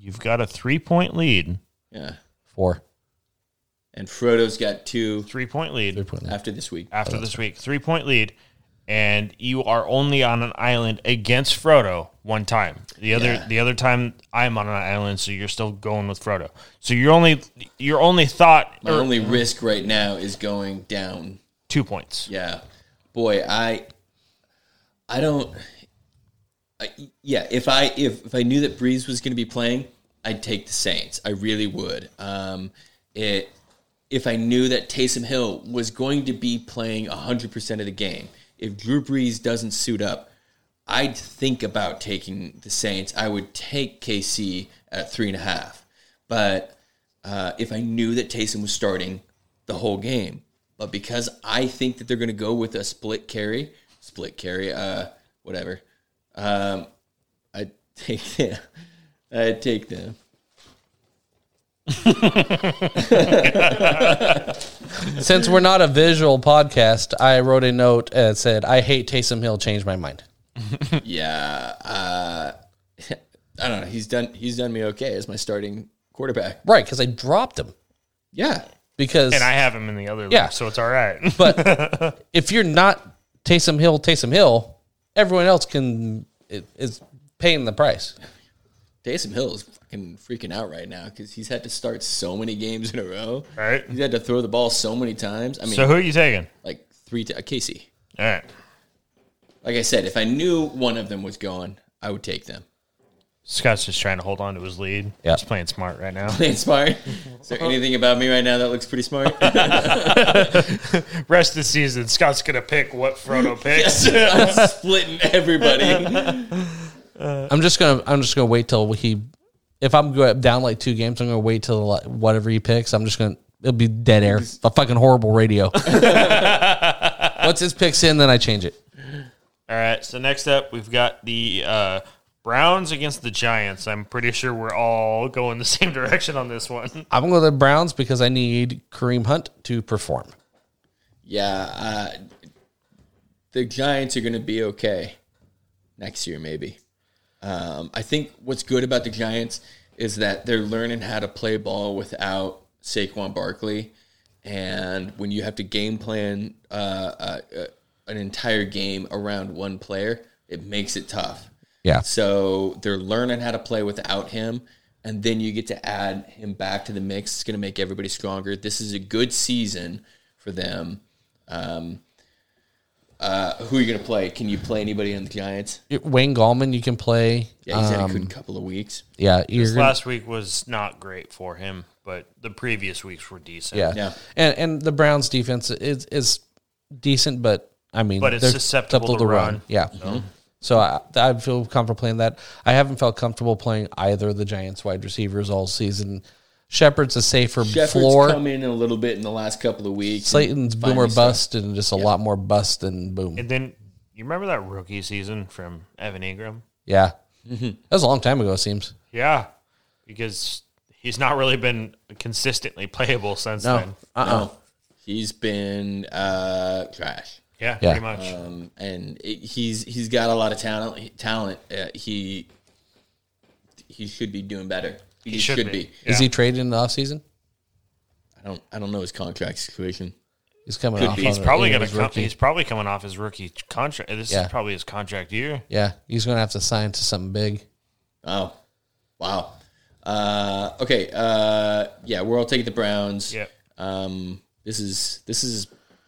[SPEAKER 1] you've got a three point lead.
[SPEAKER 3] Yeah,
[SPEAKER 2] Four.
[SPEAKER 3] and Frodo's got two
[SPEAKER 1] Three point lead
[SPEAKER 2] Three point nine.
[SPEAKER 3] after this week.
[SPEAKER 1] after this week. Three point lead. And you are only on an island against Frodo one time. The other
[SPEAKER 3] Yeah.
[SPEAKER 1] the other time I'm on an island, so you're still going with Frodo. So your only your only thought
[SPEAKER 3] My
[SPEAKER 1] or
[SPEAKER 3] only risk right now is going down.
[SPEAKER 1] two points.
[SPEAKER 3] Yeah, boy, I, I don't. I, yeah, if I if, if I knew that Breeze was going to be playing, I'd take the Saints. I really would. Um, it if I knew that Taysom Hill was going to be playing hundred percent of the game. If Drew Brees doesn't suit up, I'd think about taking the Saints. I would take KC at three and a half, but uh, if I knew that Taysom was starting the whole game. But because I think that they're going to go with a split carry, split carry, uh, whatever, um, I take [laughs] them. I take them.
[SPEAKER 2] Since we're not a visual podcast, I wrote a note that said, I hate Taysom Hill, change my mind.
[SPEAKER 3] Yeah, uh, [laughs] I don't know. He's done. He's done me okay as my starting quarterback.
[SPEAKER 2] Right, because I dropped him.
[SPEAKER 3] Yeah,
[SPEAKER 2] Because
[SPEAKER 1] And I have him in the other
[SPEAKER 2] Yeah.
[SPEAKER 1] league, so it's all right.
[SPEAKER 2] if you're not Taysom Hill, Taysom Hill, everyone else can i- is paying the price.
[SPEAKER 3] Taysom Hill is fucking freaking out right now because he's had to start so many games in a row.
[SPEAKER 1] Right.
[SPEAKER 3] He's had to throw the ball so many times. I
[SPEAKER 1] [laughs]
[SPEAKER 3] mean,
[SPEAKER 1] so who are you taking?
[SPEAKER 3] like three. T- uh, Casey.
[SPEAKER 1] All right.
[SPEAKER 3] Like I said, if I knew one of them was going, I would take them. [laughs]
[SPEAKER 1] Scott's just trying to hold on to his lead.
[SPEAKER 2] Yeah.
[SPEAKER 1] He's playing smart right now. [laughs]
[SPEAKER 3] Playing smart. Is there anything about me right now that looks pretty smart? [laughs]
[SPEAKER 1] Rest of the season, Scott's gonna pick what
[SPEAKER 3] [laughs]
[SPEAKER 1] Frodo picks.
[SPEAKER 3] I'm splitting everybody. [laughs]
[SPEAKER 2] I'm just gonna I'm just gonna wait till he if I'm go down like two games, I'm gonna wait till like, whatever he picks. I'm just gonna it'll be dead air, a fucking horrible radio. [laughs] Once his picks in, then I change it.
[SPEAKER 1] All right. So next up, we've got the uh, Browns against the Giants. I'm pretty sure we're all going the [laughs] same direction on this one.
[SPEAKER 2] I'm gonna go to the Browns because I need Kareem Hunt to perform.
[SPEAKER 3] Yeah, uh, the Giants are going to be okay next year, maybe. Um, I think what's good about the Giants is that they're learning how to play ball without Saquon Barkley, and when you have to game plan uh, uh, uh, an entire game around one player, it makes it tough.
[SPEAKER 2] Yeah.
[SPEAKER 3] So they're learning how to play without him. And then you get to add him back to the mix. It's going to make everybody stronger. This is a good season for them. Um, uh, who are you going to play? Can you play anybody on the Giants?
[SPEAKER 2] Wayne Gallman, you can play.
[SPEAKER 3] Yeah, he's had a
[SPEAKER 2] Um,
[SPEAKER 3] good couple of weeks.
[SPEAKER 2] yeah, you're gonna,
[SPEAKER 1] Last week was not great for him, but the previous weeks were decent.
[SPEAKER 2] yeah,
[SPEAKER 3] Yeah.
[SPEAKER 2] and and the Browns defense is is decent, but I mean,
[SPEAKER 1] But it's
[SPEAKER 2] they're
[SPEAKER 1] susceptible to run.
[SPEAKER 2] Yeah, Mm-hmm. so I, I feel comfortable playing that. I haven't felt comfortable playing either of the Giants wide receivers all season. Shepard's a safer
[SPEAKER 3] Jeffers
[SPEAKER 2] floor.
[SPEAKER 3] come in a little bit in the last couple of weeks.
[SPEAKER 2] Slayton's
[SPEAKER 3] Find
[SPEAKER 2] boom or
[SPEAKER 3] yourself.
[SPEAKER 2] bust, and just a lot more bust than boom.
[SPEAKER 1] And then you remember that rookie season from Evan Ingram?
[SPEAKER 2] yeah, that was a long time ago. It seems.
[SPEAKER 1] Yeah, because he's not really been consistently playable since then.
[SPEAKER 2] uh uh
[SPEAKER 3] No, he's been uh, trash.
[SPEAKER 1] Yeah,
[SPEAKER 2] Yeah.
[SPEAKER 1] pretty much.
[SPEAKER 3] um, and it, he's he's got a lot of talent. Talent. Uh, he he should be doing better. He, just should, be.
[SPEAKER 1] Yeah.
[SPEAKER 2] Is he traded in the offseason?
[SPEAKER 3] I don't I don't know his contract situation.
[SPEAKER 2] He's coming
[SPEAKER 3] Could
[SPEAKER 2] off.
[SPEAKER 3] be.
[SPEAKER 2] on
[SPEAKER 1] He's
[SPEAKER 2] a-
[SPEAKER 1] probably
[SPEAKER 2] he
[SPEAKER 1] gonna
[SPEAKER 2] was
[SPEAKER 1] come,
[SPEAKER 2] rookie.
[SPEAKER 1] he's probably coming off his rookie contract. This
[SPEAKER 2] Yeah.
[SPEAKER 1] is probably his contract year.
[SPEAKER 2] Yeah, he's gonna have to sign to
[SPEAKER 1] [laughs]
[SPEAKER 2] something big.
[SPEAKER 3] Oh, wow. Uh, okay. Uh, yeah, we're all taking the Browns.
[SPEAKER 1] Yep.
[SPEAKER 3] Um, this is this is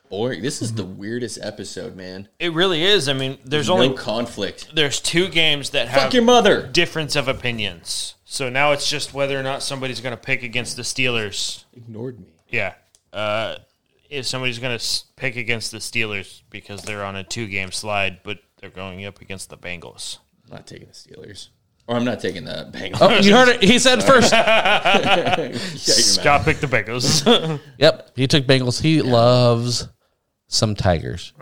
[SPEAKER 3] boring. This is the weirdest episode, man.
[SPEAKER 1] It really is. I mean, there's
[SPEAKER 3] No
[SPEAKER 1] only
[SPEAKER 3] conflict.
[SPEAKER 1] there's two games that have
[SPEAKER 3] Fuck your mother.
[SPEAKER 1] difference of opinions. So now it's just whether or not somebody's going to pick against the Steelers.
[SPEAKER 3] Ignored me.
[SPEAKER 1] Yeah. Uh, if somebody's going to pick against the Steelers because they're on a two game slide, but they're going up against the Bengals.
[SPEAKER 3] I'm not taking the Steelers. Or I'm not taking the Bengals. [laughs]
[SPEAKER 2] Oh, you heard it.
[SPEAKER 1] [laughs]
[SPEAKER 2] He said first.
[SPEAKER 3] Shut your mouth.
[SPEAKER 1] Scott picked the Bengals. [laughs]
[SPEAKER 2] Yep, he took Bengals. He loves some
[SPEAKER 3] [laughs]
[SPEAKER 2] Tigers.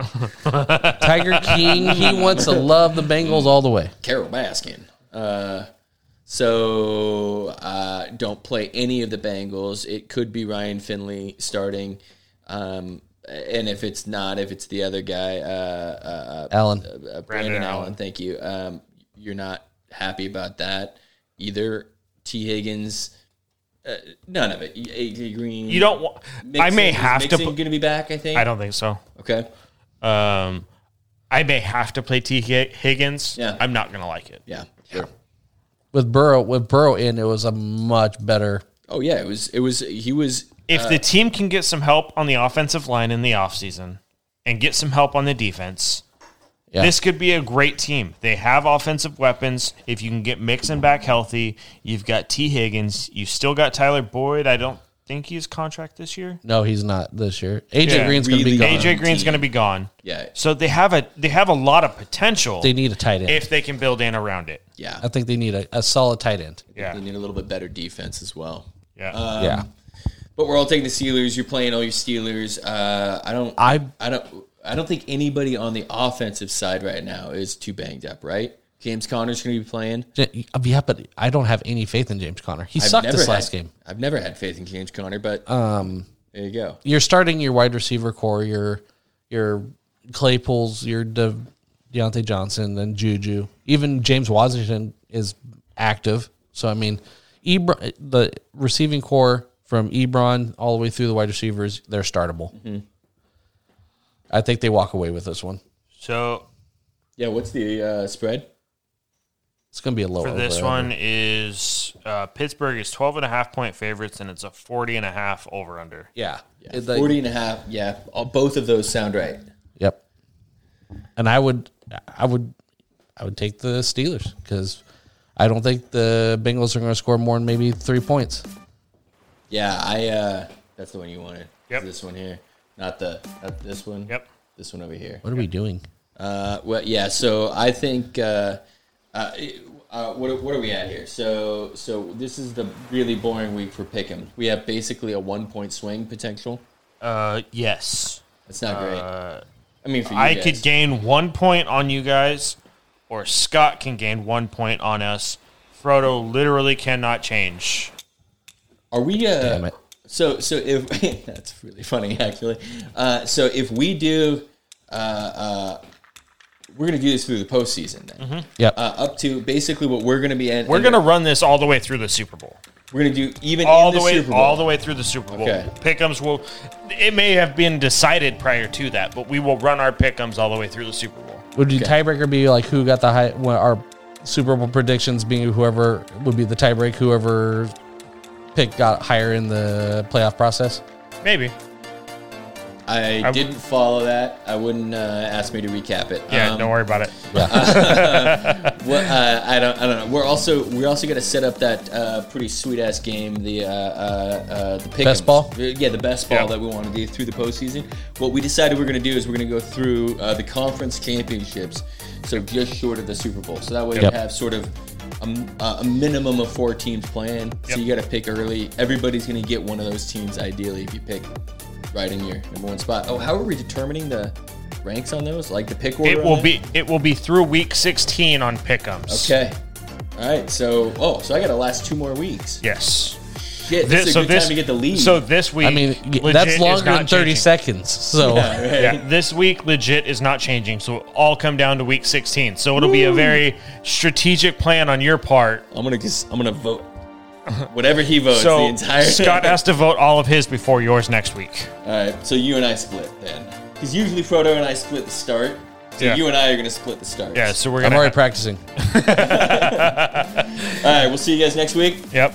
[SPEAKER 2] Tiger King. He wants to love the Bengals all the way.
[SPEAKER 3] Carol Baskin. Uh, so uh, don't play any of the Bengals. It could be Ryan Finley starting. Um, and if it's not, if it's the other guy, uh,
[SPEAKER 2] Alan.
[SPEAKER 3] uh, Brandon Allen. Thank you. Um, you're not happy about that either. T. Higgins, uh, none of it. A. Green.
[SPEAKER 1] You don't want. I may have to.
[SPEAKER 3] Going
[SPEAKER 1] pl-
[SPEAKER 3] to be back. I think.
[SPEAKER 1] I don't think so.
[SPEAKER 3] Okay.
[SPEAKER 1] Um, I may have to play T. Hi- Higgins.
[SPEAKER 3] Yeah.
[SPEAKER 1] I'm not gonna like it.
[SPEAKER 3] Yeah. Sure.
[SPEAKER 2] With Burrow, with Burrow in, it was a much better.
[SPEAKER 3] Oh yeah. It was. It was. He was.
[SPEAKER 1] If
[SPEAKER 2] Uh,
[SPEAKER 1] the team can get some help on the offensive line in the offseason and get some help on the defense,
[SPEAKER 2] Yeah.
[SPEAKER 1] this could be a great team. They have offensive weapons. If you can get Mixon back healthy, you've got T. Higgins. You've still got Tyler Boyd. I don't think he's contract this year.
[SPEAKER 2] No, he's not this year. AJ
[SPEAKER 1] Yeah.
[SPEAKER 2] Green's going to
[SPEAKER 3] Really
[SPEAKER 2] be gone.
[SPEAKER 1] AJ Green's
[SPEAKER 3] team.
[SPEAKER 1] going to be gone.
[SPEAKER 3] Yeah.
[SPEAKER 1] So they have a they have a lot of potential
[SPEAKER 2] They need a tight end.
[SPEAKER 1] if they can build in around it.
[SPEAKER 3] Yeah.
[SPEAKER 2] I think they need a, a solid tight end.
[SPEAKER 1] Yeah.
[SPEAKER 3] They need a little bit better defense as well.
[SPEAKER 1] Yeah.
[SPEAKER 2] yeah.
[SPEAKER 3] But we're all taking the Steelers. You're playing all your Steelers. Uh, I don't.
[SPEAKER 2] I-
[SPEAKER 3] I don't. I don't think anybody on the offensive side right now is too banged up, right? James Conner's going to be playing.
[SPEAKER 2] J- Yeah, but I don't have any faith in James Conner. He
[SPEAKER 3] I've
[SPEAKER 2] sucked this
[SPEAKER 3] never
[SPEAKER 2] last
[SPEAKER 3] had-
[SPEAKER 2] game.
[SPEAKER 3] I've never had faith in James Conner, but um, there you go.
[SPEAKER 2] You're starting your wide receiver core, your your Claypools, your De- Deontay Johnson, then Juju. Even James Washington is active. So I mean, Ebron, the receiving core from Ebron all the way through the wide receivers, they're startable. I think they walk away with this one.
[SPEAKER 1] so
[SPEAKER 3] Yeah, what's the uh, spread?
[SPEAKER 2] It's going to be a low
[SPEAKER 1] for this
[SPEAKER 2] over.
[SPEAKER 1] one is uh, Pittsburgh is 12 and a half point favorites and it's a 40 and a half over under.
[SPEAKER 2] Yeah. It- the-
[SPEAKER 3] 40 and a half. Yeah, all, both of those sound right.
[SPEAKER 2] Yep. And I would, I would, I would take the Steelers because I don't think the Bengals are going to score more than maybe three points.
[SPEAKER 3] Yeah, I. Uh, that's the one you wanted.
[SPEAKER 1] Yep.
[SPEAKER 3] This one here, not the not this one.
[SPEAKER 1] Yep.
[SPEAKER 3] This one over here.
[SPEAKER 2] What are we doing?
[SPEAKER 3] Uh, well, yeah. So I think uh, uh, uh, what are- what are we at here? So so this is the really boring week for Pick'em. We have basically a one point swing potential.
[SPEAKER 1] Uh, yes.
[SPEAKER 3] That's not great. I mean, for you
[SPEAKER 1] Uh, I
[SPEAKER 3] guys.
[SPEAKER 1] could gain one point on you guys, or Scott can gain one point on us. Frodo literally cannot change.
[SPEAKER 3] Are we? Uh,
[SPEAKER 2] Damn it.
[SPEAKER 3] So so if [laughs] that's really funny actually. Uh, so if we do, uh, uh, we're gonna do this through the postseason then.
[SPEAKER 2] Yep.
[SPEAKER 3] Uh, up to basically what we're gonna be at.
[SPEAKER 1] Mm-hmm. We're gonna run this all the way through the Super Bowl,
[SPEAKER 3] we're gonna do even
[SPEAKER 1] all
[SPEAKER 3] in the,
[SPEAKER 1] the, way,
[SPEAKER 3] Super Bowl.
[SPEAKER 1] all the way through the Super Bowl.
[SPEAKER 3] Okay.
[SPEAKER 1] Pickums will. It may have been decided prior to that, but we will run our pickums all the way through the Super Bowl.
[SPEAKER 2] would the tiebreaker be like who got the high? When our Super Bowl predictions being whoever would be the tiebreak, whoever pick got higher in the playoff process.
[SPEAKER 1] Maybe.
[SPEAKER 3] I,
[SPEAKER 1] I-
[SPEAKER 3] didn't follow that. I wouldn't uh, ask me to recap it.
[SPEAKER 1] Yeah.
[SPEAKER 3] Um,
[SPEAKER 1] don't worry about it.
[SPEAKER 3] What, uh, I don't. I don't know. We're also we're also gonna set up that uh, pretty sweet ass game, the uh, uh, uh, the pick
[SPEAKER 2] Best ball?
[SPEAKER 3] Yeah, the best ball
[SPEAKER 1] Yeah.
[SPEAKER 3] that we want to do through the postseason. What we decided we're gonna do is we're gonna go through uh, the conference championships, so just short of the Super Bowl. So that way
[SPEAKER 2] Yep.
[SPEAKER 3] you have sort of. A, m- uh, a minimum of four teams playing, so
[SPEAKER 1] Yep.
[SPEAKER 3] you got to pick early. Everybody's going to get one of those teams, ideally, if you pick right in your number one spot. Oh, how are we determining the ranks on those? Like the pick order?
[SPEAKER 1] It
[SPEAKER 3] on
[SPEAKER 1] will
[SPEAKER 3] that?
[SPEAKER 1] be. It will be through Week 16 on pickums.
[SPEAKER 3] Okay. All right. So, oh, so I got to last two more weeks.
[SPEAKER 1] Yes.
[SPEAKER 3] Yeah, this, is a
[SPEAKER 1] so
[SPEAKER 3] good
[SPEAKER 1] this
[SPEAKER 3] time to get the lead.
[SPEAKER 1] So this week,
[SPEAKER 2] I mean,
[SPEAKER 1] legit
[SPEAKER 2] that's
[SPEAKER 1] is
[SPEAKER 2] longer
[SPEAKER 1] not
[SPEAKER 2] than thirty
[SPEAKER 1] changing.
[SPEAKER 2] seconds. So
[SPEAKER 1] Yeah, [laughs] this week legit is not changing, so it'll all come down to week 16. So it'll be a very strategic plan on your part.
[SPEAKER 3] I'm gonna just I'm gonna vote [laughs] whatever he votes Oh, the
[SPEAKER 1] So
[SPEAKER 3] entire. [laughs]
[SPEAKER 1] Scott has to vote all of his before yours next week.
[SPEAKER 3] All right. So you and I split then, because usually Frodo and I split the start. So
[SPEAKER 1] Yeah.
[SPEAKER 3] you and I are gonna split the start.
[SPEAKER 1] Yeah, so we're
[SPEAKER 2] I'm
[SPEAKER 1] gonna.
[SPEAKER 2] already practicing.
[SPEAKER 3] All right. We'll see you guys next week.
[SPEAKER 1] yep.